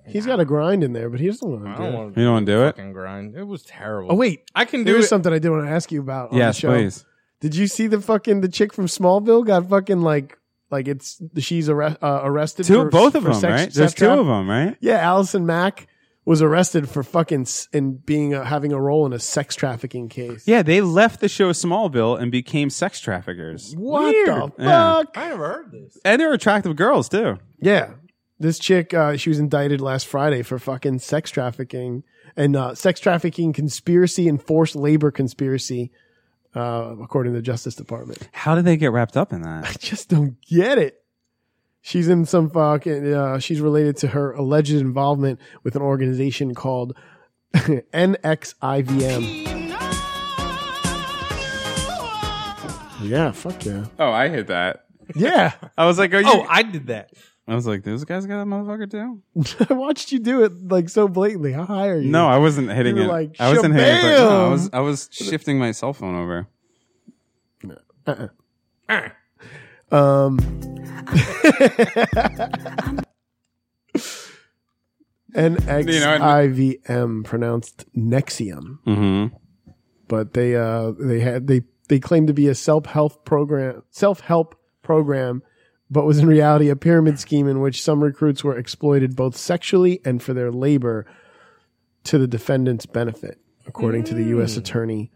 S1: He's got a grind in there, but he doesn't want to.
S7: I don't want
S2: You don't wanna do it?
S7: fucking grind. It was terrible.
S1: Oh wait,
S7: I can
S1: There
S7: do
S1: was
S7: it.
S1: something I did want to ask you about. On
S2: Yes,
S1: the show.
S2: please.
S1: Did you see the fucking the chick from Smallville got fucking like like it's she's arre- uh, arrested?
S2: Two,
S1: for,
S2: both of
S1: for
S2: them,
S1: sex-
S2: right?
S1: sex
S2: There's two
S1: traf-
S2: of them, right?
S1: Yeah, Allison Mack was arrested for fucking s- and being a, having a role in a sex trafficking case.
S2: Yeah, they left the show Smallville and became sex traffickers.
S1: What the
S2: Yeah.
S1: fuck?
S7: I never heard this.
S2: And they're attractive girls too.
S1: Yeah. This chick, uh, she was indicted last Friday for fucking sex trafficking and uh, sex trafficking conspiracy and forced labor conspiracy, uh, according to the Justice Department.
S2: How did they get wrapped up in that?
S1: I just don't get it. She's in some fucking, uh, she's related to her alleged involvement with an organization called (laughs) NXIVM. Yeah, fuck yeah.
S2: (laughs) Oh, I hit that.
S1: Yeah.
S2: I was like, "Are you?"
S7: Oh, I did that.
S2: I was like, "This guy's got a motherfucker too."
S1: (laughs) I watched you do it like so blatantly. How high are you?
S2: No, I wasn't hitting
S1: You
S2: it.
S1: were like,
S2: I wasn't hitting it. but- no, I
S1: "Shabam!"
S2: was. I was shifting my cell phone over.
S1: Uh-uh. Um, NXIVM pronounced Nexium,
S2: Mm-hmm.
S1: but they uh they had they they claimed to be a self help program self help program, but was in reality a pyramid scheme in which some recruits were exploited both sexually and for their labor to the defendant's benefit, according to the
S7: Mm.
S1: U.S. Attorney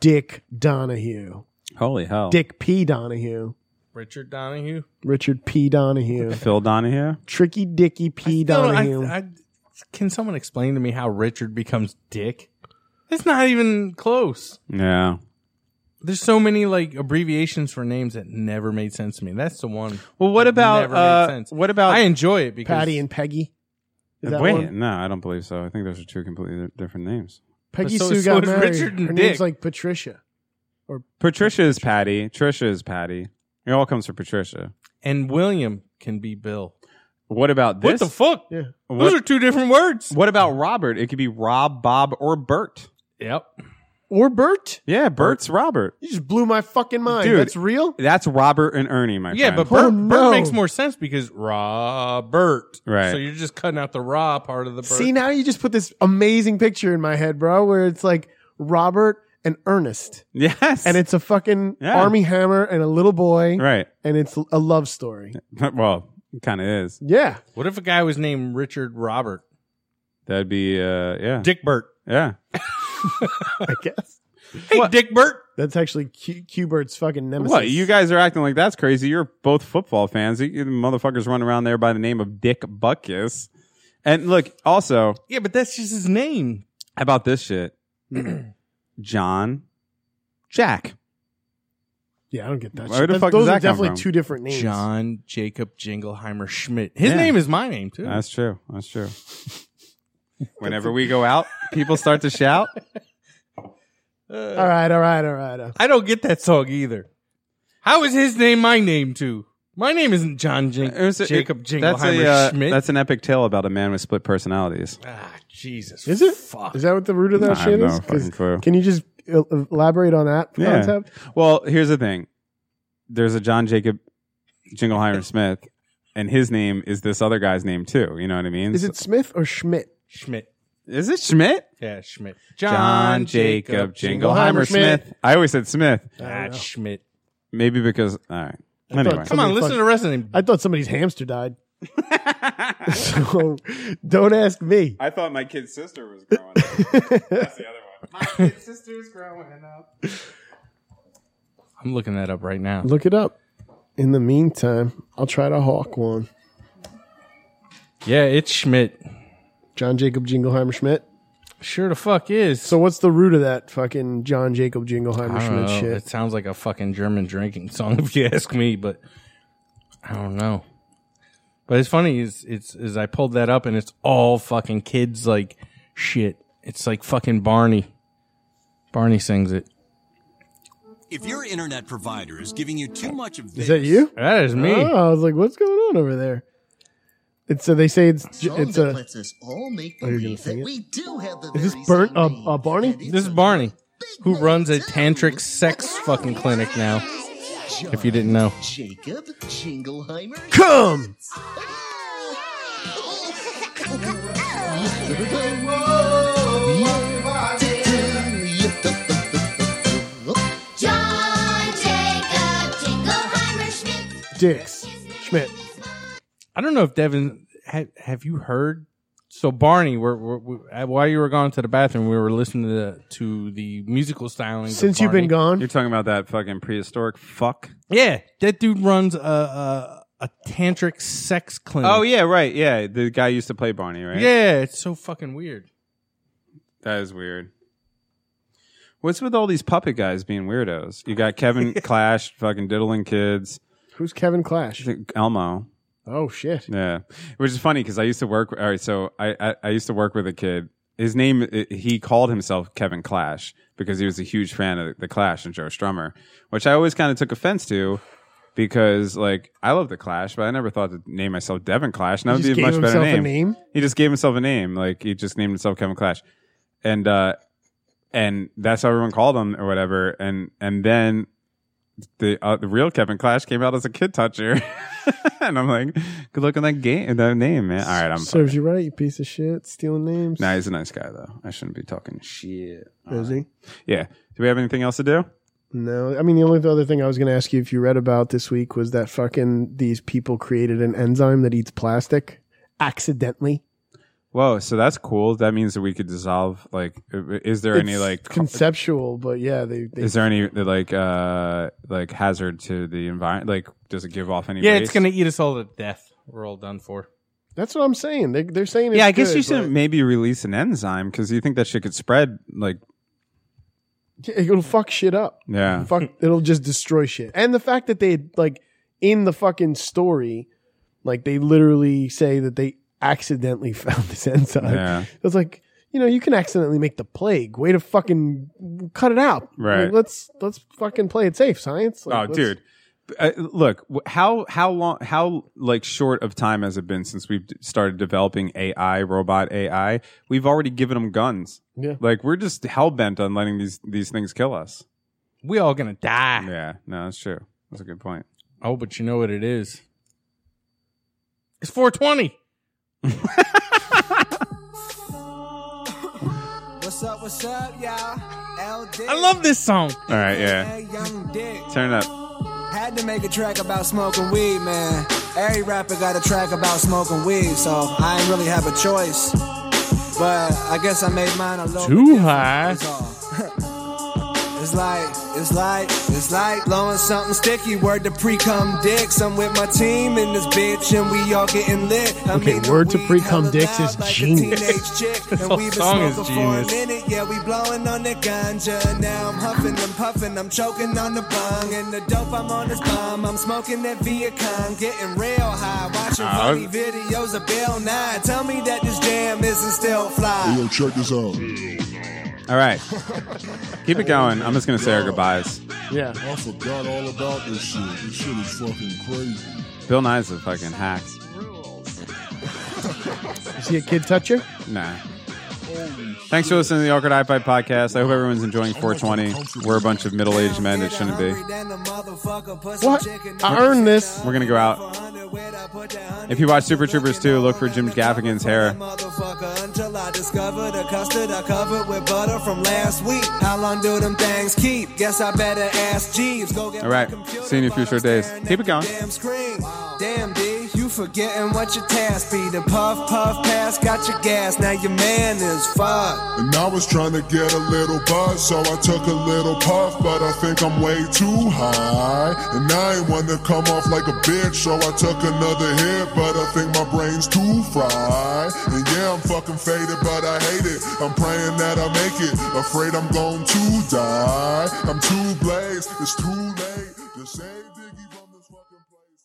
S1: Dick Donahue,
S2: Holy hell!
S1: Dick P. Donahue,
S7: Richard Donahue.
S1: Richard P.
S7: (laughs)
S1: Donahue.
S2: Phil Donahue.
S1: Tricky Dicky P.
S7: No, I-
S1: Donahue.
S7: I- can someone explain to me how Richard becomes Dick? It's not even close.
S2: Yeah.
S7: There's so many like abbreviations for names that never made sense to me. That's the one.
S2: Well, what
S7: that
S2: about,
S7: never
S2: uh,
S7: made sense.
S2: what about-
S7: I enjoy it because
S1: Patty and Peggy. Is that
S2: Wait,
S1: one?
S2: no, I don't believe so. I think those are two completely di- different names.
S1: Peggy
S7: so-
S1: Sue
S7: so
S1: got
S7: did
S1: married.
S7: Richard and
S1: Her name's
S7: Dick.
S1: like Patricia.
S2: Patricia is Patty. Trisha is Patty. It all comes from Patricia.
S7: and William can be Bill.
S2: What about this?
S7: What the fuck?
S1: Yeah.
S7: Those are two different words.
S2: What about Robert? It could be Rob, Bob, or Bert.
S7: Yep.
S1: Or Bert.
S2: Yeah, Bert's Robert.
S1: You just blew my fucking mind.
S2: Dude.
S1: That's real?
S2: That's Robert and Ernie, my
S7: Yeah, but
S2: friend.
S7: Bert,
S1: Oh, no.
S7: Bert makes more sense because Robert.
S2: Right.
S7: So you're just cutting out the raw part of the Bert.
S1: See, now you just put this amazing picture in my head, bro, where it's like Robert and Ernest.
S2: yes,
S1: And it's a fucking
S2: Yeah.
S1: army hammer and a little boy.
S2: (laughs) right. (laughs)
S1: And it's a love story.
S2: Well, it kind of is.
S1: Yeah.
S7: what if a guy was named Richard Robert?
S2: That'd be uh, yeah,
S7: Dick Bert.
S2: yeah.
S1: I guess.
S7: Hey, Dick Bert.
S1: That's actually Q- Q-Bert's fucking nemesis.
S2: What you guys are acting like that's crazy. You're both football fans. You, you motherfuckers run around there by the name of Dick Buckus. And look, also,
S7: Yeah, but that's just his name.
S2: how about this shit? (clears throat) John, Jack.
S1: Yeah, I don't get that
S2: Where
S1: shit.
S2: the
S1: That's-
S2: fuck does
S1: those
S2: that
S1: are
S2: come
S1: definitely
S2: from?
S1: two different names.
S7: John Jacob Jingleheimer Schmidt. His
S2: Yeah.
S7: name is my name too.
S2: That's true. That's true. (laughs) Whenever we go out, people start to shout.
S1: All right, all right, all right. uh,
S7: I don't get that song either. How is his name my name too? My name isn't John Jin-
S2: It was a-
S7: Jacob
S2: it-
S7: Jingleheimer
S2: that's a, uh,
S7: Schmidt.
S2: That's an epic tale about a man with split personalities.
S7: ah, Jesus.
S1: Is it?
S7: Fuck.
S1: Is that what the root of that
S2: I have
S1: shit
S2: no
S1: is? 'Cause
S2: fucking clue.
S1: Can you just el- elaborate on that
S2: Yeah.
S1: concept?
S2: Well, here's the thing. There's a John Jacob (laughs) Jingleheimer Smith, and his name is this other guy's name too. You know what I mean?
S1: Is it Smith or Schmidt?
S7: Schmidt?
S2: Is it Schmidt?
S7: Yeah, Schmidt.
S1: Jingleheimer Smith.
S2: I always said Smith.
S7: Ah, Schmidt.
S2: Maybe because all right. Anyway,
S1: thought-
S7: Come on,
S1: Somebody
S7: listen
S1: fuck-
S7: to the rest of him.
S1: I thought somebody's hamster died. (laughs) so don't ask me.
S2: I thought my kid's sister was growing up. That's the other one. My kid's sister's growing up.
S7: I'm looking that up right now.
S1: Look it up. In the meantime, I'll try to hawk one.
S7: Yeah, it's Schmidt.
S1: John Jacob Jingleheimer Schmidt.
S7: Sure the fuck is.
S1: So what's the root of that fucking John Jacob Jingleheimer
S7: I don't
S1: Schmidt
S7: know.
S1: shit?
S7: It sounds like a fucking German drinking song, (laughs) if you ask me. But I don't know. But it's funny is it's is I pulled that up and it's all fucking kids like shit. It's like fucking Barney. Barney sings it.
S12: If your internet provider is giving you too much of this,
S1: Is that you?
S7: That is me.
S1: Oh, I was like, what's going on over there? It's so they say it's j- it's uh, a.
S13: lets us all make
S1: Are you gonna
S13: believe that
S1: sing it?
S13: we do have the
S1: Is
S13: very
S1: this burnt
S13: same
S1: uh,
S13: needs.
S1: uh, Barney?
S7: This is Barney, who runs a tantric sex fucking clinic now. If you didn't know,
S13: Jacob Jingleheimer.
S1: Come.
S14: John Jacob Jingleheimer Schmidt.
S1: Dicks. Schmidt.
S7: I don't know if Devin have, have you heard. So Barney, we're, we're, we- uh, while you were gone to the bathroom, we were listening to the, to the musical styling.
S1: gone,
S2: you're talking about that fucking prehistoric fuck.
S7: yeah, that dude runs a a, a tantric sex clinic.
S2: Oh yeah, right. Yeah, the guy used to play Barney, right?
S7: yeah, it's so fucking weird.
S2: that is weird. What's with all these puppet guys being weirdos? You got (laughs) Kevin Clash, fucking diddling kids.
S1: Who's Kevin Clash?
S2: Elmo.
S1: Oh shit.
S2: Yeah, which is funny because I used to work. All right, so I, I I used to work with a kid. His name i- he called himself Kevin Clash because he was a huge fan of the Clash and Joe Strummer, which I always kind of took offense to because like I love the Clash, but I never thought to name myself Devin Clash. And that
S1: He
S2: would
S1: just
S2: be a
S1: gave
S2: much better
S1: himself a
S2: name.
S1: name?
S2: He just gave himself a name. Like he just named himself Kevin Clash, and uh, and that's how everyone called him or whatever. And and then the uh, the real Kevin Clash came out as a kid toucher, (laughs) and I'm like, good luck on that game, that name, man. All right, I'm.
S1: Serves you right, you piece of shit. Stealing names.
S2: Nah, he's a nice guy though. I shouldn't be talking shit.
S1: Is he?
S2: Yeah. Do we have anything else to do?
S1: No, I mean the only other thing I was going to ask you if you read about this week was that fucking these people created an enzyme that eats plastic accidentally.
S2: Whoa, so that's cool. That means that we could dissolve. Like, i- is there any
S1: It's
S2: like,
S1: conceptual? But yeah, they, they
S2: is there any like, uh, like hazard to the environment? Like, does it give off any?
S7: Yeah, it's
S2: waste?
S7: gonna eat us all to death. We're all done for.
S1: That's what I'm saying. They, they're saying. It's
S2: Yeah, I guess
S1: good,
S2: you should maybe release an enzyme because you think that shit could spread. Like,
S1: but It'll fuck shit up.
S2: yeah,
S1: Fuck, it'll just destroy shit. And the fact that they like in the fucking story, like they literally say that they accidentally (laughs) found this enzyme.
S2: Yeah.
S1: It's like you know you can accidentally make the plague. Way to fucking cut it out.
S2: Right.
S1: Like, let's let's fucking play it safe, science. Like,
S2: oh,
S1: let's-
S2: dude. Uh, look, w- how how long how like short of time has it been since we've d- started developing AI robot AI? We've already given them guns.
S1: Yeah.
S2: Like we're just hell bent on letting these these things kill us.
S7: We all gonna die.
S2: Yeah, no, that's true. That's a good point.
S7: Oh, but you know what it is? It's 420.
S15: What's up, what's up, y'all? LD.
S7: I love this song.
S2: All
S1: Uh,
S2: right, yeah.
S15: Young Dick.
S2: Turn it up.
S15: Had to make a track about smoking weed, man. Every rapper got a track about smoking weed, so I ain't really have a choice. But I guess I made mine a little bit
S7: Too
S15: different.
S7: high.
S15: It's like, it's like, it's like blowing something sticky. Word to pre cum dicks. I'm with my team in this bitch, and we all getting lit. I
S1: Okay,
S15: mean,
S1: word to pre-cum dicks is genius. (laughs)
S15: teenage chick,
S1: This
S15: and
S1: whole
S15: we been
S1: song is
S15: smoking for a
S1: genius.
S15: minute. Yeah, we blowing on the ganja. Now I'm huffing, I'm puffing, I'm choking on the bong and the dope. I'm on this bomb. I'm smoking that Viacom, getting real high, watching
S10: Ah.
S15: funny videos of Bill Nye. Tell me that this jam isn't still fly.
S10: Yo, check this out.
S2: All right, keep it going. I'm just gonna say our goodbyes.
S1: Yeah.
S10: I forgot all about this shit. This shit is fucking crazy.
S2: Bill Nye's a fucking hack.
S1: Is he a kid toucher?
S2: Nah. Thanks for listening to the Awkward iPod podcast. I hope everyone's enjoying 420. We're a bunch of middle aged men. It shouldn't be.
S1: What? I earned this.
S2: We're gonna go out. If you watch Super Troopers 2, look for Jim Gaffigan's hair.
S15: motherfucker until I discover the custard I covered with butter from last week. How long do them things keep? Guess I better ask Jeeves. Go get
S2: All right. See you in future days. Keep it going.
S15: damn screen. Damn, D, you forgetting what your task be. The puff, puff, pass, got your gas. Now your man is fucked.
S10: And I was trying to get a little buzz, so I took a little puff, but I think I'm way too high. And I ain't want to come off like a bitch, so I took another hit, but I think my brain's too fried. And yeah, I'm fucking faded, but I hate it. I'm praying that I make it, afraid I'm going to die. I'm too blazed, it's too late to save Diggy from this fucking place.